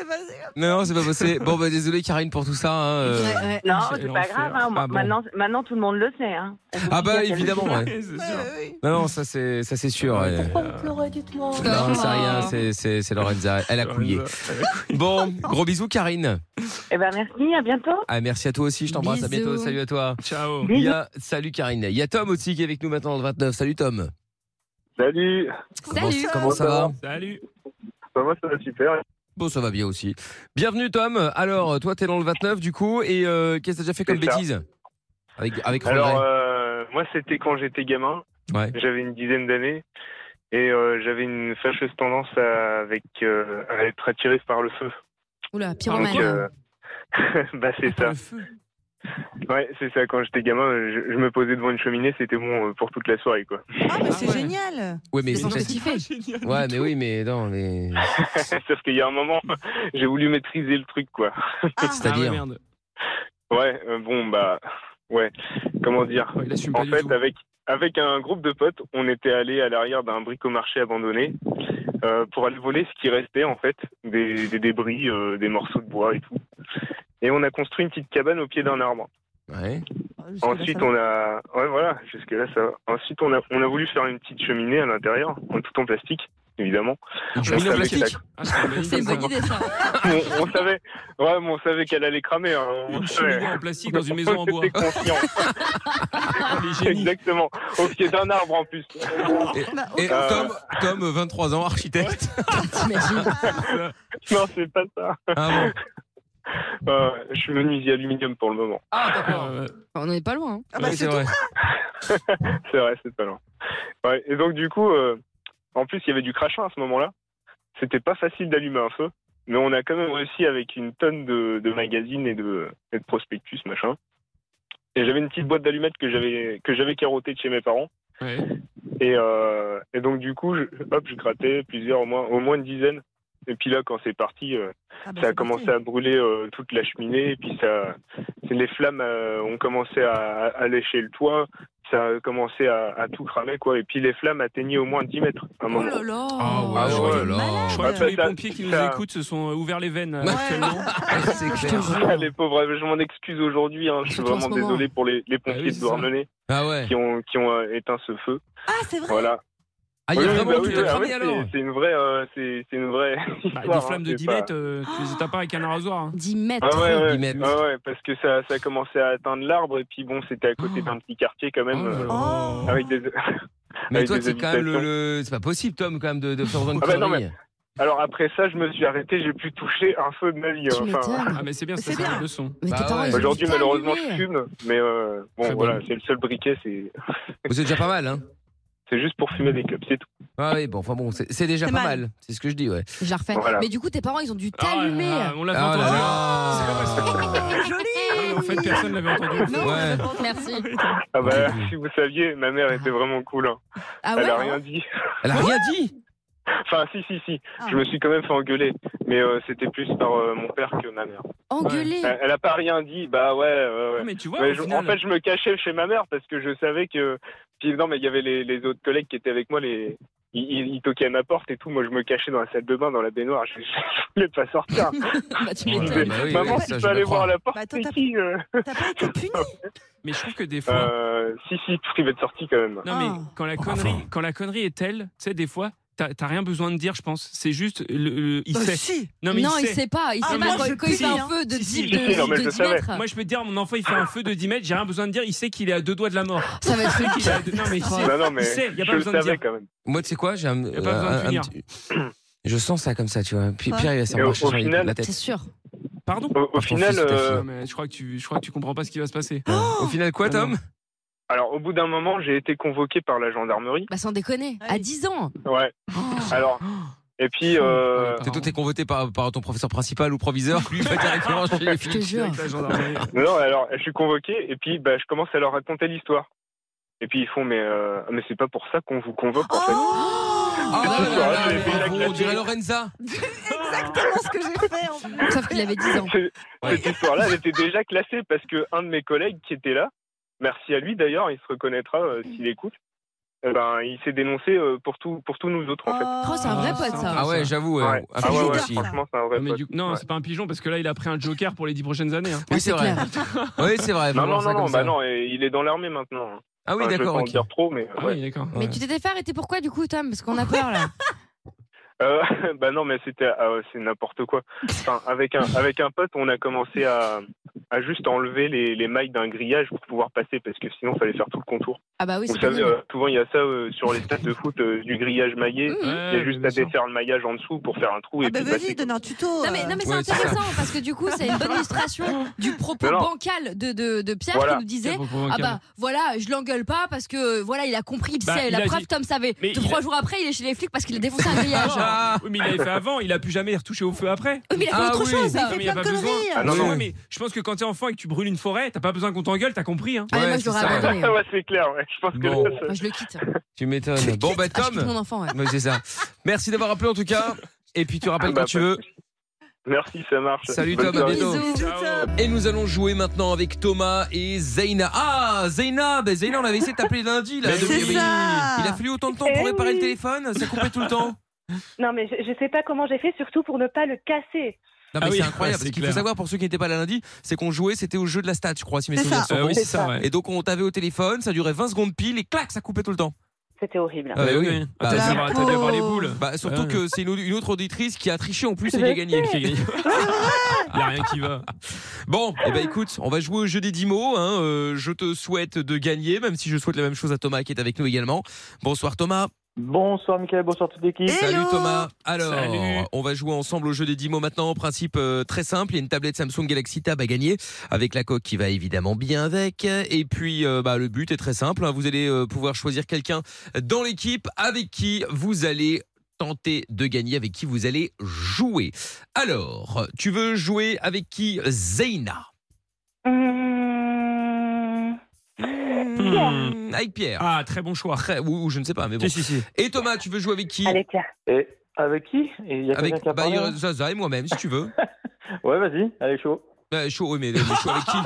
Speaker 2: Non, non, c'est pas possible. Bon, bah, désolé, Karine, pour tout ça. hein, euh.
Speaker 11: Non, c'est pas grave. hein.
Speaker 2: Ah, bon.
Speaker 11: maintenant, maintenant, tout le monde le sait. Hein. On vous
Speaker 2: Ah,
Speaker 11: dit
Speaker 2: bah,
Speaker 11: à quel
Speaker 2: évidemment,
Speaker 11: moment.
Speaker 2: ouais. Non, non, ça, c'est ça, c'est sûr. ouais.
Speaker 11: Pleurez, dites-moi.
Speaker 2: Non, c'est rien, c'est- c'est c'est Lorenza. Elle a couillé. Bon, gros bisous, Karine.
Speaker 11: Eh ben, merci, à bientôt.
Speaker 2: Ah, merci à toi aussi, je t'embrasse. À
Speaker 11: Bisous.
Speaker 2: bientôt, salut à toi.
Speaker 3: Ciao.
Speaker 2: Il y a- salut, Karine. Il y a Tom aussi qui est avec nous maintenant dans le 29. Salut, Tom.
Speaker 22: Salut.
Speaker 2: Comment, comment ça va
Speaker 3: Salut.
Speaker 22: Bah, moi, ça va super.
Speaker 2: Bon, ça va bien aussi. Bienvenue, Tom. Alors, toi, t'es dans le 29 du coup, et euh, qu'est-ce que t'as déjà fait comme
Speaker 22: C'est ça.
Speaker 2: bêtise Avec, avec
Speaker 22: Alors,
Speaker 2: regret.
Speaker 22: euh, moi, c'était quand j'étais gamin.
Speaker 2: Ouais.
Speaker 22: J'avais une dizaine d'années. Et euh, j'avais une fâcheuse tendance à, avec, euh, à être attiré par le feu.
Speaker 5: Oula, pyromane.
Speaker 22: Donc, euh, bah, c'est ça. Ouais, c'est ça. Quand j'étais gamin, je, je me posais devant une cheminée, c'était bon euh, pour toute la soirée, quoi.
Speaker 4: Ah, mais c'est génial.
Speaker 2: Ouais, mais
Speaker 4: c'est
Speaker 2: c'est
Speaker 4: ce que tu fais.
Speaker 2: Ouais, mais oui, mais non, mais.
Speaker 22: Sauf qu'il y a un moment, j'ai voulu maîtriser le truc, quoi.
Speaker 2: C'est-à-dire
Speaker 22: Ouais, euh, bon, bah, ouais, comment dire En fait, avec, avec un groupe de potes, on était allé à l'arrière d'un bricomarché abandonné euh, pour aller voler ce qui restait, en fait, des, des débris, euh, des morceaux de bois et tout. Et on a construit une petite cabane au pied d'un arbre.
Speaker 2: Ouais.
Speaker 22: Ensuite, on a. Ouais, voilà, jusque-là, ça va. Ensuite, on a, on a voulu faire une petite cheminée à l'intérieur, en tout en plastique, évidemment. On
Speaker 3: cheminée en
Speaker 22: savait que
Speaker 3: plastique Ah,
Speaker 22: ça-
Speaker 5: C'est une bonne idée, ça.
Speaker 22: on, on savait, ouais, mais on savait qu'elle allait cramer. hein. On savait.
Speaker 3: cheminée en plastique dans une maison en bois.
Speaker 22: C'était confiant. Exactement. Au pied d'un arbre en plus.
Speaker 2: Et
Speaker 22: Euh,
Speaker 2: Tom, Tom, 23 ans, architecte.
Speaker 22: Non, c'est pas ça. Euh, je suis menuisier aluminium pour le moment.
Speaker 3: Ah,
Speaker 5: On n'est pas loin. hein.
Speaker 4: Ah bah,
Speaker 22: c'est vrai. c'est vrai, c'est pas loin. Ouais, et donc, du coup, euh, en plus, il y avait du crachin à ce moment-là. C'était pas facile d'allumer un feu, mais on a quand même réussi avec une tonne de, de magazines et de, et de prospectus, machin. Et j'avais une petite boîte d'allumettes que j'avais que j'avais carottée de chez mes parents. Et, euh, et donc, du coup, je, hop, je grattais plusieurs, au moins, au moins une dizaine. Et puis là, quand c'est parti, euh, ça a commencé à brûler euh, toute la cheminée. Et puis ça, c'est- les flammes euh, ont commencé à, à lécher le toit. ça a commencé à, à tout cramer, quoi. Et puis les flammes atteignaient au moins 10 mètres à un moment.
Speaker 5: Oh là là
Speaker 22: Ah
Speaker 3: ouais, je crois que- Je crois que tous les
Speaker 22: Ça-
Speaker 3: pompiers qui nous
Speaker 22: ça-
Speaker 3: écoutent se sont euh, ouverts les veines actuellement. Bah,
Speaker 2: C'est
Speaker 22: Ah, les pauvres, euh, je m'en excuse aujourd'hui. hein. Je suis
Speaker 3: Surtout en
Speaker 22: vraiment
Speaker 3: ce moment.
Speaker 22: désolé pour les, les
Speaker 2: Bah
Speaker 22: pompiers
Speaker 3: oui,
Speaker 22: de
Speaker 3: c'est
Speaker 22: Douarnenez qui ont, qui ont euh, éteint ce feu.
Speaker 4: Ah, c'est vrai
Speaker 22: Voilà.
Speaker 2: Ah, il y a
Speaker 22: Oui,
Speaker 2: vraiment
Speaker 22: bah
Speaker 2: tout
Speaker 22: oui,
Speaker 2: à
Speaker 22: ah
Speaker 2: cramer,
Speaker 22: oui, c'est-
Speaker 2: alors.
Speaker 22: C'est une vraie. euh, c'est c'est une vraie.
Speaker 3: Bah,
Speaker 22: histoire,
Speaker 3: des
Speaker 22: hein,
Speaker 3: flammes de
Speaker 22: c'est
Speaker 3: 10
Speaker 22: pas-
Speaker 3: mètres, euh, tu les éteins pas avec un hein. rasoir.
Speaker 5: 10
Speaker 22: Ah ouais, ouais. Ah ouais, parce que ça, ça a commencé à atteindre l'arbre et puis bon, c'était à
Speaker 2: Oh.
Speaker 22: côté d'un petit quartier quand même. euh, avec des.
Speaker 2: Mais
Speaker 22: avec
Speaker 2: toi,
Speaker 22: des
Speaker 2: t'es quand même le,
Speaker 22: habitations.
Speaker 2: le- C'est pas possible, Tom, quand même, de, de faire autant de
Speaker 22: Ah bah non,
Speaker 2: conneries.
Speaker 22: mais- Alors après ça, je me suis arrêté, j'ai pu toucher un feu de ma vie. hein, enfin,
Speaker 3: Ah, mais c'est bien, ça, c'est la leçon.
Speaker 22: Bah ouais. Aujourd'hui, malheureusement, je fume, mais euh, bon, voilà, c'est le seul briquet, c'est.
Speaker 2: C'est déjà pas mal, hein
Speaker 22: C'est juste pour fumer des clubs, c'est tout.
Speaker 2: Ah oui, bon, enfin bon, c'est c'est déjà
Speaker 5: C'est
Speaker 2: pas
Speaker 5: mal.
Speaker 2: mal. C'est ce que je dis, ouais.
Speaker 5: Je la refais.
Speaker 2: Voilà.
Speaker 5: Mais du coup, tes parents, ils ont
Speaker 3: Ah
Speaker 5: dû t'allumer.
Speaker 2: on l'a fait Ah là entendre.
Speaker 3: Ah, En fait, personne l'avait entendu.
Speaker 22: Ouais.
Speaker 5: Merci.
Speaker 22: Ah bah, si vous saviez, ma mère était vraiment cool. hein.
Speaker 5: Ah
Speaker 22: Elle
Speaker 5: ouais,
Speaker 22: a
Speaker 5: hein
Speaker 22: rien dit.
Speaker 2: Elle a rien dit
Speaker 22: Enfin, si, si, si.
Speaker 5: Ah.
Speaker 22: Je me suis quand même fait engueuler. Mais euh, c'était plus par euh, mon père que ma mère.
Speaker 5: Engueuler
Speaker 22: Elle, elle a pas rien dit. Bah ouais, ouais, ouais.
Speaker 3: Mais tu vois, au
Speaker 22: je-
Speaker 3: final-
Speaker 22: En fait, je me cachais chez ma mère parce que je savais que. Puis non, mais il y avait les, les autres collègues qui étaient avec moi, les. Ils, ils- ils toquaient à ma porte et tout. Moi, je me cachais dans la salle de bain, dans la baignoire. Je, je voulais pas sortir.
Speaker 5: tu
Speaker 22: Je disais,
Speaker 3: m'étonnes. Bah oui,
Speaker 22: Maman,
Speaker 3: oui,
Speaker 22: tu
Speaker 3: ça, je
Speaker 22: peux
Speaker 3: le
Speaker 22: aller
Speaker 3: crois.
Speaker 22: voir la porte.
Speaker 4: Bah,
Speaker 22: attends, t'as
Speaker 23: euh.
Speaker 22: t'as
Speaker 4: pas été puni
Speaker 3: Mais je trouve que des fois.
Speaker 22: Euh, si, si, privé de sortie quand même.
Speaker 3: Non,
Speaker 5: Ah.
Speaker 3: mais quand la connerie, quand la connerie est telle, tu sais, des fois. T'as t'as rien besoin de dire, je pense. C'est juste, le, le- il
Speaker 5: Bah
Speaker 3: sait.
Speaker 5: si. Non, il sait pas. Il
Speaker 3: Euh, Ah,
Speaker 5: sait pas
Speaker 3: moi,
Speaker 5: quand-
Speaker 3: je-
Speaker 5: quand il
Speaker 3: si,
Speaker 5: fait un
Speaker 3: hein.
Speaker 5: feu de
Speaker 3: Si, si,
Speaker 5: 10
Speaker 22: je
Speaker 5: de-
Speaker 22: sais, non, mais je
Speaker 5: de
Speaker 22: le
Speaker 5: 10
Speaker 22: savais.
Speaker 5: mètres.
Speaker 3: Moi, je peux te dire, mon enfant, il fait un feu de 10 mètres, j'ai rien besoin de dire, il sait qu'il est à deux doigts de la mort.
Speaker 5: Ça va être
Speaker 3: Il sait qu'il est à deux- Non, mais il sait.
Speaker 22: Bah non, mais
Speaker 3: il sait, y
Speaker 22: je
Speaker 3: a pas
Speaker 22: le
Speaker 3: besoin de
Speaker 22: savais
Speaker 3: dire.
Speaker 22: quand même.
Speaker 2: Moi, tu sais quoi, j'ai un.
Speaker 3: a pas besoin de
Speaker 2: un- un
Speaker 3: finir.
Speaker 2: petit- Je sens ça comme ça, tu vois. Puis
Speaker 3: Ouais.
Speaker 2: Pierre, il va s'en
Speaker 22: Et au-
Speaker 2: marcher
Speaker 22: au
Speaker 2: sur
Speaker 22: final-
Speaker 2: la tête.
Speaker 5: C'est sûr.
Speaker 3: Pardon
Speaker 22: Au, au final, euh,
Speaker 3: Non, mais je crois que tu, je crois que tu comprends pas ce qui va se passer.
Speaker 5: Oh
Speaker 2: Au final, quoi, Tom
Speaker 22: Ah alors au bout d'un moment, j'ai été convoqué par la gendarmerie.
Speaker 5: Bah, sans déconner. À 10 ans. Oh.
Speaker 22: Ouais. Alors. Et puis. Euh...
Speaker 2: T'es toi, t'es convoité par, par ton professeur principal ou proviseur, lui, il va directement chez les flics.
Speaker 22: non, non, alors je suis convoqué et puis bah, je commence à leur raconter l'histoire. Et puis ils font mais euh, mais c'est pas pour ça qu'on vous convoque en fait.
Speaker 2: Ah, là, là, là, là, bravo, on dirait Lorenza.
Speaker 4: Exactement ce que j'ai fait. En fait.
Speaker 5: Sauf qu'il avait 10 ans.
Speaker 22: Cette histoire-là, elle était déjà classée parce que un de mes collègues qui était là, merci à lui d'ailleurs, il se reconnaîtra euh, s'il écoute. eh ben, il s'est dénoncé euh, pour tout pour tous nous autres en fait.
Speaker 5: Oh, c'est un vrai pote, ça.
Speaker 2: Ah ouais, j'avoue. ouais.
Speaker 22: Ouais.
Speaker 2: Un
Speaker 22: Ah ouais,
Speaker 2: pigeon
Speaker 22: ouais,
Speaker 2: aussi.
Speaker 22: franchement, c'est un vrai
Speaker 3: Mais du- non, c'est pas un pigeon parce que là, il a pris un joker pour les dix prochaines années.
Speaker 5: Ah,
Speaker 3: hein.
Speaker 2: Oui, c'est vrai. Oui, c'est vrai. faut
Speaker 22: Non,
Speaker 2: voir
Speaker 22: non,
Speaker 2: ça
Speaker 22: non,
Speaker 2: comme
Speaker 22: non,
Speaker 2: ça.
Speaker 22: bah non, et il est dans l'armée maintenant.
Speaker 2: Ah oui,
Speaker 22: je vais
Speaker 2: d'accord,
Speaker 22: pas en
Speaker 2: ok. Ah
Speaker 22: dire trop, mais. ouais.
Speaker 5: Mais tu t'étais fait arrêter pourquoi du coup, Tom Parce qu'on a peur là.
Speaker 22: Euh, bah non, mais c'était, ah ouais, c'est n'importe quoi. Enfin, avec un, avec un pote, on a commencé à, à juste enlever les, les mailles d'un grillage pour pouvoir passer, parce que sinon, fallait faire tout le contour.
Speaker 5: Ah bah oui,
Speaker 22: Vous
Speaker 5: c'est
Speaker 22: savez,
Speaker 5: pénible.
Speaker 22: euh, souvent il y a ça euh, sur les stades de foot, euh, du grillage
Speaker 5: Mmh.
Speaker 22: maillé. il y a juste à défaire le maillage en dessous pour faire un trou
Speaker 5: Ah
Speaker 22: et
Speaker 4: Bah,
Speaker 22: puis
Speaker 4: vas-y,
Speaker 22: passer.
Speaker 4: donne un tuto.
Speaker 5: Non mais, non, mais
Speaker 22: Ouais,
Speaker 5: c'est
Speaker 22: c'est ça.
Speaker 5: intéressant parce que du coup c'est une bonne illustration du propos
Speaker 22: Non, non.
Speaker 5: bancal de, de, de Pierre
Speaker 22: Voilà.
Speaker 5: qui nous disait
Speaker 22: Quel propos
Speaker 5: ah
Speaker 22: bancal.
Speaker 5: bah voilà je l'engueule pas parce que voilà il a compris il
Speaker 3: Bah,
Speaker 5: sait
Speaker 3: il
Speaker 5: la
Speaker 3: a
Speaker 5: preuve
Speaker 3: dit-
Speaker 5: Tom savait
Speaker 3: Mais
Speaker 5: Deux,
Speaker 3: il
Speaker 5: trois
Speaker 3: a-
Speaker 5: jours après il est chez les flics parce qu'il a défoncé un grillage
Speaker 3: Ah, Oui, mais il l'avait fait avant, il a plus jamais retouché au feu après.
Speaker 5: Oui, mais il a fait Ah autre oui. chose, il a fait
Speaker 3: mais y a
Speaker 5: plein de
Speaker 3: pas
Speaker 5: conneries.
Speaker 3: besoin.
Speaker 5: Ah non,
Speaker 3: Oui,
Speaker 5: non.
Speaker 3: oui, mais je pense que quand t'es enfant et que tu brûles une forêt, t'as pas besoin qu'on t'engueule, t'as compris. Hein.
Speaker 5: Ah, mais moi, je l'aurais abandonné.
Speaker 22: Ouais, c'est clair, ouais. je pense
Speaker 2: Bon.
Speaker 22: que ça,
Speaker 5: je le quitte
Speaker 2: Tu m'étonnes. Bon, bah,
Speaker 5: Ah, je quitte
Speaker 2: Tom.
Speaker 5: mon enfant ouais.
Speaker 2: Ouais, c'est ça. Merci d'avoir appelé en tout cas. Et puis tu rappelles quand tu veux.
Speaker 22: Merci, ça marche.
Speaker 2: Salut
Speaker 22: Bonne
Speaker 2: Tom, à
Speaker 22: soirée.
Speaker 2: bientôt. Et nous allons jouer maintenant avec Thomas et Zeina. Ah, Zeina, ben Zeina, on avait essayé de t'appeler lundi. Là,
Speaker 22: Mais
Speaker 2: depuis-
Speaker 22: c'est
Speaker 2: il y avait-
Speaker 22: ça.
Speaker 2: Il a fallu autant de temps pour
Speaker 24: Eh
Speaker 2: réparer le
Speaker 24: oui.
Speaker 2: téléphone, ça coupait tout le temps.
Speaker 24: Non, mais je, je sais pas comment j'ai fait, surtout pour ne pas le casser.
Speaker 2: Non, mais
Speaker 3: Ah oui,
Speaker 2: c'est incroyable.
Speaker 3: c'est
Speaker 2: ce qu'il faut
Speaker 3: clair.
Speaker 2: savoir pour ceux qui n'étaient pas là lundi, c'est qu'on jouait, c'était au jeu de la stat, je crois, si mes
Speaker 24: C'est
Speaker 2: souvenirs
Speaker 24: ça.
Speaker 2: sont
Speaker 24: Ah oui,
Speaker 2: bons.
Speaker 24: c'est ça, ouais.
Speaker 2: Et donc on t'avait au téléphone, ça durait 20 secondes pile et clac, ça coupait tout le temps.
Speaker 24: C'était horrible.
Speaker 2: Ah, bah oui.
Speaker 3: Ah, t'as dû avoir- t'as dû avoir les boules.
Speaker 2: Bah, surtout
Speaker 3: Ah oui.
Speaker 2: que c'est une, une autre auditrice qui a triché en plus et
Speaker 3: Je
Speaker 2: qui a gagné.
Speaker 3: sais.
Speaker 2: Il y a rien qui va. Bon, et ben écoute, on va jouer au jeu des 10 mots. hein. Euh, je te souhaite de gagner, même si je souhaite la même chose à Thomas qui est avec nous également. Bonsoir Thomas.
Speaker 23: Bonsoir Mickaël, bonsoir toute l'équipe.
Speaker 2: Salut Thomas. Alors, on va jouer ensemble au jeu des 10 mots maintenant. Principe euh, très simple, il y a une tablette Samsung Galaxy Tab à gagner avec la coque qui va évidemment bien avec. Et puis, euh, bah, le but est très simple. hein. Vous allez euh, pouvoir choisir quelqu'un dans l'équipe avec qui vous allez tenter de gagner, avec qui vous allez jouer. Alors, tu veux jouer avec qui Zeina Hmm, Avec Pierre. Ah, très bon choix. ou, ou je ne sais pas, mais bon. Et Thomas, tu veux jouer avec qui
Speaker 23: Avec Pierre. Et avec qui Et Euh, il y a
Speaker 2: Avec
Speaker 23: quelqu'un qui a
Speaker 2: bah,
Speaker 23: parlé,
Speaker 2: il y a
Speaker 23: hein
Speaker 2: Zaza et moi-même, si tu veux.
Speaker 23: Ouais, vas-y, allez chaud.
Speaker 2: Bah, chaud, oui, mais mais chaud avec qui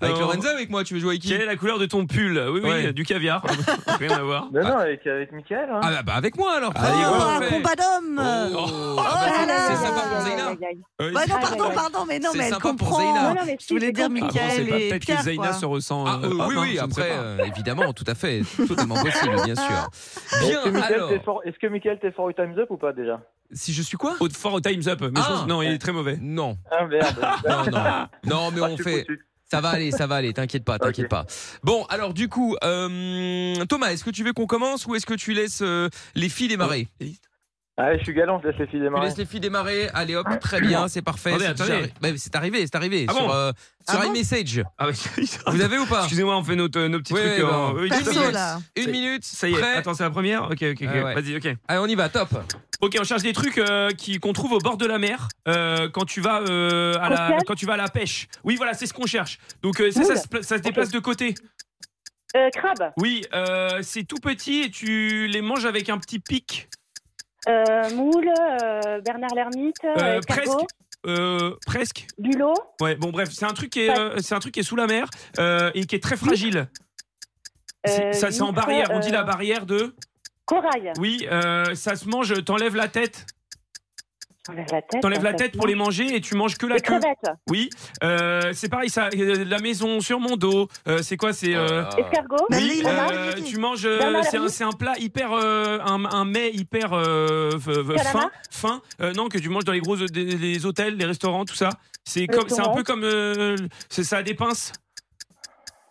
Speaker 2: Avec
Speaker 3: Non.
Speaker 2: Lorenzo, avec moi, tu veux jouer avec qui
Speaker 3: Quelle est la couleur de ton pull Oui, oui,
Speaker 2: Ouais.
Speaker 3: du caviar. Rien à voir.
Speaker 23: Non, non, avec, avec Michael. Hein.
Speaker 2: Ah bah, bah, avec moi alors
Speaker 4: Oh, un
Speaker 2: parfait.
Speaker 4: combat d'hommes
Speaker 2: Oh,
Speaker 4: Oh là là
Speaker 2: C'est sympa pour Zeyna Oui.
Speaker 4: Bah
Speaker 3: Ah,
Speaker 4: non, pardon, pardon, mais non,
Speaker 2: C'est
Speaker 4: mais elle
Speaker 2: sympa pour
Speaker 4: comprend.
Speaker 2: Zeyna. Non, non,
Speaker 4: je voulais dire
Speaker 2: Ah bon, c'est
Speaker 4: Michael
Speaker 2: pas-
Speaker 4: et
Speaker 2: peut-être
Speaker 4: Pierre.
Speaker 2: que Zeyna
Speaker 4: quoi.
Speaker 2: se ressent.
Speaker 3: Ah,
Speaker 2: euh,
Speaker 3: euh,
Speaker 2: hop,
Speaker 3: oui,
Speaker 2: hein,
Speaker 3: oui,
Speaker 2: je ne sais
Speaker 3: après,
Speaker 2: pas. évidemment, tout à fait. Totalement possible, bien sûr.
Speaker 23: Est-ce que
Speaker 2: Bien,
Speaker 23: Michael,
Speaker 2: alors.
Speaker 23: t'es fort- Est-ce que Michael t'es fort au Time's Up ou pas déjà
Speaker 2: Si je suis quoi
Speaker 3: Au fort au Time's Up. Mais je
Speaker 2: Ah.
Speaker 3: pense- non, il est très mauvais.
Speaker 2: Non.
Speaker 23: Ah merde.
Speaker 2: Non, non. Non, mais on fait. Ça va aller, ça va aller, t'inquiète pas, t'inquiète pas. Bon, alors du coup, euh, Thomas, est-ce que tu veux qu'on commence ou est-ce que tu laisses euh, les filles démarrer
Speaker 23: Ah, je suis galant, je laisse les filles
Speaker 2: Tu
Speaker 23: démarrer.
Speaker 2: laisses les filles démarrer, allez hop, très bien, c'est parfait.
Speaker 23: Attendez,
Speaker 2: c'est
Speaker 23: attendez.
Speaker 2: déjà arri- Bah, c'est arrivé, c'est arrivé.
Speaker 23: Ah
Speaker 2: sur
Speaker 23: bon
Speaker 2: euh, sur
Speaker 23: Ah bon
Speaker 2: iMessage. Vous avez ou pas
Speaker 3: Excusez-moi, on fait notre, nos petits
Speaker 2: Oui, oui,
Speaker 3: trucs. en-
Speaker 2: bon.
Speaker 3: oui,
Speaker 2: Perso,
Speaker 3: tout à fait.
Speaker 4: Bah,
Speaker 2: là. Une
Speaker 3: Ça y-
Speaker 2: minute,
Speaker 3: Ça y est.
Speaker 2: prêt.
Speaker 3: Attends, c'est la première Ok, ok, ok.
Speaker 2: Ah ouais.
Speaker 3: Vas-y, ok.
Speaker 2: Allez, on y va, top.
Speaker 3: Ok, on cherche des trucs euh, qui- qu'on trouve au bord de la mer euh, quand tu vas euh, à la
Speaker 24: Cocktail
Speaker 3: quand tu vas à la pêche. Oui, voilà, c'est ce qu'on cherche. Donc euh, ça, ça,
Speaker 24: Oula.
Speaker 3: se, pla- ça se déplace de côté.
Speaker 24: Euh, crabe.
Speaker 3: Oui, euh, c'est tout petit et tu les manges avec un petit pic.
Speaker 24: Euh, moule. euh, Bernard Lermite.
Speaker 3: Euh,
Speaker 24: Euh, escargot,
Speaker 3: presque. Euh, presque.
Speaker 24: Bulot.
Speaker 3: Ouais, bon bref, c'est un truc qui est euh, c'est un truc qui est sous la mer euh, et qui est très fragile. C'est-
Speaker 24: Euh,
Speaker 3: ça c'est en
Speaker 24: micro,
Speaker 3: barrière. On dit
Speaker 24: euh,
Speaker 3: la barrière de.
Speaker 24: Corail.
Speaker 3: Oui, euh, ça se mange. T'enlèves la tête.
Speaker 24: T'enlèves la tête.
Speaker 3: T'enlèves
Speaker 24: hein,
Speaker 3: la
Speaker 24: ça
Speaker 3: tête
Speaker 24: se
Speaker 3: pour les
Speaker 24: mange.
Speaker 3: manger et tu manges que la
Speaker 24: Les
Speaker 3: queue.
Speaker 24: crevettes.
Speaker 3: Oui, euh, c'est pareil ça. euh, la maison sur mon dos, euh, c'est quoi C'est euh,
Speaker 24: Escargot.
Speaker 3: Oui,
Speaker 24: Fromage.
Speaker 3: euh, tu manges. euh,
Speaker 24: Bernard
Speaker 3: c'est un,
Speaker 24: Lamy.
Speaker 3: c'est un plat hyper, euh, un, un mets hyper euh, f- f- fin,
Speaker 24: Calamar.
Speaker 3: fin. euh, non, que tu manges dans les gros des- les hôtels, les restaurants, tout ça. C'est comme, c'est un
Speaker 24: Restaurant.
Speaker 3: peu comme, euh, c'est ça a des pinces.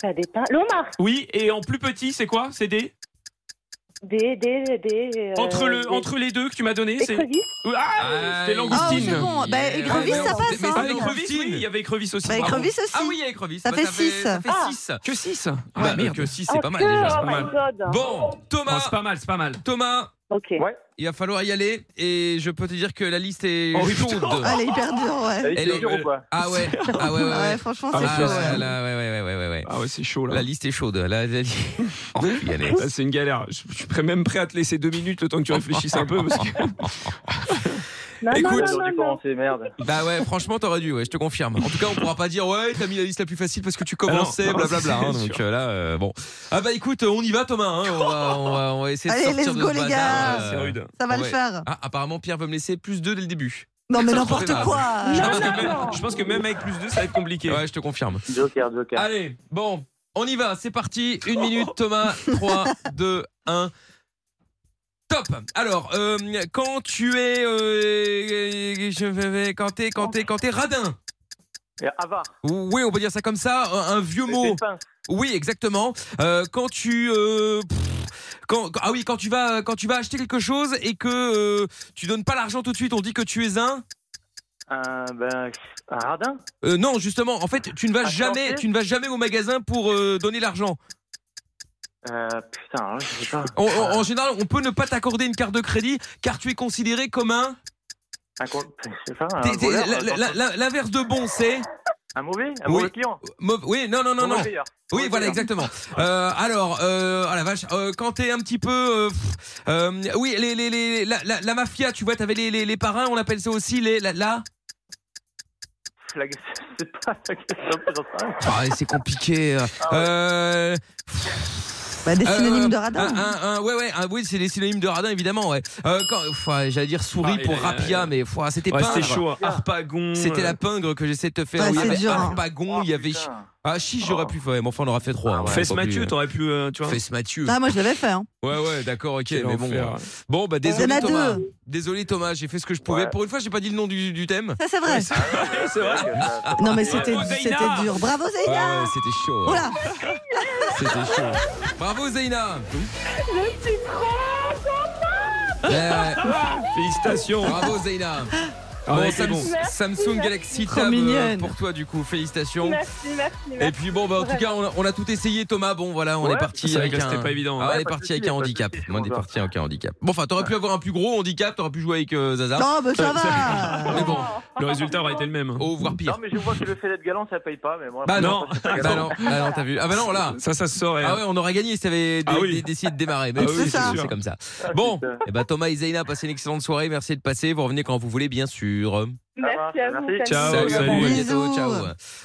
Speaker 24: Ça déteint. L'homard.
Speaker 3: Oui, et en plus petit, c'est quoi C'est des
Speaker 24: Des, des, des. euh,
Speaker 3: entre le,
Speaker 24: des-
Speaker 3: entre les deux que tu m'as donné. C'est
Speaker 24: Écrevisse.
Speaker 3: ah, c'est
Speaker 4: Ah,
Speaker 3: langoustine.
Speaker 4: c'est bon. Bah, écrevisse, ça passe,
Speaker 3: Mais
Speaker 4: hein.
Speaker 3: c'est l'écrevisse, oui, il y avait écrevisse aussi.
Speaker 4: Bah,
Speaker 3: pardon.
Speaker 4: écrevisse aussi.
Speaker 2: Ah oui, il y a écrevisse.
Speaker 4: Ça
Speaker 2: Bah,
Speaker 4: fait
Speaker 2: ça fait-
Speaker 4: 6.
Speaker 2: ça fait
Speaker 24: Ah.
Speaker 2: six.
Speaker 3: Que 6
Speaker 2: Bah, merde, que 6, c'est
Speaker 24: Ah,
Speaker 2: pas mal
Speaker 24: que-
Speaker 2: déjà. c'est
Speaker 24: oh
Speaker 2: pas
Speaker 24: my
Speaker 2: mal.
Speaker 24: God.
Speaker 2: Bon, Thomas.
Speaker 3: Non, c'est pas mal, c'est pas mal.
Speaker 2: Thomas,
Speaker 24: Ok.
Speaker 2: il va falloir y aller et je peux te dire que la liste est
Speaker 3: Oh,
Speaker 2: chaude.
Speaker 3: putain.
Speaker 4: Ah, elle est hyper dure, ouais.
Speaker 2: Elle est- Ah ouais, ah ouais, ouais, ouais.
Speaker 4: Ouais, franchement,
Speaker 2: Ah,
Speaker 4: c'est
Speaker 2: là,
Speaker 4: chaud.
Speaker 2: là,
Speaker 4: ouais.
Speaker 2: là, ouais, ouais, ouais, ouais, ouais.
Speaker 3: Ah ouais, c'est chaud là.
Speaker 2: La liste est chaude. Là, la- Oh, il y en a.
Speaker 3: Ça, c'est une galère. Je, je suis prêt- même prêt à te laisser deux minutes le temps que tu réfléchisses un peu. Parce que...
Speaker 24: Non, non,
Speaker 2: Écoute.
Speaker 24: non,
Speaker 23: J'aurais dû
Speaker 24: non, non.
Speaker 23: commencer, merde.
Speaker 2: Bah ouais, franchement, t'aurais dû, ouais, je te confirme. En tout cas, on pourra pas dire, ouais, t'as mis la liste la plus facile parce que tu
Speaker 3: Ah
Speaker 2: commençais,
Speaker 3: non, non,
Speaker 2: blablabla.
Speaker 3: c'est
Speaker 2: hein,
Speaker 3: sûr.
Speaker 2: donc euh, là, euh, bon. Ah bah écoute, euh, on y va, Thomas. hein, on, va, on va- on va essayer
Speaker 4: Allez,
Speaker 2: de sortir
Speaker 4: let's
Speaker 2: de
Speaker 4: go,
Speaker 2: ce
Speaker 4: les
Speaker 2: bazar,
Speaker 4: gars.
Speaker 2: euh,
Speaker 4: C'est rude. Ça va le
Speaker 2: ouais.
Speaker 4: faire.
Speaker 2: Ah, apparemment, Pierre veut me laisser plus 2 dès le début.
Speaker 4: Non, mais
Speaker 2: Ça,
Speaker 4: n'importe
Speaker 2: c'est
Speaker 4: quoi.
Speaker 2: probable.
Speaker 3: je,
Speaker 4: Non,
Speaker 3: pense
Speaker 4: non,
Speaker 3: que même,
Speaker 4: non.
Speaker 3: je pense que même avec plus deux, ça va être compliqué.
Speaker 2: Ouais, je te confirme.
Speaker 23: Joker, Joker.
Speaker 2: Allez, bon, on y va, c'est parti. Une minute, Thomas. 3, 2, 1. Top. Alors, euh, quand tu es, euh, je vais quand t'es, quand t'es, quand t'es radin.
Speaker 23: Et avare.
Speaker 2: Oui, on peut dire ça comme ça, un, un vieux mot.
Speaker 23: pinces.
Speaker 2: Oui, exactement. Euh, quand tu, euh, pff, quand, quand- ah oui, quand tu vas, quand tu vas acheter quelque chose et que euh, tu donnes pas l'argent tout de suite, on dit que tu es un.
Speaker 23: Un, ben, un radin
Speaker 2: Euh, non, justement, en fait, tu ne vas
Speaker 23: Un
Speaker 2: jamais,
Speaker 23: financier
Speaker 2: tu ne vas jamais au magasin pour euh, donner l'argent.
Speaker 23: euh, Putain, je sais pas.
Speaker 2: En, en- en général, on peut ne pas t'accorder une carte de crédit car tu es considéré comme un.
Speaker 23: Un, con- je sais pas, un
Speaker 2: T'es- t'es-
Speaker 23: voleur,
Speaker 2: la-
Speaker 23: un-
Speaker 2: la- la- la- L'inverse de bon, c'est.
Speaker 23: Un mauvais Un
Speaker 2: Oui.
Speaker 23: mauvais client
Speaker 2: Mauve- Oui, non, non, non, non.
Speaker 23: Mauvais payeur.
Speaker 2: Oui,
Speaker 23: Mauvais
Speaker 2: voilà,
Speaker 23: payeur.
Speaker 2: exactement. Euh, alors, euh, ah la vache, euh, quand t'es un petit peu, euh, pff, euh, oui, les, les, les, la, la, la mafia, tu vois, t'avais les, les, les parrains, on appelle ça aussi les, la, la-
Speaker 23: La... Je sais pas, la question, j'en sais rien.
Speaker 2: Ah, c'est compliqué.
Speaker 3: Ah
Speaker 2: Euh,
Speaker 4: Bah, des
Speaker 2: euh,
Speaker 4: synonymes de
Speaker 2: Un,
Speaker 4: radin.
Speaker 2: un- un- ouais, ouais, un- oui, c'est des synonymes de radin, évidemment, ouais. Euh, quand, pff, ouais, j'allais dire souris
Speaker 3: Ah, il
Speaker 2: pour
Speaker 3: a- il a-
Speaker 2: rapia, mais pff, ouais, c'était
Speaker 3: Ouais,
Speaker 2: pas.
Speaker 3: c'était chaud. hein. Arpagon.
Speaker 2: C'était
Speaker 3: euh, Oh,
Speaker 2: la pingre que j'essaie de te faire.
Speaker 4: Ouais,
Speaker 2: où il y
Speaker 4: c'est
Speaker 2: avait
Speaker 4: dur, hein.
Speaker 2: Arpagon, il y avait. Ah, chiche, j'aurais pu faire. Mais enfin, on aura fait trois. hein,
Speaker 3: Ah, Fesse
Speaker 2: on a pas pu-
Speaker 3: Mathieu, t'aurais pu. euh, tu vois.
Speaker 2: Fesse Mathieu.
Speaker 4: Ah, moi, je l'avais fait. hein.
Speaker 2: Ouais, ouais, d'accord, ok,
Speaker 3: Quel
Speaker 2: mais bon.
Speaker 3: enfer.
Speaker 2: euh, Bon, bah,
Speaker 4: Il y en
Speaker 2: désolé
Speaker 4: a
Speaker 2: Thomas.
Speaker 4: deux.
Speaker 2: Désolé Thomas, j'ai fait ce que je pouvais. Pour une fois, j'ai pas dit le nom du, du thème.
Speaker 4: Ça, c'est vrai.
Speaker 3: c'est vrai.
Speaker 4: Non, mais c'était
Speaker 3: Bravo, Zeyna.
Speaker 4: c'était dur. Bravo,
Speaker 2: Ouais,
Speaker 4: Zeyna.
Speaker 2: ouais, c'était chaud. ouais.
Speaker 4: Voilà.
Speaker 2: C'était chaud. Bravo Zeyna.
Speaker 24: Je suis trop contente.
Speaker 2: Ouais, ouais.
Speaker 3: Félicitations.
Speaker 2: Euh, Bravo Zeyna.
Speaker 3: Ah
Speaker 2: Bon,
Speaker 3: ouais, c'est
Speaker 2: Sam-
Speaker 3: bon.
Speaker 14: Merci,
Speaker 2: Samsung
Speaker 14: merci.
Speaker 2: Galaxy
Speaker 4: Trop
Speaker 2: Tab euh,
Speaker 4: mignonne.
Speaker 2: pour toi du coup, félicitations.
Speaker 24: Merci, merci, merci.
Speaker 2: Et puis bon bah en tout
Speaker 24: Vraiment.
Speaker 2: cas on a, on a tout essayé Thomas bon voilà on
Speaker 23: Ouais,
Speaker 2: est parti
Speaker 3: c'est vrai
Speaker 2: avec
Speaker 3: que
Speaker 2: un
Speaker 3: c'était pas évident, hein.
Speaker 2: Ah, on
Speaker 23: Ouais,
Speaker 2: est
Speaker 23: pas de
Speaker 2: parti
Speaker 23: soucis,
Speaker 2: avec
Speaker 23: pas
Speaker 2: un
Speaker 23: de
Speaker 2: handicap
Speaker 23: soucis,
Speaker 2: on est
Speaker 23: bonjour.
Speaker 2: parti avec un handicap bon enfin t'aurais pu avoir un plus gros handicap t'aurais pu jouer avec euh, Zaza
Speaker 4: Non,
Speaker 14: bah,
Speaker 4: mais ça va.
Speaker 2: mais bon
Speaker 3: Le résultat aurait été le même.
Speaker 2: oh voire pire
Speaker 23: Non, mais je vois que le fait d'être galant, ça paye pas. Mais moi,
Speaker 2: Bah
Speaker 23: la première
Speaker 2: non,
Speaker 23: fois, je suis pas
Speaker 2: bah
Speaker 23: galant.
Speaker 2: non, bah non, t'as vu. Ah bah non, là.
Speaker 3: Ça, ça se saurait. hein.
Speaker 2: Ah ouais, on aurait gagné si t'avais dé-
Speaker 3: Ah oui.
Speaker 2: dé- décidé de démarrer. Mais
Speaker 3: Ah
Speaker 2: c'est
Speaker 3: oui, c'est
Speaker 2: sûr,
Speaker 3: sûr.
Speaker 2: c'est comme ça.
Speaker 23: Ah,
Speaker 2: Bon, Eh ben,
Speaker 23: putain.
Speaker 2: et bah Thomas et Zeyna, passez une excellente soirée. Merci de passer. Vous revenez quand vous voulez, bien sûr. voiture.
Speaker 24: Merci à vous.
Speaker 2: Ciao,
Speaker 24: salut.
Speaker 2: salut, à bientôt, ciao.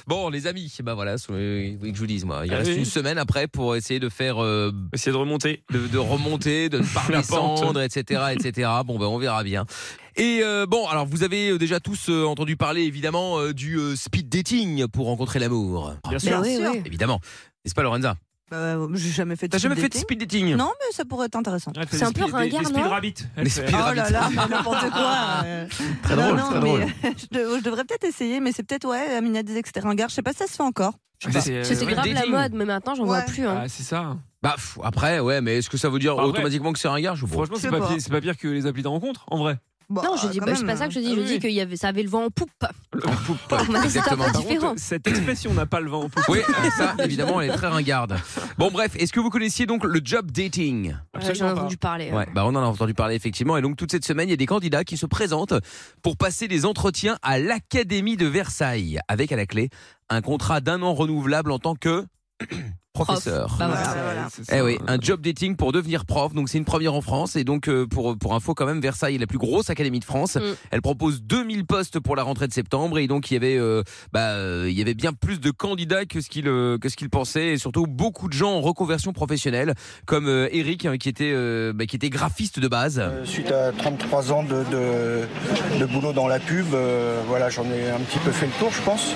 Speaker 2: Bon, les amis, bah voilà, vous voulez que je vous dise, moi. Il
Speaker 3: Ah
Speaker 2: reste
Speaker 3: oui.
Speaker 2: une semaine après pour essayer de faire. euh,
Speaker 3: essayer de remonter.
Speaker 2: De, de remonter, de ne pas
Speaker 3: La pente.
Speaker 2: descendre, etc., etc. Bon, ben, on verra bien. Et euh, bon, alors, vous avez euh, déjà tous euh, entendu parler, évidemment, euh, du euh, speed dating pour rencontrer l'amour.
Speaker 4: Bien sûr. Mais Ben oui, oui.
Speaker 2: Évidemment. N'est-ce pas, Lorenza
Speaker 4: Bah, j'ai jamais fait de
Speaker 2: T'as
Speaker 4: speed
Speaker 2: jamais fait de
Speaker 4: dating.
Speaker 2: speed dating
Speaker 4: Non, mais ça pourrait être intéressant.
Speaker 2: fait C'est des un peu speed- des- ringard, des speed non rabbits. Elle
Speaker 4: Les
Speaker 2: fait-
Speaker 4: speed oh là
Speaker 2: rabbits.
Speaker 4: là, mais n'importe quoi. euh.
Speaker 2: Très
Speaker 4: Non,
Speaker 2: drôle,
Speaker 4: non,
Speaker 2: très
Speaker 4: mais,
Speaker 2: drôle.
Speaker 4: euh, je, dev- je devrais peut-être essayer, mais c'est peut-être, ouais, la minette des extra ringards. Je sais pas si ça se fait encore. Je sais
Speaker 2: Ah,
Speaker 4: pas.
Speaker 2: c'est- C'était ouais, grave la dating. mode,
Speaker 5: mais maintenant j'en
Speaker 4: vois
Speaker 5: plus. hein.
Speaker 3: Ah, c'est ça.
Speaker 2: Bah, pff, après, ouais, mais est-ce que ça veut dire
Speaker 3: Bah, après,
Speaker 2: automatiquement que c'est un gars
Speaker 3: Franchement, c'est pas, pire- c'est pas pire que les applis de rencontre, en vrai.
Speaker 5: non, je dis
Speaker 3: quand
Speaker 5: bah, c'est
Speaker 3: même,
Speaker 5: pas ça que je dis. Je
Speaker 3: ah
Speaker 5: dis
Speaker 3: oui.
Speaker 5: qu'il y avait, ça avait le vent en poupe.
Speaker 2: Exactement.
Speaker 5: C'est un peu différent.
Speaker 3: Cette expression n'a pas le vent en poupe.
Speaker 2: Oui, euh, ça, évidemment, elle est très ringarde. Bon, bref, est-ce que vous connaissiez donc le job dating
Speaker 5: Ouais, Euh, J'en ai entendu parler. hein.
Speaker 2: Ouais, bah on en a entendu parler effectivement. Et donc toute cette semaine, il y a des candidats qui se présentent pour passer des entretiens à l'Académie de Versailles, avec à la clé un contrat d'un an renouvelable en tant que professeur.
Speaker 5: Bah voilà.
Speaker 2: Eh oui, un job dating pour devenir prof. Donc c'est une première en France et donc euh, pour pour info quand même Versailles est la plus grosse académie de France.
Speaker 5: Mm.
Speaker 2: Elle propose 2000 postes pour la rentrée de septembre et donc il y avait euh, bah euh, il y avait bien plus de candidats que ce qu'il euh, que ce qu'il pensait et surtout beaucoup de gens en reconversion professionnelle comme euh, Eric hein, qui était euh, bah, qui était graphiste de base.
Speaker 6: Euh, Suite à 33 ans de, de- de boulot dans la pub, euh, voilà, j'en ai un petit peu fait le tour, je pense.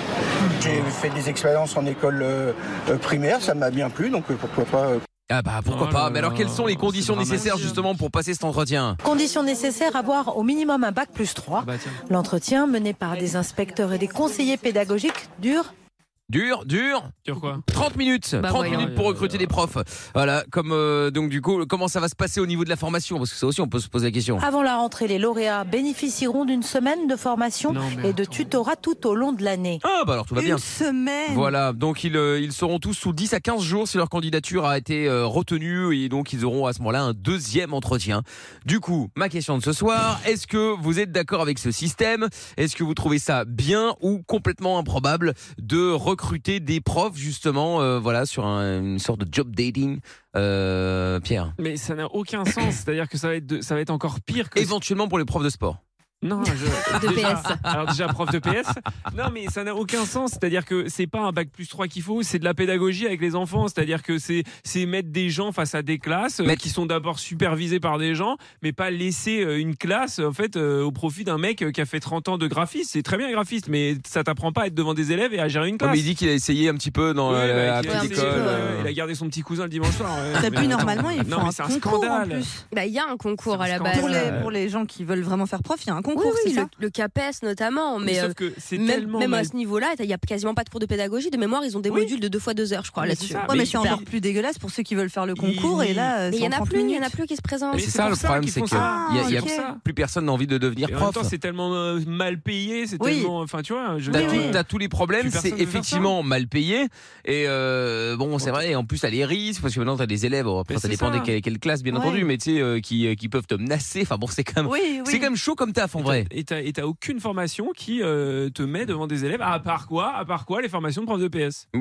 Speaker 6: J'ai fait des expériences en école euh, euh, primaire, ça m'a bien plu, donc euh, pourquoi pas. euh.
Speaker 2: Ah bah pourquoi
Speaker 6: Oh
Speaker 2: pas
Speaker 6: là
Speaker 2: Mais alors
Speaker 6: là,
Speaker 2: quelles sont les conditions nécessaires justement pour passer cet entretien
Speaker 7: Conditions nécessaires, avoir au minimum un bac plus 3.
Speaker 2: Bah,
Speaker 7: L'entretien mené par des inspecteurs et des conseillers pédagogiques dure
Speaker 2: Dur, dur.
Speaker 3: Dur quoi
Speaker 2: 30 minutes,
Speaker 7: Bah
Speaker 2: 30
Speaker 7: voyons.
Speaker 2: minutes pour recruter des profs. Voilà, comme euh, donc du coup, comment ça va se passer au niveau de la formation Parce que ça aussi, on peut se poser la question.
Speaker 7: Avant la rentrée, les lauréats bénéficieront d'une semaine de formation et de tutorat tout au long de l'année.
Speaker 2: Ah bah alors tout va bien.
Speaker 4: semaine
Speaker 2: Voilà, donc ils, euh, ils seront tous sous 10 à 15 jours si leur candidature a été euh, retenue et donc ils auront à ce moment-là un deuxième entretien. Du coup, ma question de ce soir, est-ce que vous êtes d'accord avec ce système Est-ce que vous trouvez ça bien ou complètement improbable de recruter des profs justement euh, voilà sur un- une sorte de job dating euh, Pierre
Speaker 3: Mais ça n'a aucun sens. C'est-à-dire que ça va être, de- ça va être encore pire que.
Speaker 2: Éventuellement pour les profs de sport.
Speaker 3: Non, je-
Speaker 2: De
Speaker 3: déjà-
Speaker 2: PS.
Speaker 3: Alors déjà prof de PS. Non, mais ça n'a aucun sens. C'est-à-dire que c'est pas un bac plus 3 qu'il faut, c'est de la pédagogie avec les enfants. C'est-à-dire que c'est c'est mettre des gens face à des classes euh, qui sont d'abord supervisées par des gens, mais pas laisser euh, une classe en fait euh, au profit d'un mec euh, qui a fait 30 ans de graphiste. C'est très bien graphiste, mais ça t'apprend pas à être devant des élèves et à gérer une
Speaker 2: Ouais,
Speaker 3: classe.
Speaker 2: mais il dit qu'il a essayé un petit peu dans
Speaker 3: Ouais,
Speaker 2: euh,
Speaker 3: bah,
Speaker 2: la
Speaker 3: qu'il
Speaker 2: petite
Speaker 3: a essayé,
Speaker 2: école.
Speaker 3: ouais,
Speaker 2: euh.
Speaker 3: Il a gardé son petit cousin le dimanche soir. ouais.
Speaker 4: T'as
Speaker 3: Mais
Speaker 4: plus
Speaker 3: attends.
Speaker 4: normalement, il
Speaker 3: Non,
Speaker 4: faut
Speaker 3: mais
Speaker 4: un
Speaker 3: c'est un
Speaker 4: concours en
Speaker 3: scandale.
Speaker 4: plus.
Speaker 5: Bah, il y a un concours à la base.
Speaker 4: Pour les, pour les gens qui veulent vraiment faire prof, il y a un concours,
Speaker 5: Oui,
Speaker 4: c'est
Speaker 5: oui,
Speaker 4: ça
Speaker 5: le, le CAPES notamment, mais,
Speaker 4: Mais sauf
Speaker 5: euh,
Speaker 4: que c'est
Speaker 5: même,
Speaker 4: tellement
Speaker 5: même à
Speaker 4: mal-
Speaker 5: ce niveau-là, il n'y a quasiment pas de cours de pédagogie. De mémoire, ils ont des modules de 2 fois 2 heures, je crois,
Speaker 4: Ouais,
Speaker 5: là-dessus.
Speaker 4: mais, c'est encore plus dégueulasse pour ceux qui veulent faire le concours et là. euh,
Speaker 5: Mais il
Speaker 4: c'est
Speaker 5: y en a
Speaker 4: trente
Speaker 5: plus, il y en a
Speaker 4: minutes.
Speaker 5: plus qui se présentent.
Speaker 2: Mais c'est ça Ah, le problème, c'est que il y a- il y a-
Speaker 5: ok.
Speaker 2: plus personne n'a envie de devenir
Speaker 3: Ah, Et en même
Speaker 2: prof.
Speaker 3: temps, c'est tellement euh, mal payé, c'est
Speaker 2: Oui.
Speaker 3: tellement. Enfin, tu vois, je
Speaker 2: T'as
Speaker 3: veux
Speaker 2: tout-
Speaker 3: dire, euh,
Speaker 2: t'as tous les problèmes,
Speaker 3: plus personne
Speaker 2: c'est
Speaker 3: veut faire ça.
Speaker 2: effectivement mal payé. Et euh, bon, c'est vrai, et en plus, t'as les risques, parce que maintenant, t'as des élèves, après,
Speaker 3: Mais
Speaker 2: ça
Speaker 3: c'est
Speaker 2: dépend
Speaker 3: ça.
Speaker 2: des quelle, quelle classe, bien
Speaker 3: Ouais.
Speaker 2: entendu, mais tu sais, euh, qui, euh, qui peuvent te menacer. Enfin bon, c'est quand même,
Speaker 3: Oui, oui.
Speaker 2: c'est quand même chaud comme taf, en vrai.
Speaker 3: Et t'as- et t'as aucune formation qui euh, te met devant des élèves, à part quoi À part quoi les formations de prof de PS
Speaker 2: Bah.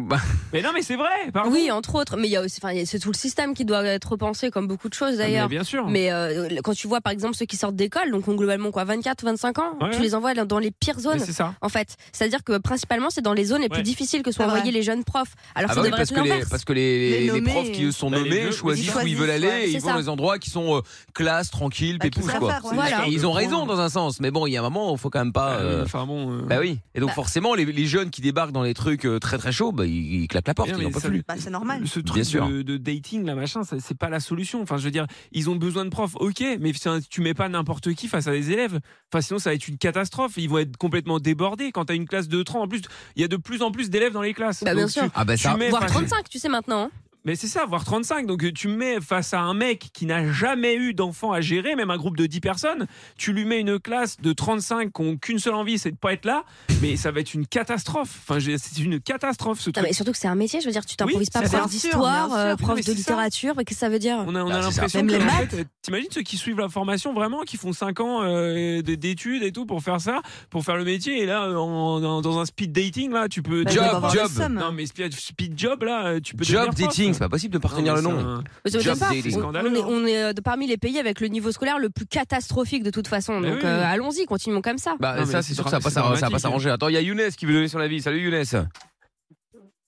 Speaker 3: Mais non, mais c'est vrai Eh, pardon.
Speaker 5: Oui, entre autres, mais il y a aussi, enfin, il y a- c'est tout le système qui doit être repensé, comme beaucoup de choses
Speaker 3: Ah, mais
Speaker 5: d'ailleurs.
Speaker 3: bien sûr.
Speaker 5: Mais euh, quand tu vois par exemple ceux qui sortent d'école, donc ont globalement quoi, 24, 25 ans,
Speaker 3: Ouais,
Speaker 5: tu
Speaker 3: ouais.
Speaker 5: les envoies dans- dans les pires zones.
Speaker 3: Mais c'est ça.
Speaker 5: En fait, c'est-à-dire que principalement c'est dans les zones les plus
Speaker 2: Ouais.
Speaker 5: difficiles que sont envoyés les jeunes profs. Alors
Speaker 2: Ah
Speaker 5: ça
Speaker 2: bah oui,
Speaker 5: devrait
Speaker 2: parce,
Speaker 5: être
Speaker 2: que les,
Speaker 5: l'inverse.
Speaker 2: parce que les,
Speaker 5: Les
Speaker 2: les
Speaker 5: nommés,
Speaker 2: profs qui eux sont
Speaker 3: Bah, les
Speaker 2: nommés
Speaker 3: vieux,
Speaker 2: choisissent
Speaker 3: ils
Speaker 2: où ils veulent
Speaker 3: choisissent,
Speaker 2: aller
Speaker 3: ouais,
Speaker 2: et ils
Speaker 3: c'est
Speaker 2: vont
Speaker 3: ça. Bah,
Speaker 2: dans les endroits qui sont euh, classe, tranquille, pépouche
Speaker 3: savent
Speaker 2: quoi.
Speaker 3: faire, ouais. Voilà.
Speaker 2: Et ils ont raison dans un sens, mais bon, il y a un moment où faut quand même pas.
Speaker 3: oui,
Speaker 2: euh,
Speaker 3: enfin bon, euh,
Speaker 2: Bah oui. Et donc
Speaker 3: Bah.
Speaker 2: forcément, les, les jeunes qui débarquent dans les trucs euh, très très chauds, bah, ils, ils claquent la porte,
Speaker 3: Mais Eh non,
Speaker 2: ils n'en
Speaker 3: mais
Speaker 2: peuvent
Speaker 3: ça-
Speaker 2: plus.
Speaker 4: Bah, c'est normal.
Speaker 3: ce truc
Speaker 2: Bien sûr.
Speaker 3: De, de dating là machin ça, c'est pas la solution enfin je veux dire ils ont besoin de profs ok mais c'est un- tu mets pas n'importe qui face à des élèves enfin sinon ça va être une catastrophe ils vont être complètement débordés quand t'as une classe de 30 en plus il y a de plus en plus d'élèves dans les classes
Speaker 5: Bah, bien
Speaker 3: Donc,
Speaker 5: sûr.
Speaker 3: tu-
Speaker 2: Ah
Speaker 3: tu mets
Speaker 5: Voire
Speaker 3: face-
Speaker 5: 35, tu sais maintenant. hein.
Speaker 3: mais c'est ça, voire 35. Donc euh, tu me mets face à un mec qui n'a jamais eu d'enfant à gérer, même un groupe de 10 personnes, tu lui mets une classe de 35 qui n'ont qu'une seule envie, c'est de pas être là, mais ça va être une catastrophe. Enfin, j'ai- c'est une catastrophe ce
Speaker 5: Non,
Speaker 3: truc.
Speaker 5: mais surtout que c'est un métier, je veux dire, tu
Speaker 3: Oui,
Speaker 5: t'improvise pas
Speaker 3: c'est ça.
Speaker 5: prof
Speaker 3: Bien sûr,
Speaker 5: d'histoire,
Speaker 3: bien
Speaker 5: euh,
Speaker 3: sûr. Non,
Speaker 5: prof
Speaker 3: mais
Speaker 5: de
Speaker 3: c'est ça.
Speaker 5: littérature, mais qu'est-ce que ça veut dire
Speaker 3: On a, on
Speaker 2: Bah,
Speaker 3: a l'impression que, en fait, euh, t'imagines ceux qui suivent la formation vraiment, qui font 5 ans euh, d- d'études et tout pour faire ça, pour faire le métier, et là, euh, en- en- dans un speed dating, là, tu peux.
Speaker 2: Bah, Job, ils doivent avoir job. le seum.
Speaker 3: Non, mais speed, speed job, là, euh, tu peux.
Speaker 2: Job
Speaker 3: devenir prof.
Speaker 2: dating, dating, c'est pas possible de partenir le nom.
Speaker 5: Mais ça m'étonne
Speaker 2: Job
Speaker 5: pas.
Speaker 2: dating.
Speaker 5: On- On,
Speaker 3: hein.
Speaker 5: est, on est, euh, de- parmi les pays avec le niveau scolaire le plus catastrophique de toute façon.
Speaker 2: Mais
Speaker 5: Donc
Speaker 2: oui.
Speaker 5: euh, allons-y, continuons comme ça.
Speaker 2: Bah, ça, c'est sûr que ça va pas
Speaker 3: c'est
Speaker 2: s'arr- ça va pas
Speaker 3: dramatique, hein.
Speaker 2: s'arranger. Attends, il y a Younes qui veut donner son avis. Salut Younes.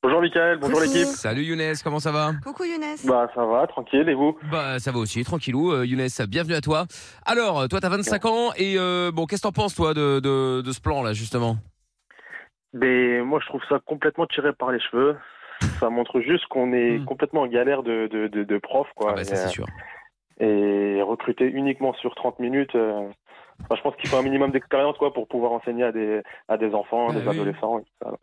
Speaker 23: Bonjour Mickaël, bonjour l'équipe.
Speaker 2: Salut Younes, comment ça va
Speaker 4: Coucou Younes.
Speaker 23: Bah ça va, tranquille, et vous
Speaker 2: Bah ça va aussi, tranquillou. Euh, Younes, bienvenue à toi. Alors, toi, t'as 25 ans et euh, bon, qu'est-ce que t'en penses, toi, de, de, de ce plan là, justement
Speaker 23: Mais moi je trouve ça complètement tiré par les cheveux. Ça montre juste qu'on est complètement en galère de, de, de, de prof. Quoi.
Speaker 2: Hmm. Ah bah, ça,
Speaker 23: Et,
Speaker 2: c'est
Speaker 23: euh,
Speaker 2: sûr.
Speaker 23: Et recruter uniquement sur 30 minutes, euh, enfin, je pense qu'il faut un minimum d'expérience quoi, pour pouvoir enseigner à des, à des
Speaker 2: Bah
Speaker 23: enfants, des adolescents. Et tout ça. Donc,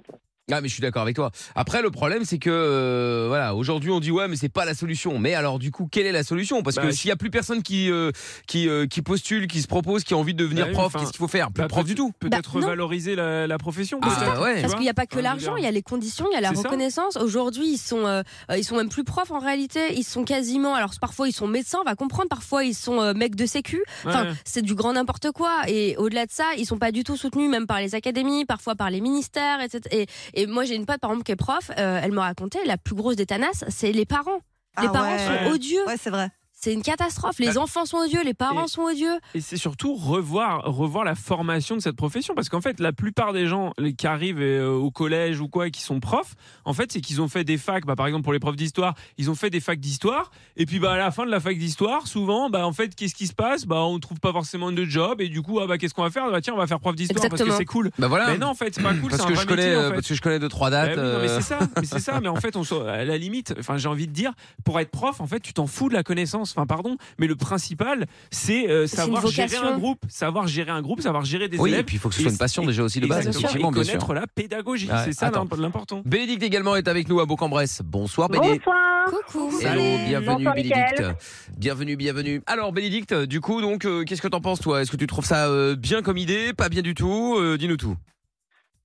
Speaker 2: Ah mais je suis d'accord avec toi. Après le problème c'est que euh, voilà aujourd'hui on dit ouais mais c'est pas la solution. Mais alors du coup quelle est la solution Parce
Speaker 3: Bah,
Speaker 2: que
Speaker 3: je-
Speaker 2: s'il y a plus personne qui euh, qui euh, qui postule, qui se propose, qui a envie de devenir
Speaker 3: Bah oui,
Speaker 2: prof,
Speaker 3: enfin,
Speaker 2: qu'est-ce qu'il faut faire Plus de
Speaker 3: bah,
Speaker 2: prof du tout.
Speaker 3: Peut-être revaloriser la, la profession.
Speaker 2: Ah,
Speaker 3: peut-être,
Speaker 2: ouais.
Speaker 3: tu
Speaker 2: Parce
Speaker 5: Parce
Speaker 3: vois.
Speaker 5: qu'il n'y a pas que
Speaker 3: Enfin, je veux
Speaker 5: l'argent,
Speaker 3: dire.
Speaker 5: il y a les conditions, il y a la
Speaker 3: C'est ça.
Speaker 5: reconnaissance. Aujourd'hui, ils sont, euh, euh, ils sont même plus profs en réalité. Ils sont quasiment. Alors parfois, ils sont médecins, on va comprendre. Parfois, ils sont euh, mecs de sécu. Enfin,
Speaker 8: Ouais.
Speaker 5: c'est du grand n'importe quoi. Et au-delà de ça, ils sont pas du tout soutenus, même par les académies, parfois par les ministères, etc. Et, et moi, j'ai une pote, par exemple, qui est prof. euh, elle me racontait la plus grosse des tanasses, c'est les parents. Les
Speaker 4: Ah
Speaker 5: parents
Speaker 4: ouais.
Speaker 5: sont
Speaker 4: Ouais.
Speaker 5: odieux.
Speaker 4: Ouais, c'est vrai.
Speaker 5: C'est une catastrophe. Les
Speaker 3: Bah,
Speaker 5: enfants sont odieux, les parents
Speaker 3: et-
Speaker 5: sont odieux.
Speaker 3: Et c'est surtout revoir, revoir la formation de cette profession. Parce qu'en fait, la plupart des gens les- qui arrivent euh, au collège ou quoi et qui sont profs, en fait, c'est qu'ils ont fait des facs. Bah, par exemple, pour les profs d'histoire, ils ont fait des facs d'histoire. Et puis, bah, à la fin de la fac d'histoire, souvent, bah, en fait, qu'est-ce qui se passe bah, On ne trouve pas forcément de job. Et du coup, ah, bah, qu'est-ce qu'on va faire bah, Tiens, on va faire prof d'histoire parce que
Speaker 2: Exactement.
Speaker 3: c'est cool.
Speaker 2: Bah, voilà.
Speaker 3: Mais non, en fait, c'est pas cool.
Speaker 2: Parce
Speaker 3: c'est un
Speaker 2: que
Speaker 3: vrai
Speaker 2: je connais,
Speaker 3: métier, en
Speaker 2: euh,
Speaker 3: fait.
Speaker 2: parce que je connais deux, trois
Speaker 3: Bah
Speaker 2: dates,
Speaker 3: oui, non, mais
Speaker 2: euh.
Speaker 3: c'est ça, mais c'est ça. Mais en fait, on, s'en- à la limite, enfin, j'ai envie de dire, pour être prof, en fait, tu t'en fous de la connaissance. Enfin, pardon, mais le principal, c'est euh,
Speaker 2: C'est
Speaker 3: savoir
Speaker 2: une
Speaker 3: gérer
Speaker 2: vocation.
Speaker 3: un groupe, savoir gérer un groupe, savoir gérer des
Speaker 2: Oui,
Speaker 3: élèves.
Speaker 2: et puis il faut que ce soit une passion déjà aussi de base,
Speaker 3: Exactement,
Speaker 2: effectivement,
Speaker 3: et
Speaker 2: bien
Speaker 3: connaître
Speaker 2: sûr.
Speaker 3: la pédagogie,
Speaker 2: Ouais,
Speaker 3: c'est ça
Speaker 2: attends.
Speaker 3: l'imp- l'important.
Speaker 2: Bénédicte également est avec nous à Bourg-en-Bresse. Bonsoir Bénédicte.
Speaker 11: Bonsoir.
Speaker 5: Coucou.
Speaker 2: Hello, bienvenue
Speaker 11: Bonsoir,
Speaker 2: Bénédicte.
Speaker 11: Mickaël.
Speaker 2: Bienvenue, bienvenue. Alors Bénédicte, du coup donc euh, qu'est-ce que t'en penses toi Est-ce que tu trouves ça euh, bien comme idée, pas bien du tout Euh, Dis-nous tout.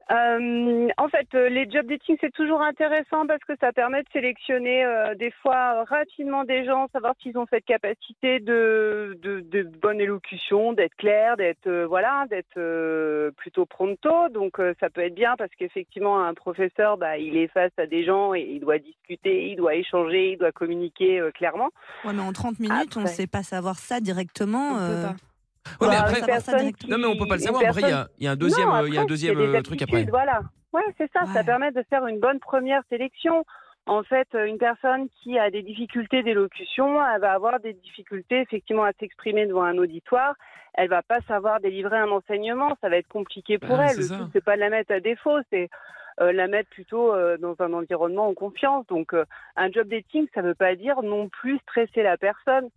Speaker 11: Euh, en fait, euh, les job dating, c'est toujours intéressant parce que ça permet de sélectionner euh, des fois euh, rapidement des gens, savoir s'ils ont cette capacité de, de, de bonne élocution, d'être clair, d'être euh, voilà, d'être euh, plutôt pronto. Donc euh, ça peut être bien parce qu'effectivement, un professeur, bah, il est face à des gens et il doit discuter, il doit échanger, il doit communiquer euh, clairement.
Speaker 4: Ouais, mais en
Speaker 5: Ah,
Speaker 4: 30 minutes, on ne
Speaker 11: Après.
Speaker 4: sait pas savoir ça directement. euh,
Speaker 2: Ouais, mais
Speaker 11: Bah,
Speaker 2: après-
Speaker 11: une personne qui-
Speaker 2: Non mais on peut pas le
Speaker 11: une
Speaker 2: savoir. Après il y a,
Speaker 11: personne-
Speaker 2: il y a un deuxième,
Speaker 11: Non,
Speaker 2: euh, il y a un
Speaker 11: après,
Speaker 2: deuxième
Speaker 11: il y a des
Speaker 2: euh, truc après.
Speaker 11: aptitudes, Voilà. Ouais, c'est ça. Ça permet de faire une bonne première sélection. En fait, euh, une personne qui a des difficultés d'élocution, elle va avoir des difficultés effectivement à s'exprimer devant un auditoire. Elle va pas savoir délivrer un enseignement. Ça va être compliqué pour
Speaker 8: Ah,
Speaker 11: elle.
Speaker 8: c'est
Speaker 11: Le
Speaker 8: ça.
Speaker 11: tout, c'est pas de la mettre à défaut. C'est euh, la mettre plutôt euh, dans un environnement en confiance. Donc, euh, un job dating, ça veut pas dire non plus stresser la personne.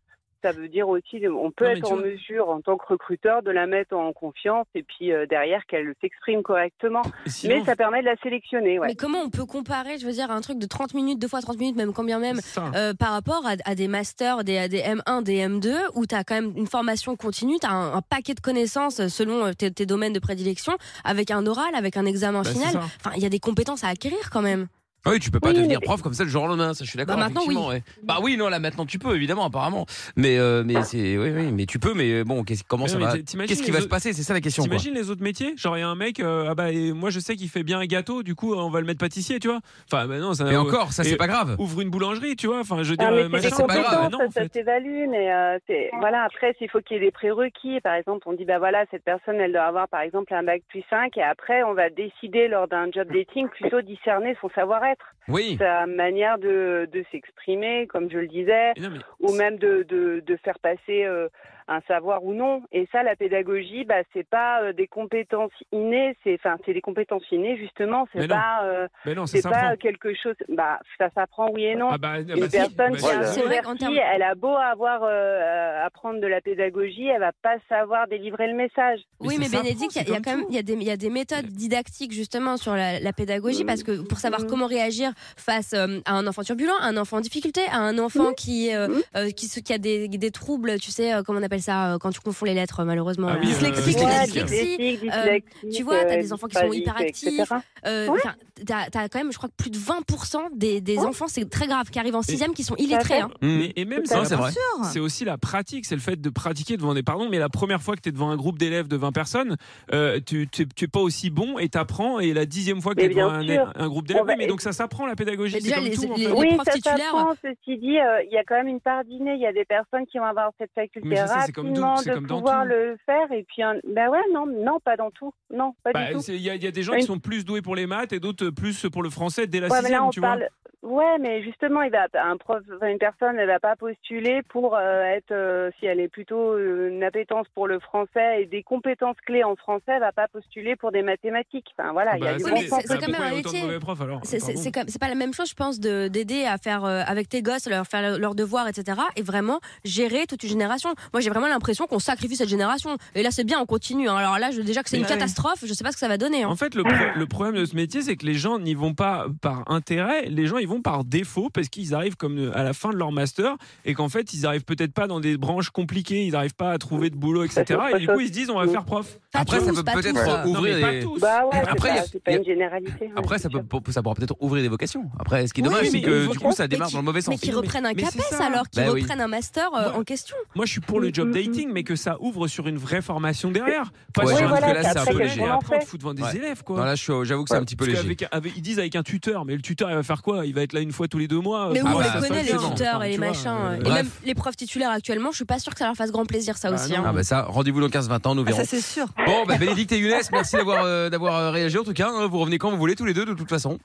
Speaker 11: Ça veut dire aussi, on peut
Speaker 8: Non, mais
Speaker 11: être
Speaker 8: tu
Speaker 11: en
Speaker 8: vois-
Speaker 11: mesure, en tant que recruteur, de la mettre en confiance et puis euh, derrière qu'elle s'exprime correctement.
Speaker 5: sinon-
Speaker 11: Mais ça permet de la sélectionner. Ouais.
Speaker 5: Mais comment on peut comparer, je veux dire, un truc de 30 minutes, deux fois 30 minutes, même combien même, euh, par rapport à, à des masters, des, à des M1, des M2, où tu as quand même une formation continue, tu as un, un paquet de connaissances euh, selon euh, tes, tes domaines de prédilection, avec un oral, avec un
Speaker 2: Bah,
Speaker 5: examen
Speaker 2: c'est
Speaker 5: final.
Speaker 2: ça.
Speaker 5: Enfin, il y a des compétences à acquérir quand même.
Speaker 2: Ah oui, tu peux pas
Speaker 5: Oui,
Speaker 2: devenir
Speaker 5: mais-
Speaker 2: prof comme ça le jour au lendemain, ça je suis d'accord.
Speaker 5: Bah, maintenant,
Speaker 2: effectivement,
Speaker 5: oui.
Speaker 2: ouais. Bah oui, non, là maintenant tu peux évidemment apparemment. Mais euh, mais c'est oui oui, mais tu peux mais euh, bon, qu'est-ce- comment
Speaker 3: Mais
Speaker 2: ça
Speaker 3: non, mais
Speaker 2: va
Speaker 3: t- t'imagines
Speaker 2: Qu'est-ce qui
Speaker 3: les
Speaker 2: va se
Speaker 3: autres-
Speaker 2: passer C'est ça la question quoi.
Speaker 3: T'imagines les autres métiers Genre, il y a un mec, euh, ah bah, et moi je sais qu'il fait bien un gâteau, du coup, on va le mettre pâtissier, tu vois. Enfin, bah non, ça.
Speaker 2: Et encore, ça, c'est
Speaker 3: et
Speaker 2: pas grave.
Speaker 3: Ouvre une boulangerie, tu vois. Enfin, je veux dire,
Speaker 11: Non, Ah, mais
Speaker 3: euh,
Speaker 11: c'est des
Speaker 3: machin,
Speaker 2: Bah
Speaker 3: c'est pas grave.
Speaker 11: compétences,
Speaker 3: Non,
Speaker 11: ça, ça s'évalue, mais euh, c'est- voilà, après, s'il faut qu'il y ait des prérequis, par exemple, on dit, bah voilà, cette personne, elle doit avoir, par exemple, un bac plus 5, et après, on va décider, lors d'un job dating, plutôt discerner son savoir-être,
Speaker 2: Oui.
Speaker 11: sa manière de, de s'exprimer, comme je le disais, ou même de, de, de faire passer euh, un savoir ou non. Et ça, la pédagogie, bah, c'est pas euh, des compétences innées, c'est enfin, c'est des compétences innées, justement,
Speaker 3: Mais
Speaker 11: c'est
Speaker 3: non.
Speaker 11: pas, euh,
Speaker 3: Mais non, ça
Speaker 11: c'est pas
Speaker 3: s'apprend.
Speaker 11: quelque chose, bah, ça s'apprend, oui et non.
Speaker 3: Ah bah, ah bah
Speaker 11: Une
Speaker 3: si,
Speaker 11: personne
Speaker 3: bah
Speaker 11: qui
Speaker 3: si.
Speaker 11: a un
Speaker 3: C'est vrai
Speaker 11: peu
Speaker 3: qu'en
Speaker 11: d'appli,
Speaker 3: termes-
Speaker 11: elle a beau avoir euh, apprendre de la pédagogie, elle va pas savoir délivrer le message.
Speaker 5: oui, mais Bénédicte, il y a- il y, a quand même il y a des, il y a des méthodes didactiques justement sur la, la pédagogie parce que pour
Speaker 15: Mm.
Speaker 5: savoir comment réagir face euh, à un enfant
Speaker 15: Mm.
Speaker 5: turbulent, à un enfant en difficulté, à un enfant qui, euh, euh, qui, se- qui a des, des troubles, tu sais, euh, comment on appelle appelle ça euh, quand tu confonds les lettres, malheureusement.
Speaker 15: Ah oui,
Speaker 5: euh,
Speaker 15: Dyslexique,
Speaker 5: ouais,
Speaker 15: dyslexique.
Speaker 5: dyslexie,
Speaker 15: Dyslexique,
Speaker 5: euh,
Speaker 15: dyslexique,
Speaker 5: tu vois, t'as
Speaker 15: euh,
Speaker 5: des enfants qui sont
Speaker 15: dysphasie,
Speaker 5: hyperactifs.
Speaker 15: etc.
Speaker 5: euh,
Speaker 15: Ouais.
Speaker 5: enfin, T'as t'as quand même, je crois que plus de 20% des, des enfants, c'est très grave, qui arrivent en 6 qui sont illettrés. hein.
Speaker 15: Mm.
Speaker 3: Mais- et même
Speaker 11: Bah,
Speaker 5: Tout à
Speaker 3: c'est la-
Speaker 5: fait. C'est vrai. Bien sûr.
Speaker 3: c'est aussi la pratique, c'est le fait de pratiquer devant des pardons, mais la première fois que tu es devant un groupe d'élèves de 20 personnes, euh, tu tu- tu es pas aussi bon et t'apprends et la dixième fois que tu
Speaker 11: Mais
Speaker 3: es devant
Speaker 11: bien
Speaker 3: un,
Speaker 11: sûr.
Speaker 3: un groupe d'élèves,
Speaker 11: On va-
Speaker 3: oui, mais donc ça s'apprend la pédagogie, c'est comme tout en fait.
Speaker 11: oui, ça
Speaker 3: hein.
Speaker 11: s'apprend, Ceci dit, euh, il y a quand même une part d'inné. Il y a des personnes qui vont avoir cette
Speaker 3: Mais
Speaker 11: faculté
Speaker 3: je sais, c'est comme
Speaker 11: rapidement
Speaker 3: tout, c'est
Speaker 11: de
Speaker 3: comme dans
Speaker 11: pouvoir
Speaker 3: tout.
Speaker 11: le faire. Et puis, un... ben ouais, non, non, pas dans tout, non, pas
Speaker 3: Bah,
Speaker 11: du tout.
Speaker 3: c'est- Il y, a- il y a des gens qui
Speaker 11: Une-
Speaker 3: sont plus doués pour les maths et d'autres plus pour le français dès la
Speaker 11: Ouais, mais
Speaker 3: sixième,
Speaker 11: là, on
Speaker 3: tu
Speaker 11: parle-
Speaker 3: vois.
Speaker 11: Ouais, mais justement, il va un prof, enfin, une personne, elle va pas postuler pour euh, être, euh, si elle est plutôt euh, une appétence pour le français et des compétences clés en français, elle va pas postuler pour des mathématiques. Enfin voilà, il y a
Speaker 3: Bah,
Speaker 11: du
Speaker 3: c'est-
Speaker 11: bon
Speaker 3: c'est-
Speaker 11: sens
Speaker 3: c'est quand
Speaker 11: aussi.
Speaker 3: même un Pourquoi il y a autant de métier. mauvais profs, alors
Speaker 5: C'est- C'est
Speaker 3: Pardon.
Speaker 5: c'est quand même- c'est pas la même chose, je pense, de- d'aider à faire euh, avec tes gosses, à leur faire leur- leurs devoirs, etc. Et vraiment gérer toute une génération. Moi, j'ai vraiment l'impression qu'on sacrifie cette génération. Et là, c'est bien, on continue. hein. Alors là, je, déjà que c'est une
Speaker 3: Mais-
Speaker 5: catastrophe, je sais pas ce que ça va donner. hein.
Speaker 3: En fait, le, pro- le problème de ce métier, c'est que les gens n'y vont pas par intérêt, les gens y vont par défaut parce qu'ils arrivent comme euh, à la fin de leur master et qu'en fait, ils arrivent peut-être pas dans des branches compliquées, ils n'arrivent pas à trouver de boulot, etc. Et du coup, ils se disent, on va faire prof.
Speaker 2: Après, ça peut peut-être
Speaker 3: Non, mais
Speaker 2: ouvrir
Speaker 3: pas
Speaker 2: des-
Speaker 3: tous.
Speaker 11: Bah ouais,
Speaker 2: Après,
Speaker 11: c'est
Speaker 2: il y
Speaker 11: pas,
Speaker 2: a-
Speaker 11: c'est pas
Speaker 2: il y a-
Speaker 11: une généralité. hein.
Speaker 2: Après, ça peut, ça pourra peut-être ouvrir des vocations. Après, ce qui est
Speaker 5: Oui,
Speaker 2: dommage,
Speaker 5: mais
Speaker 2: c'est
Speaker 5: il
Speaker 2: que
Speaker 5: faut
Speaker 2: du coup, ça
Speaker 5: mais
Speaker 2: démarre
Speaker 5: qui-
Speaker 2: dans le mauvais sens.
Speaker 5: Mais qu'ils reprennent un
Speaker 3: mais c'est
Speaker 5: CAPES
Speaker 3: ça.
Speaker 5: alors, qu'ils
Speaker 2: Bah oui.
Speaker 5: reprennent un master euh, en question.
Speaker 3: Moi, je suis pour le job dating, mais que ça ouvre sur une vraie formation derrière. Pas
Speaker 2: Ouais,
Speaker 3: sur
Speaker 2: je
Speaker 3: un
Speaker 2: pense
Speaker 3: truc
Speaker 2: que là,
Speaker 3: que
Speaker 2: c'est un peu léger.
Speaker 3: Et après, on te fout devant
Speaker 2: Ouais.
Speaker 3: des élèves, quoi.
Speaker 2: Non, là, je suis- j'avoue que c'est un petit peu
Speaker 3: Parce
Speaker 2: léger.
Speaker 3: qu'avec- avec- ils disent avec un tuteur, mais le tuteur, il va faire quoi Il va être là une fois tous les deux mois.
Speaker 5: Mais
Speaker 3: euh,
Speaker 5: où
Speaker 3: pour
Speaker 5: on
Speaker 3: faire
Speaker 5: les
Speaker 3: ça,
Speaker 5: connaît, les
Speaker 3: c'est bon.
Speaker 5: tuteurs et les
Speaker 3: Tu vois,
Speaker 5: machins.
Speaker 3: euh,
Speaker 5: et même les profs titulaires actuellement, je suis pas sûre que ça leur fasse grand plaisir, ça aussi. hein. Ah,
Speaker 2: Ah bah ça, rendez-vous dans 15-20 ans, nous
Speaker 3: Ah,
Speaker 2: verrons.
Speaker 5: ça, c'est sûr.
Speaker 2: Bon, bah Bénédicte et Younes, merci d'avoir euh, d'avoir euh, réagi en tout cas. hein. Vous revenez quand vous voulez, tous les deux, de toute façon.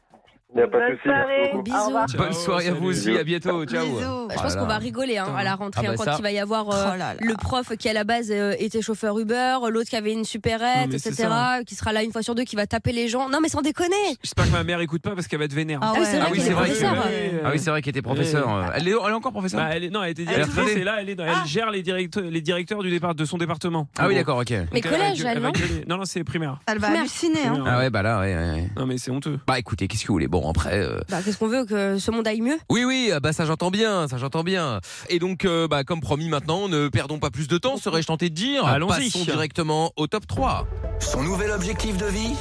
Speaker 25: Il n'y a
Speaker 11: Bonne soirée. Au revoir.
Speaker 2: Bonne soirée à vous aussi, à bientôt, ciao. Oh
Speaker 5: Bah, je pense
Speaker 3: Ah
Speaker 5: qu'on va rigoler hein, à la rentrée
Speaker 2: Ah bah
Speaker 5: hein, quand
Speaker 2: ça.
Speaker 5: il va y avoir euh,
Speaker 2: Oh là là.
Speaker 5: le prof qui à la base euh, était chauffeur Uber, l'autre qui avait une
Speaker 3: Non,
Speaker 5: supérette,
Speaker 3: mais c'est
Speaker 5: etc.
Speaker 3: ça.
Speaker 5: Qui sera là une fois sur deux, qui va taper les gens. Non mais sans déconner.
Speaker 3: J'espère que ma mère écoute pas parce qu'elle va être vénère.
Speaker 5: Ah Ah ouais. c'est vrai
Speaker 2: Ah oui,
Speaker 5: qu'il
Speaker 2: c'est
Speaker 5: est
Speaker 2: vrai.
Speaker 5: professeur.
Speaker 2: que- Ah oui, c'est vrai qu'elle était professeur.
Speaker 3: Ouais.
Speaker 2: euh, Elle est, elle est encore professeure
Speaker 3: Bah, elle est- non, elle était
Speaker 2: Elle est
Speaker 3: directrice
Speaker 2: retraitée
Speaker 3: et là, elle, est dans- elle gère les directeurs, les directeurs du départ, de son département.
Speaker 2: Ah oui,
Speaker 3: En gros.
Speaker 2: d'accord, ok. Mais
Speaker 3: Donc, elle va
Speaker 5: collège,
Speaker 3: gueuler-
Speaker 5: elle,
Speaker 3: va
Speaker 5: non
Speaker 3: gueuler. Non, non, c'est primaire.
Speaker 5: Elle va halluciner.
Speaker 3: hein.
Speaker 2: Ah ouais, bah là, ouais, ouais.
Speaker 3: Non, mais c'est honteux.
Speaker 2: Bah écoutez, qu'est-ce que vous voulez Bon, après. euh,
Speaker 5: Bah, qu'est-ce qu'on veut que ce monde aille mieux
Speaker 2: Oui, oui, ah bah ça j'entends bien, ça j'entends bien. Et donc, euh, bah, comme promis maintenant, ne perdons pas plus de temps, serais-je tenté de dire.
Speaker 1: Allons-y.
Speaker 2: Passons directement au top 3.
Speaker 1: Son nouvel objectif de vie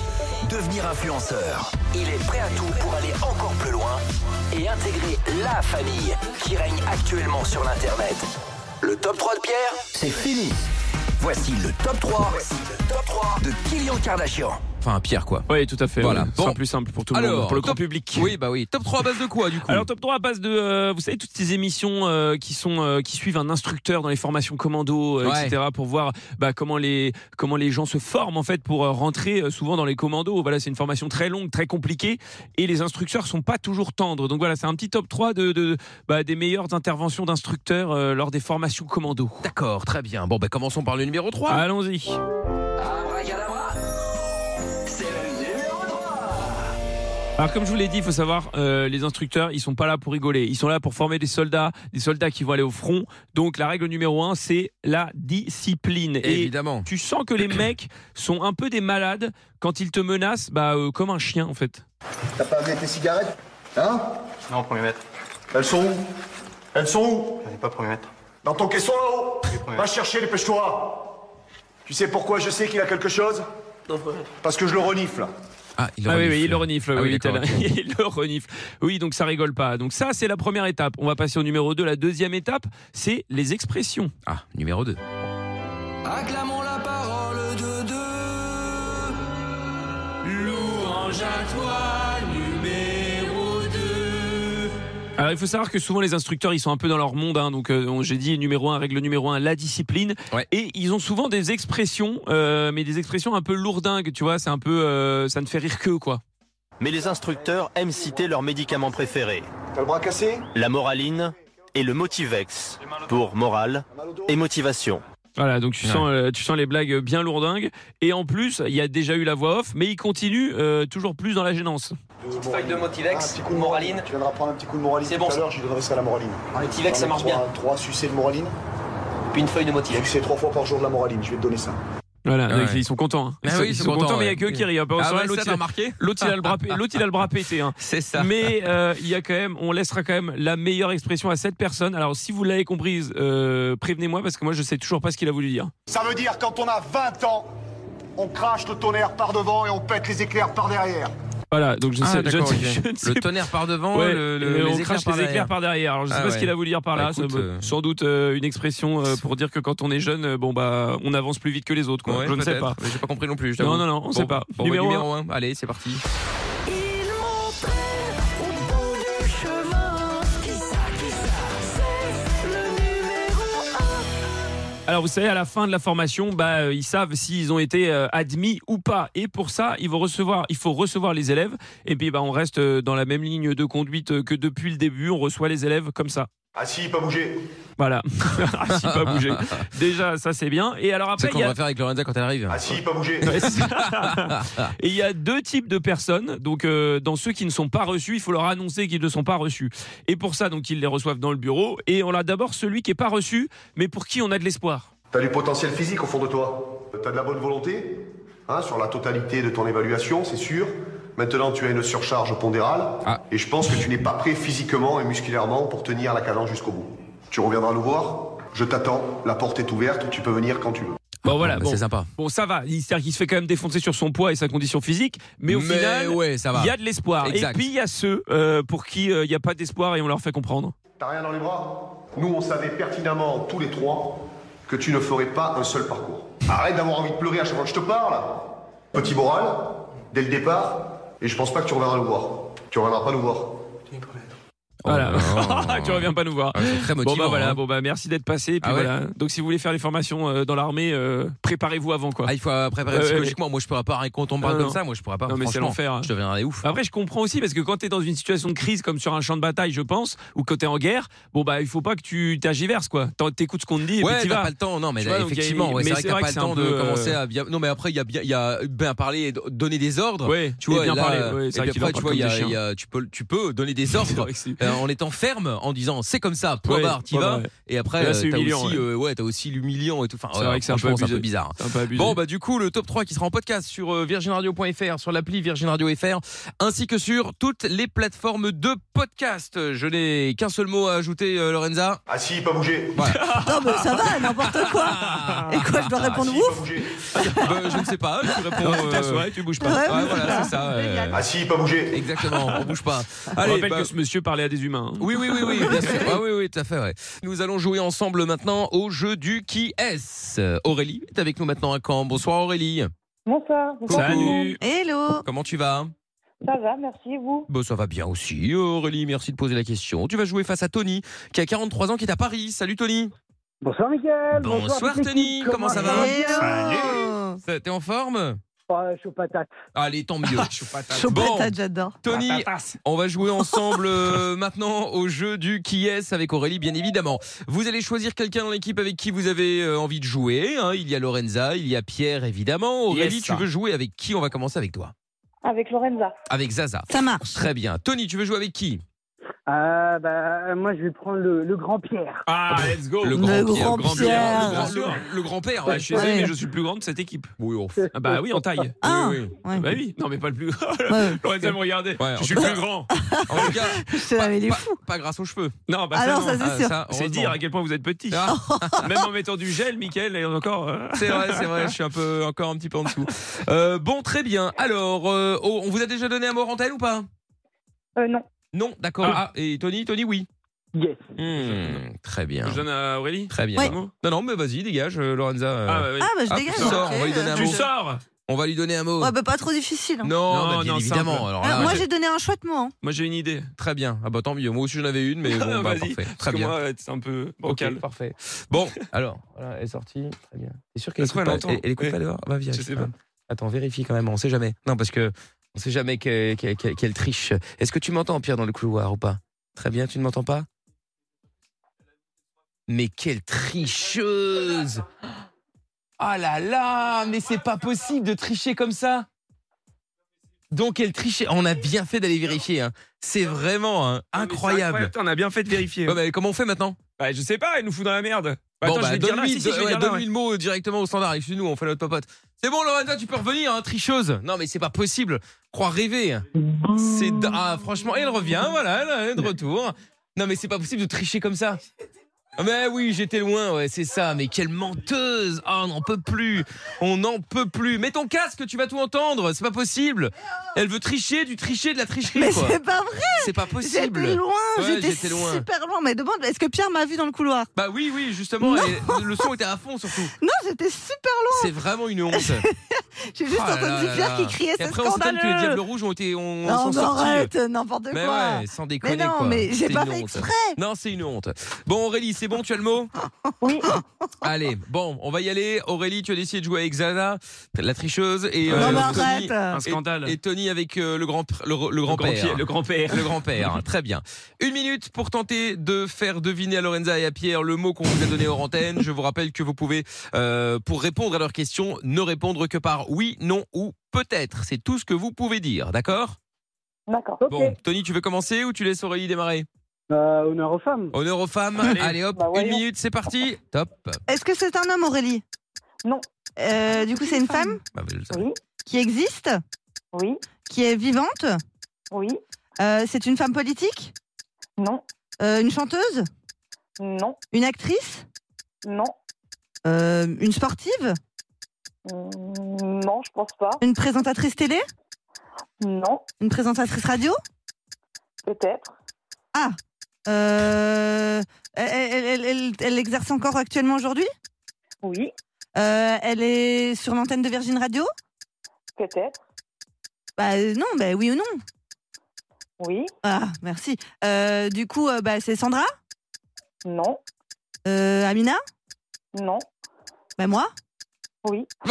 Speaker 1: Devenir influenceur. Il est prêt à tout pour aller encore plus loin et intégrer la famille qui règne actuellement sur l'Internet. Le top 3 de Pierre, c'est fini. Voici le top 3, le top 3 de Kylian Kardashian.
Speaker 2: Enfin, Pierre, quoi.
Speaker 3: Oui, tout à fait.
Speaker 2: Voilà.
Speaker 3: ouais. Ce sera plus simple pour tout le
Speaker 2: Alors,
Speaker 3: monde, pour le grand
Speaker 2: top-
Speaker 3: public.
Speaker 2: Oui, bah oui. Top 3 à base de quoi, du coup
Speaker 3: Alors top 3 à base de, euh, vous savez, toutes ces émissions euh, qui sont euh, qui suivent un instructeur dans les formations commando, euh,
Speaker 2: Ouais.
Speaker 3: etc., pour voir bah, comment les comment les gens se forment en fait pour euh, rentrer euh, souvent dans les commandos. Voilà, c'est une formation très longue, très compliquée, et les instructeurs sont pas toujours tendres. Donc voilà, c'est un petit top 3 de, de- bah, des meilleures interventions d'instructeurs euh, lors des formations commando.
Speaker 2: D'accord, très bien. Bon, bah commençons par le numéro 3.
Speaker 3: Allons-y. Alors comme je vous l'ai dit, il faut savoir, euh, les instructeurs, ils sont pas là pour rigoler. Ils sont là pour former des soldats, des soldats qui vont aller au front. Donc la règle numéro un, c'est la discipline.
Speaker 2: Évidemment.
Speaker 3: Tu sens que les mecs sont un peu des malades quand ils te menacent, bah euh, comme un chien en fait.
Speaker 26: T'as pas amené tes cigarettes Hein Non, premier maître. Elles sont où Elles sont où Je n'ai pas premier maître. Dans ton caisson là-haut Va chercher, dépêche-toi Tu sais pourquoi je sais qu'il a quelque chose Non, premier maître. Parce que je le renifle.
Speaker 2: Ah, il
Speaker 3: ah oui,
Speaker 2: renifle.
Speaker 3: oui, il le renifle.
Speaker 2: Ah oui,
Speaker 3: oui, il,
Speaker 2: d'accord,
Speaker 3: t'a- il le renifle. Oui, donc ça rigole pas. Donc ça, c'est la première étape. On va passer au numéro 2. La deuxième étape, c'est les expressions.
Speaker 2: Ah, numéro 2.
Speaker 1: Acclamons la parole de deux. Louange à toi, numéro 2.
Speaker 3: Alors il faut savoir que souvent les instructeurs ils sont un peu dans leur monde hein. donc euh, on- j'ai dit numéro un règle numéro un la discipline et ils ont souvent des expressions euh, mais des expressions un peu lourdingues tu vois c'est un peu euh, ça ne fait rire que quoi
Speaker 27: Mais les instructeurs aiment citer leurs médicaments préférés.
Speaker 26: T'as le bras cassé
Speaker 27: La moraline et le motivex pour morale et motivation.
Speaker 3: voilà donc tu sens euh, tu sens les blagues bien lourdingues et en plus il y a déjà eu la voix off mais ils continuent euh, toujours plus dans la gênance
Speaker 26: Petite feuille de motivex, un petit coup de moraline. Tu viendras prendre un petit coup de moraline. C'est bon. Tout à l'heure, je lui donnerai ça à la moraline.
Speaker 1: les Tivex, ça marche bien.
Speaker 26: Trois sucés de moraline. Puis une feuille de motivex. Sucé trois fois par jour de la moraline, je vais te donner ça.
Speaker 3: Voilà,
Speaker 2: Ah ouais.
Speaker 3: donc ils sont contents. hein.
Speaker 2: Ah
Speaker 3: ils, sont-
Speaker 2: oui,
Speaker 3: ils sont contents, mais il n'y a que eux qui rient. hein. Par
Speaker 2: Ah
Speaker 3: exemple,
Speaker 2: ouais, ça,
Speaker 3: l'autre, il
Speaker 2: t'as
Speaker 3: a-
Speaker 2: remarqué
Speaker 3: L'autre, il a le bras, pé- l'autre, il a le bras pété. hein.
Speaker 2: C'est ça.
Speaker 3: Mais euh, il y a quand même, on laissera quand même la meilleure expression à cette personne. Alors, si vous l'avez comprise, euh, prévenez-moi parce que moi, je sais toujours pas ce qu'il a voulu dire.
Speaker 12: Ça veut dire quand on a 20 ans, on crache le tonnerre par devant et on pète les éclairs par derrière.
Speaker 3: Voilà, donc je,
Speaker 2: Ah,
Speaker 3: sais, je,
Speaker 2: d'accord,
Speaker 3: ne-
Speaker 2: ok.
Speaker 3: je ne
Speaker 2: Le
Speaker 3: sais pas.
Speaker 2: tonnerre par devant,
Speaker 3: Ouais,
Speaker 2: le- le-
Speaker 3: et
Speaker 2: les
Speaker 3: on
Speaker 2: éclairs
Speaker 3: crache
Speaker 2: par
Speaker 3: les éclairs
Speaker 2: derrière.
Speaker 3: par derrière. Alors je sais
Speaker 2: Ah
Speaker 3: pas ce
Speaker 2: ouais.
Speaker 3: qu'il a voulu dire par là.
Speaker 2: Bah, écoute,
Speaker 3: Ça me-
Speaker 2: euh,
Speaker 3: Sans doute euh, une expression euh, pour dire que quand on est jeune, euh, bon bah on avance plus vite que les autres. Quoi.
Speaker 2: Ouais,
Speaker 3: je ne sais
Speaker 2: peut-être.
Speaker 3: pas.
Speaker 2: J'ai pas compris non plus. je
Speaker 3: Non
Speaker 2: t'avoue.
Speaker 3: non non, on ne
Speaker 2: Bon,
Speaker 3: sait pas.
Speaker 2: bon, bah,
Speaker 3: numéro,
Speaker 2: numéro
Speaker 3: 1.
Speaker 2: 1. Allez, c'est parti.
Speaker 3: Alors vous savez, à la fin de la formation, bah, euh, ils savent s'ils ont été euh, admis ou pas. Et pour ça, ils vont recevoir, il faut recevoir les élèves. Et puis bah, on reste euh, dans la même ligne de conduite euh, que depuis le début. On reçoit les élèves comme ça.
Speaker 12: Assis, pas bouger.
Speaker 3: Voilà. Ah, si, pas bouger. Déjà, ça c'est bien. Et alors
Speaker 2: C'est ce
Speaker 3: après, il
Speaker 2: qu'on
Speaker 3: y a...
Speaker 2: va faire avec Lorenza quand elle arrive. Ah
Speaker 12: si, pas bouger.
Speaker 3: Et il y a deux types de personnes. Donc, euh, dans ceux qui ne sont pas reçus, il faut leur annoncer qu'ils ne sont pas reçus. Et pour ça, donc, ils les reçoivent dans le bureau. Et on a d'abord celui qui n'est pas reçu, mais pour qui on a de l'espoir.
Speaker 12: T'as du potentiel physique au fond de toi. T'as de la bonne volonté, hein, sur la totalité de ton évaluation, c'est sûr. Maintenant, tu as une surcharge pondérale. Et je pense que tu n'es pas prêt physiquement et musculairement pour tenir la cadence jusqu'au bout. Tu reviendras nous voir. Je t'attends. La porte est ouverte. Tu peux venir quand tu veux.
Speaker 3: Bon, voilà.
Speaker 2: bah,
Speaker 3: bon.
Speaker 2: c'est sympa.
Speaker 3: Bon, ça va. Il, c'est-à-dire qu'il se fait quand même défoncer sur son poids et sa condition physique. Mais au
Speaker 2: Mais
Speaker 3: final,
Speaker 2: ouais, ça va.
Speaker 3: il y a de l'espoir. Et
Speaker 2: Exact.
Speaker 3: puis, il y a ceux euh, pour qui euh, il n'y a pas d'espoir et on leur fait comprendre.
Speaker 12: T'as rien dans les bras Nous, on savait pertinemment, tous les trois, que tu ne ferais pas un seul parcours. Arrête d'avoir envie de pleurer à chaque fois que je te parle. Petit moral, dès le départ, et je pense pas que tu reviendras nous voir. Tu reviendras pas nous voir.
Speaker 3: Voilà.
Speaker 2: Oh
Speaker 3: tu reviens pas nous voir.
Speaker 2: Ah, très
Speaker 3: bon,
Speaker 2: motivant,
Speaker 3: bah, voilà.
Speaker 2: hein.
Speaker 3: bon, bah, merci d'être passé. Et puis,
Speaker 2: Ah ouais.
Speaker 3: voilà. Donc, si vous voulez faire les formations euh, dans l'armée, euh, préparez-vous avant. Quoi.
Speaker 2: il faut euh, préparer
Speaker 3: Euh,
Speaker 2: psychologiquement. Moi, je pourrais pas. Quand on me parle
Speaker 3: Non,
Speaker 2: comme
Speaker 3: non.
Speaker 2: ça, moi, je pourrais pas.
Speaker 3: Non, mais c'est
Speaker 2: franchement.
Speaker 3: l'enfer. hein.
Speaker 2: Je deviendrais ouf.
Speaker 3: Après, je comprends aussi parce que quand t'es dans une situation de crise comme sur un champ de bataille, je pense, ou quand t'es en guerre, bon bah il faut pas que tu t'agiverses quoi. T'en- T'écoutes ce qu'on te dit. et
Speaker 2: Ouais,
Speaker 3: puis t'y
Speaker 2: t'as
Speaker 3: vas.
Speaker 2: pas le temps. Non, mais
Speaker 3: Tu vois, donc,
Speaker 2: effectivement,
Speaker 3: y a-
Speaker 2: ouais,
Speaker 3: mais
Speaker 2: c'est vrai que t'as pas le
Speaker 3: c'est un
Speaker 2: temps
Speaker 3: peu,
Speaker 2: de
Speaker 3: euh,
Speaker 2: commencer à bien. Non, mais après, il y a bien, il y a bien parler et do- donner des ordres.
Speaker 3: Ouais,
Speaker 2: tu vois,
Speaker 3: et bien
Speaker 2: là,
Speaker 3: parler,
Speaker 2: euh,
Speaker 3: ouais,
Speaker 2: et
Speaker 3: c'est vrai
Speaker 2: puis
Speaker 3: qu'il en
Speaker 2: après, tu
Speaker 3: parle
Speaker 2: vois,
Speaker 3: comme
Speaker 2: il y a-
Speaker 3: des chiens.
Speaker 2: il y a- tu peux, tu peux donner des ordres euh, en étant ferme, en disant c'est comme ça. Point
Speaker 3: Ouais,
Speaker 2: barre, t'y
Speaker 3: ouais,
Speaker 2: vas.
Speaker 3: ouais.
Speaker 2: Et après,
Speaker 3: Là,
Speaker 2: euh,
Speaker 3: c'est
Speaker 2: t'as
Speaker 3: humiliant,
Speaker 2: aussi,
Speaker 3: ouais.
Speaker 2: euh, ouais, t'as aussi l'humiliant et tout. Enfin,
Speaker 3: C'est
Speaker 2: ouais,
Speaker 3: vrai que c'est un peu
Speaker 2: franchement,
Speaker 3: abusé.
Speaker 2: bizarre.
Speaker 3: C'est un peu abusé.
Speaker 2: Bon, bah du coup, le top 3 qui sera en podcast sur euh, virginradio.fr, sur l'appli Virgin Radio FR, ainsi que sur toutes les plateformes de podcast. Euh, Je n'ai qu'un seul mot à ajouter, euh, Lorenza.
Speaker 12: Assis, Ah, pas bouger.
Speaker 4: Non, mais ça va, n'importe quoi. Et quoi, je dois
Speaker 2: Ah,
Speaker 4: répondre ouf
Speaker 2: je ne sais pas, tu réponds. euh,
Speaker 3: Non, tu t'assois et tu bouges pas.
Speaker 2: Ouais, voilà, c'est ça.
Speaker 4: Ah,
Speaker 2: euh,
Speaker 12: Assis, pas bouger.
Speaker 2: Exactement, on bouge pas.
Speaker 3: Ah, on
Speaker 2: Allez,
Speaker 3: rappelle
Speaker 2: bah,
Speaker 3: que ce monsieur parlait à des humains. hein.
Speaker 2: oui, oui, oui, oui, bien sûr. Ah, oui, oui, tout à fait. ouais. Nous allons jouer ensemble maintenant au jeu du qui est. Aurélie est avec nous maintenant à Caen. Bonsoir Aurélie.
Speaker 9: Bonsoir. bonsoir tout le monde.
Speaker 4: Hello.
Speaker 2: Comment tu vas
Speaker 9: Ça va, merci et vous
Speaker 2: Bah, ça va bien aussi, Aurélie. Merci de poser la question. Tu vas jouer face à Tony, qui a 43 ans, qui est à Paris. Salut, Tony.
Speaker 9: Bonsoir, Mickaël.
Speaker 2: Bonsoir,
Speaker 9: toute
Speaker 2: Tony.
Speaker 9: l'équipe.
Speaker 2: Comment ça va
Speaker 9: Salut.
Speaker 2: Ça- T'es en forme
Speaker 9: Ouais, chaud patate.
Speaker 2: Allez, tant mieux.
Speaker 4: Bon.
Speaker 2: Bon,
Speaker 4: j'adore.
Speaker 2: Tony, on va jouer ensemble euh, maintenant au jeu du qui est avec Aurélie, bien évidemment. Vous allez choisir quelqu'un dans l'équipe avec qui vous avez euh, envie de jouer. hein. Il y a Lorenza, il y a Pierre, évidemment. Aurélie,
Speaker 9: Yes.
Speaker 2: tu veux jouer avec qui On va commencer avec toi.
Speaker 9: Avec Lorenza.
Speaker 2: Avec Zaza.
Speaker 4: Ça marche.
Speaker 2: Très bien. Tony, tu veux jouer avec qui
Speaker 9: Ah, bah, moi, je vais prendre le, le grand Pierre.
Speaker 3: Ah, let's go.
Speaker 2: Le grand Le Pierre,
Speaker 3: grand
Speaker 2: grand le Pierre. Pierre.
Speaker 3: Le grand- le- le grand-père. ouais, je suis
Speaker 9: Ouais.
Speaker 3: désolé, mais je suis le plus grand de cette équipe.
Speaker 2: Oui,
Speaker 3: Ah bah oui, en taille.
Speaker 4: Ah,
Speaker 3: oui, oui. Bah oui, non mais pas le plus grand.
Speaker 4: Ouais.
Speaker 3: Lorenza me regardait.
Speaker 2: Ouais, en
Speaker 3: je suis
Speaker 2: tout
Speaker 3: le
Speaker 2: cas-
Speaker 3: plus grand.
Speaker 2: En tout cas,
Speaker 4: Je l'avais des
Speaker 2: pas,
Speaker 4: fous.
Speaker 2: pas grâce aux cheveux.
Speaker 3: Non, bah
Speaker 4: Ah non,
Speaker 3: non.
Speaker 4: ça, c'est Ah, sûr. ça,
Speaker 3: c'est
Speaker 2: heureusement.
Speaker 3: dire à quel point vous êtes petit. Ah. Même en mettant du gel, Michael, et encore. euh.
Speaker 2: C'est vrai, c'est vrai, je suis un peu, encore un petit peu en dessous. Euh, bon, très bien. Alors, euh, oh, on vous a déjà donné un mot en antenne ou pas
Speaker 3: Euh,
Speaker 9: non.
Speaker 2: Non, d'accord. Ah. et Tony, Tony, oui. Hmm,
Speaker 9: Yes.
Speaker 2: très bien.
Speaker 3: Je donne à Aurélie
Speaker 2: Très bien.
Speaker 3: Ouais.
Speaker 2: Non, non, mais vas-y, dégage, euh, Lorenza. euh.
Speaker 3: Ah, bah oui. Ah, bah, je
Speaker 2: tu
Speaker 3: dégage,
Speaker 2: sors,
Speaker 3: ok.
Speaker 2: on va lui donner un
Speaker 3: Tu
Speaker 2: mot.
Speaker 3: sors
Speaker 2: On va lui donner un mot.
Speaker 4: Ouais, bah, pas trop difficile. hein.
Speaker 2: Non,
Speaker 3: Non,
Speaker 2: bah, bien
Speaker 3: non,
Speaker 2: évidemment.
Speaker 3: simple.
Speaker 2: Alors
Speaker 4: Ah,
Speaker 2: là,
Speaker 4: moi, j'ai donné un chouette mot. hein.
Speaker 3: Moi j'ai une idée.
Speaker 2: Très bien. Ah bah tant mieux. Moi aussi j'en avais une, mais
Speaker 3: Non,
Speaker 2: bon, bah,
Speaker 3: vas-y.
Speaker 2: parfait.
Speaker 3: Parce
Speaker 2: Très
Speaker 3: que
Speaker 2: bien.
Speaker 3: moi, euh, c'est un peu
Speaker 2: Ok,
Speaker 3: bancal.
Speaker 2: parfait. Bon, alors, voilà, elle est sortie. Très bien. T'es sûr qu'elle
Speaker 3: Ça se
Speaker 2: écoute
Speaker 3: voit, elle
Speaker 2: pas Elle,
Speaker 3: entend.
Speaker 2: elle écoute
Speaker 3: Oui.
Speaker 2: pas dehors Ah bah, viens,
Speaker 3: Je sais pas.
Speaker 2: Attends, vérifie quand même. On sait jamais. Non, parce que on sait jamais que- que- que- qu'elle triche. Est-ce que tu m'entends, Pierre, dans le couloir ou pas Très bien. Tu ne m'entends pas Mais quelle tricheuse Ah là là Mais c'est pas possible de tricher comme ça. Donc elle trichait. On a bien fait d'aller vérifier. hein. C'est vraiment hein,
Speaker 3: incroyable.
Speaker 2: incroyable.
Speaker 3: Putain, On a bien fait de vérifier.
Speaker 2: Ouais, mais comment on fait maintenant
Speaker 3: Bah, je sais pas, elle nous fout dans la merde.
Speaker 2: Bon,
Speaker 3: attends, je
Speaker 2: bah,
Speaker 3: vais dire là,
Speaker 2: donne-lui
Speaker 3: si, si, je vais
Speaker 2: ouais,
Speaker 3: dire là,
Speaker 2: donne-lui le mot directement au standard. Excuse-nous, on fait notre papote. C'est bon, Lorenza, tu peux revenir, hein, tricheuse. Non, mais c'est pas possible. Croire rêver. C'est. da- Ah, franchement, elle revient, voilà, elle est de retour. Non, mais c'est pas possible de tricher comme ça. Ah, Mais oui, j'étais loin, ouais, c'est ça. Mais quelle menteuse Ah, on n'en peut plus On n'en peut plus Mets ton casque, tu vas tout entendre C'est pas possible Elle veut tricher, du tricher, de la tricherie,
Speaker 4: Mais
Speaker 2: quoi.
Speaker 4: c'est pas vrai
Speaker 2: C'est pas possible
Speaker 4: J'étais loin,
Speaker 2: Ouais,
Speaker 4: j'étais super loin. Mais demande, est-ce que Pierre m'a vu dans le couloir
Speaker 2: Bah oui, oui, justement, et le son était à fond, surtout.
Speaker 4: Non, j'étais super loin.
Speaker 2: C'est vraiment une honte.
Speaker 4: J'ai juste
Speaker 2: Oh là
Speaker 4: entendu
Speaker 2: là
Speaker 4: Pierre
Speaker 2: là
Speaker 4: qui
Speaker 2: là.
Speaker 4: criait,
Speaker 2: Et
Speaker 4: c'est
Speaker 2: après, on s'étonne
Speaker 4: scandaleux.
Speaker 2: que les Diables Rouges ont été. On,
Speaker 4: non,
Speaker 2: sont
Speaker 4: mais
Speaker 2: sortis. euh,
Speaker 4: arrête, n'importe
Speaker 2: Mais
Speaker 4: quoi.
Speaker 2: ouais, sans déconner.
Speaker 4: Mais non,
Speaker 2: quoi.
Speaker 4: mais j'ai
Speaker 2: C'est
Speaker 4: pas
Speaker 2: une
Speaker 4: fait
Speaker 2: honte.
Speaker 4: exprès.
Speaker 2: Non, c'est une honte. Bon, Aurélie, c'est bon, tu as le mot
Speaker 24: Oui.
Speaker 2: Allez, bon, on va y aller. Aurélie, tu as décidé de jouer avec Zana, la tricheuse, et. euh,
Speaker 3: Non, mais
Speaker 2: Tony-
Speaker 3: arrête. Un
Speaker 2: et-
Speaker 3: scandale.
Speaker 2: Et, Tony avec euh, le grand-père. Le, le
Speaker 3: grand-père,
Speaker 2: grand-père.
Speaker 3: le grand-père.
Speaker 2: Le grand-père, hein, très bien. Une minute pour tenter de faire deviner à Lorenza et à Pierre le mot qu'on vous a donné hors antenne. Je vous rappelle que vous pouvez, euh, pour répondre à leurs questions, ne répondre que par oui, non ou peut-être. C'est tout ce que vous pouvez dire, d'accord
Speaker 9: D'accord.
Speaker 2: Bon, Tony, tu veux commencer ou tu laisses Aurélie démarrer
Speaker 9: Euh, honneur aux femmes.
Speaker 2: Honneur aux femmes. Allez,
Speaker 9: Allez.
Speaker 2: hop,
Speaker 9: Bah,
Speaker 2: une
Speaker 9: voyons.
Speaker 2: minute, c'est parti. Top.
Speaker 4: Euh, Est-ce que c'est un homme, Aurélie Euh,
Speaker 9: Non.
Speaker 4: du coup, c'est une femme
Speaker 9: Oui.
Speaker 4: Qui existe
Speaker 9: Oui.
Speaker 4: Qui est vivante Euh,
Speaker 9: Oui.
Speaker 4: c'est une femme politique Euh,
Speaker 9: Non.
Speaker 4: une chanteuse
Speaker 9: Non.
Speaker 4: Une actrice
Speaker 9: Non.
Speaker 4: Euh, une sportive
Speaker 9: Mm, Non, je pense pas.
Speaker 4: Une présentatrice télé
Speaker 9: Non.
Speaker 4: Une présentatrice radio
Speaker 9: Peut-être.
Speaker 4: Ah Euh, elle, elle- elle- elle- elle exerce encore actuellement aujourd'hui Euh,
Speaker 9: Oui.
Speaker 4: elle est sur l'antenne de Virgin Radio
Speaker 9: Peut-être.
Speaker 4: Bah euh, non, bah oui ou non
Speaker 9: Oui.
Speaker 4: Ah, merci. Euh, du coup, euh, bah, c'est Sandra
Speaker 9: Non.
Speaker 4: Euh, Amina
Speaker 9: Non.
Speaker 4: Bah moi
Speaker 9: Oui.
Speaker 2: Ah,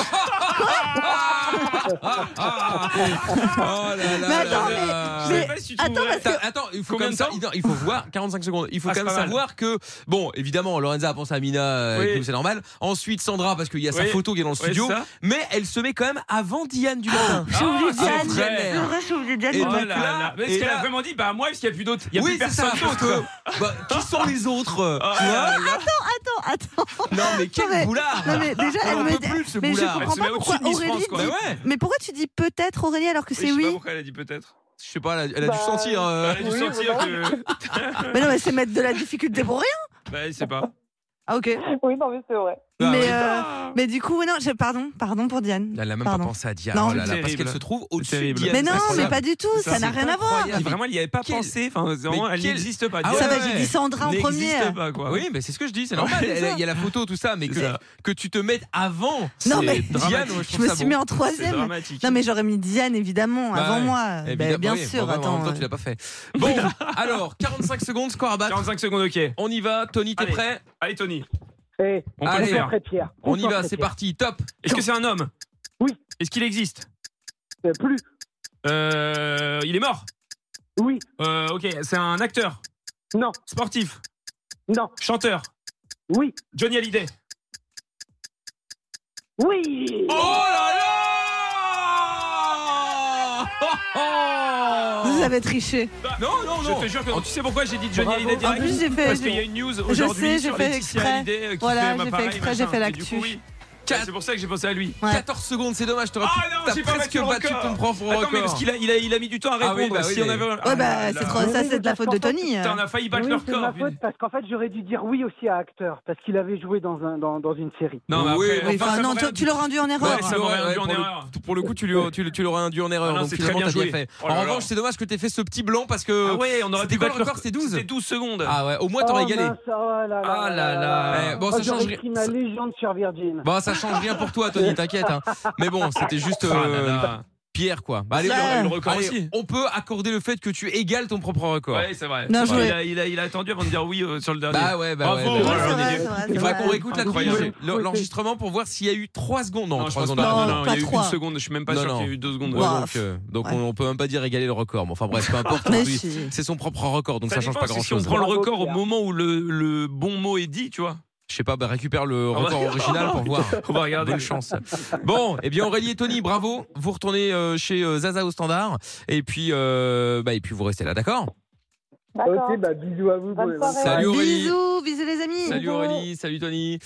Speaker 2: Oh là là.
Speaker 4: Mais
Speaker 2: là
Speaker 4: attends, mais-
Speaker 2: là.
Speaker 4: mais- Je sais pas si tu attends, trouverais. parce que-
Speaker 2: Attends, attends, il faut quand
Speaker 3: Combien
Speaker 2: même
Speaker 3: de
Speaker 2: ça-
Speaker 3: temps
Speaker 2: non, il faut voir 45 secondes. Il faut
Speaker 3: Ah,
Speaker 2: quand
Speaker 3: c'est
Speaker 2: même
Speaker 3: pas mal.
Speaker 2: savoir que bon, évidemment, Lorenza a pensé à Mina euh,
Speaker 3: Oui.
Speaker 2: et tout, c'est normal. Ensuite Sandra parce qu'il y a sa
Speaker 3: Oui.
Speaker 2: photo qui est dans le
Speaker 3: Oui,
Speaker 2: studio,
Speaker 3: c'est ça.
Speaker 2: mais elle se met quand même avant Diane du matin.
Speaker 3: j'ai oublié
Speaker 2: Ah, c'est
Speaker 3: Diane.
Speaker 2: vrai.
Speaker 3: C'est vrai,
Speaker 4: j'ai oublié
Speaker 3: Oh là là. Mais
Speaker 2: Et
Speaker 3: Est-ce qu'elle
Speaker 2: là-
Speaker 3: a vraiment dit bah moi parce qu'il n'y a plus d'autres Il n'y a
Speaker 2: oui,
Speaker 3: plus
Speaker 2: c'est ça,
Speaker 3: personne
Speaker 2: parce que,
Speaker 3: d'autre.
Speaker 2: bah, qui sont les autres euh,
Speaker 3: Ah,
Speaker 2: tu vois
Speaker 4: Attends, attends, attends.
Speaker 2: Non, mais quel
Speaker 4: Non, mais-
Speaker 2: boulard
Speaker 4: Non, mais déjà,
Speaker 2: On
Speaker 4: elle
Speaker 2: en
Speaker 4: me
Speaker 2: peut
Speaker 4: dit-
Speaker 2: plus de ce
Speaker 4: Mais
Speaker 2: boulard.
Speaker 4: je
Speaker 2: Elle se
Speaker 4: comprends pas
Speaker 2: met au-dessus
Speaker 4: pourquoi
Speaker 2: de Miss
Speaker 4: Aurélie.
Speaker 2: France, quoi.
Speaker 4: dit-
Speaker 2: Mais ouais.
Speaker 4: Mais pourquoi tu dis peut-être Aurélie alors que
Speaker 3: Je
Speaker 4: c'est
Speaker 3: sais pas
Speaker 4: oui
Speaker 3: pourquoi elle a dit peut-être.
Speaker 2: Je sais pas, elle a, elle a
Speaker 3: Bah,
Speaker 2: dû sentir. euh,
Speaker 3: Elle a dû sentir que.
Speaker 4: Mais non, mais c'est mettre de la difficulté pour rien.
Speaker 3: Bah, je sais pas.
Speaker 4: Ah ok.
Speaker 9: Oui, non, mais c'est vrai.
Speaker 2: Ah,
Speaker 4: mais,
Speaker 2: oui.
Speaker 4: euh, mais du coup, non, je- pardon, pardon pour Diane.
Speaker 2: Elle n'a même
Speaker 4: Pardon.
Speaker 2: pas pensé à Diane.
Speaker 4: Non.
Speaker 2: Oh là là,
Speaker 3: C'est
Speaker 2: parce
Speaker 3: terrible.
Speaker 2: qu'elle se trouve au-dessus
Speaker 3: C'est
Speaker 2: de
Speaker 3: terrible.
Speaker 2: Diane.
Speaker 4: Mais non,
Speaker 2: C'est
Speaker 4: mais
Speaker 2: incroyable.
Speaker 4: pas du tout, ça n'a rien à voir.
Speaker 3: Incroyable. Vraiment, il n'y avait pas
Speaker 2: Quel-
Speaker 3: pensé. Enfin,
Speaker 2: Mais
Speaker 3: Hein, vraiment, elle
Speaker 2: quel-
Speaker 3: n'existe pas.
Speaker 2: Ah
Speaker 3: Diane.
Speaker 2: ouais, ouais.
Speaker 4: Sandra en
Speaker 3: N'existe
Speaker 4: premier.
Speaker 3: pas, quoi.
Speaker 2: Oui, mais c'est ce que je dis, c'est normal.
Speaker 3: Ouais, c'est
Speaker 2: Elle-
Speaker 3: ça.
Speaker 2: Il y a la photo, tout ça, mais que,
Speaker 3: ça.
Speaker 2: que tu te mettes avant.
Speaker 4: Non
Speaker 2: c'est
Speaker 4: mais
Speaker 2: Diane, moi, je,
Speaker 4: je
Speaker 2: trouve
Speaker 4: me
Speaker 2: ça
Speaker 4: suis
Speaker 2: bon.
Speaker 4: mis en troisième.
Speaker 3: dramatique.
Speaker 4: Non mais j'aurais mis Diane évidemment
Speaker 2: Bah
Speaker 4: avant
Speaker 2: ouais.
Speaker 4: moi. Bah,
Speaker 2: Évidemment,
Speaker 4: bien
Speaker 2: oui.
Speaker 4: sûr.
Speaker 2: Bah ouais, En même temps,
Speaker 4: Attends.
Speaker 2: tu l'as pas fait. Bon, alors, 45 secondes, score à battre.
Speaker 3: 45 secondes, ok.
Speaker 2: On y va, Tony, t'es
Speaker 3: Allez.
Speaker 2: prêt
Speaker 3: Allez, Tony.
Speaker 9: Eh,
Speaker 3: On peut
Speaker 2: Allez.
Speaker 3: le faire.
Speaker 9: Après Pierre.
Speaker 2: hein. On y
Speaker 9: Bonsoir,
Speaker 2: va,
Speaker 9: Pierre.
Speaker 2: c'est parti, top.
Speaker 3: Est-ce que c'est un homme
Speaker 9: Oui.
Speaker 3: Est-ce qu'il existe
Speaker 9: Euh, Plus.
Speaker 3: Euh, Il est mort
Speaker 9: Oui.
Speaker 3: Euh, ok, c'est un acteur
Speaker 9: Non.
Speaker 3: Sportif
Speaker 9: Non.
Speaker 3: Chanteur
Speaker 9: Oui.
Speaker 3: Johnny Hallyday
Speaker 9: Oui.
Speaker 2: Oh là là
Speaker 9: Ah
Speaker 2: Oh, oh
Speaker 4: Vous avez triché.
Speaker 3: Non, non, non Je te jure que non. Tu sais pourquoi j'ai dit Johnny
Speaker 9: Bravo.
Speaker 3: Hallyday direct
Speaker 4: En plus, j'ai fait-
Speaker 3: Parce qu'il y a une news
Speaker 4: Je
Speaker 3: aujourd'hui
Speaker 4: sais, j'ai
Speaker 3: sur
Speaker 4: fait
Speaker 3: Laetitia
Speaker 4: exprès.
Speaker 3: Hallyday, euh, qui
Speaker 4: Voilà,
Speaker 3: fait, bah,
Speaker 4: j'ai fait
Speaker 3: pareil,
Speaker 4: exprès,
Speaker 3: machin.
Speaker 4: j'ai fait
Speaker 3: Et du
Speaker 4: l'actu.
Speaker 3: coup, oui. Ouais, Ah, C'est pour ça que j'ai pensé à lui.
Speaker 4: Ouais.
Speaker 2: 14 secondes, c'est dommage, t'aurais
Speaker 3: Ah non,
Speaker 2: t'as
Speaker 3: j'ai pas
Speaker 2: presque
Speaker 3: battu le
Speaker 2: battu
Speaker 3: record.
Speaker 2: ton propre
Speaker 3: Attends, mais parce
Speaker 2: record.
Speaker 3: qu'il a, il a, il a mis du temps à
Speaker 2: Ah
Speaker 3: répondre.
Speaker 2: oui, bah oui,
Speaker 3: si on
Speaker 2: mais-
Speaker 3: avait...
Speaker 4: Ouais
Speaker 3: Ah
Speaker 4: bah
Speaker 3: là
Speaker 4: c'est
Speaker 3: là.
Speaker 4: trop- ça c'est de la faute de Tony. hein.
Speaker 3: Putain, on a failli battre
Speaker 9: Oui,
Speaker 3: leur
Speaker 9: c'est ma
Speaker 3: corps.
Speaker 9: faute parce qu'en fait j'aurais dû dire oui aussi à acteur parce qu'il avait joué dans un dans, dans une série.
Speaker 3: Non, mais après,
Speaker 4: Oui, enfin,
Speaker 3: ça
Speaker 4: non,
Speaker 3: m'aurait
Speaker 4: toi, tu l'auras rendu en erreur.
Speaker 3: Ouais, ça m'aurait induit en
Speaker 2: pour,
Speaker 3: erreur.
Speaker 2: Le, pour le coup, tu lui- tu- tu l'aurais induit en erreur.
Speaker 3: Ah non,
Speaker 2: donc
Speaker 3: c'est
Speaker 2: finalement,
Speaker 3: très bien
Speaker 2: t'as bien
Speaker 3: joué.
Speaker 2: fait.
Speaker 3: Oh là
Speaker 2: en
Speaker 3: là.
Speaker 2: revanche, c'est dommage que t'aies fait ce petit blanc parce que.
Speaker 3: Ah ouais, on aurait
Speaker 2: C'était
Speaker 3: dû
Speaker 2: quoi le
Speaker 3: battre
Speaker 2: record
Speaker 3: leur
Speaker 2: C'était 12
Speaker 3: C'était 12 secondes.
Speaker 2: Ah ouais, au moins t'aurais
Speaker 9: Oh,
Speaker 2: gagné.
Speaker 9: mince, oh là là.
Speaker 2: Ah là là. Eh, bon, ça
Speaker 9: Oh, j'aurais
Speaker 2: change rien.
Speaker 9: écrit ma légende sur Virgin.
Speaker 2: Bon, ça change rien pour toi, Tony, t'inquiète. hein. Mais bon, c'était juste.
Speaker 3: Ah
Speaker 2: euh,
Speaker 3: là là.
Speaker 2: Pierre, quoi. Bah, allez,
Speaker 4: Ouais.
Speaker 2: on-
Speaker 3: Le record
Speaker 2: allez,
Speaker 3: aussi.
Speaker 2: on peut accorder le fait que tu égales ton propre record.
Speaker 3: Ouais, c'est vrai.
Speaker 4: Non,
Speaker 3: C'est vrai.
Speaker 4: je-
Speaker 3: Il, a, il, a, il a attendu avant de dire oui euh, sur le dernier.
Speaker 2: Bah ouais, bah ouais.
Speaker 3: Bravo.
Speaker 2: bah
Speaker 4: Ouais,
Speaker 2: ouais.
Speaker 4: c'est
Speaker 3: on est des-
Speaker 4: vrai, c'est vrai,
Speaker 2: Il
Speaker 4: c'est
Speaker 2: faudra
Speaker 4: vrai.
Speaker 2: qu'on réécoute la
Speaker 3: Incroyable.
Speaker 2: croisée. L'en- l'enregistrement pour voir s'il y a eu 3 secondes. Non,
Speaker 3: Non, je
Speaker 2: 3
Speaker 3: pense
Speaker 2: secondes.
Speaker 3: pas.
Speaker 2: d'arrêt.
Speaker 4: Non,
Speaker 3: Non, non, il y
Speaker 4: pas
Speaker 3: a eu
Speaker 4: trois.
Speaker 3: une seconde. Je suis même pas
Speaker 2: Non,
Speaker 3: sûr
Speaker 2: non.
Speaker 3: qu'il y a eu deux secondes.
Speaker 2: Ouais,
Speaker 4: Ouah.
Speaker 2: donc euh, donc on, on peut même pas dire égaler le record. Mais enfin bref, peu importe.
Speaker 4: Mais
Speaker 2: Oui,
Speaker 4: si.
Speaker 2: C'est son propre record, donc ça, change
Speaker 3: dépend,
Speaker 2: pas
Speaker 3: c'est
Speaker 2: grand
Speaker 3: Si on
Speaker 2: chose.
Speaker 3: prend le
Speaker 9: Bravo,
Speaker 3: record au
Speaker 9: Pierre.
Speaker 3: moment où le, le bon mot est dit, tu vois.
Speaker 2: Je sais pas, bah, récupère le
Speaker 3: Ah ouais.
Speaker 2: record original pour voir.
Speaker 3: On va regarder.
Speaker 2: Bonne chance. Bon, eh bien Aurélie et Tony, bravo. Vous retournez euh, chez euh, Zaza au standard. Et puis, euh, bah, et puis vous restez là, d'accord
Speaker 28: Ok, bah bisous à vous.
Speaker 29: Bonne
Speaker 28: bon-
Speaker 29: soirée.
Speaker 4: Salut Aurélie.
Speaker 3: Bisous, bisous les amis.
Speaker 4: Salut Aurélie, salut Tony.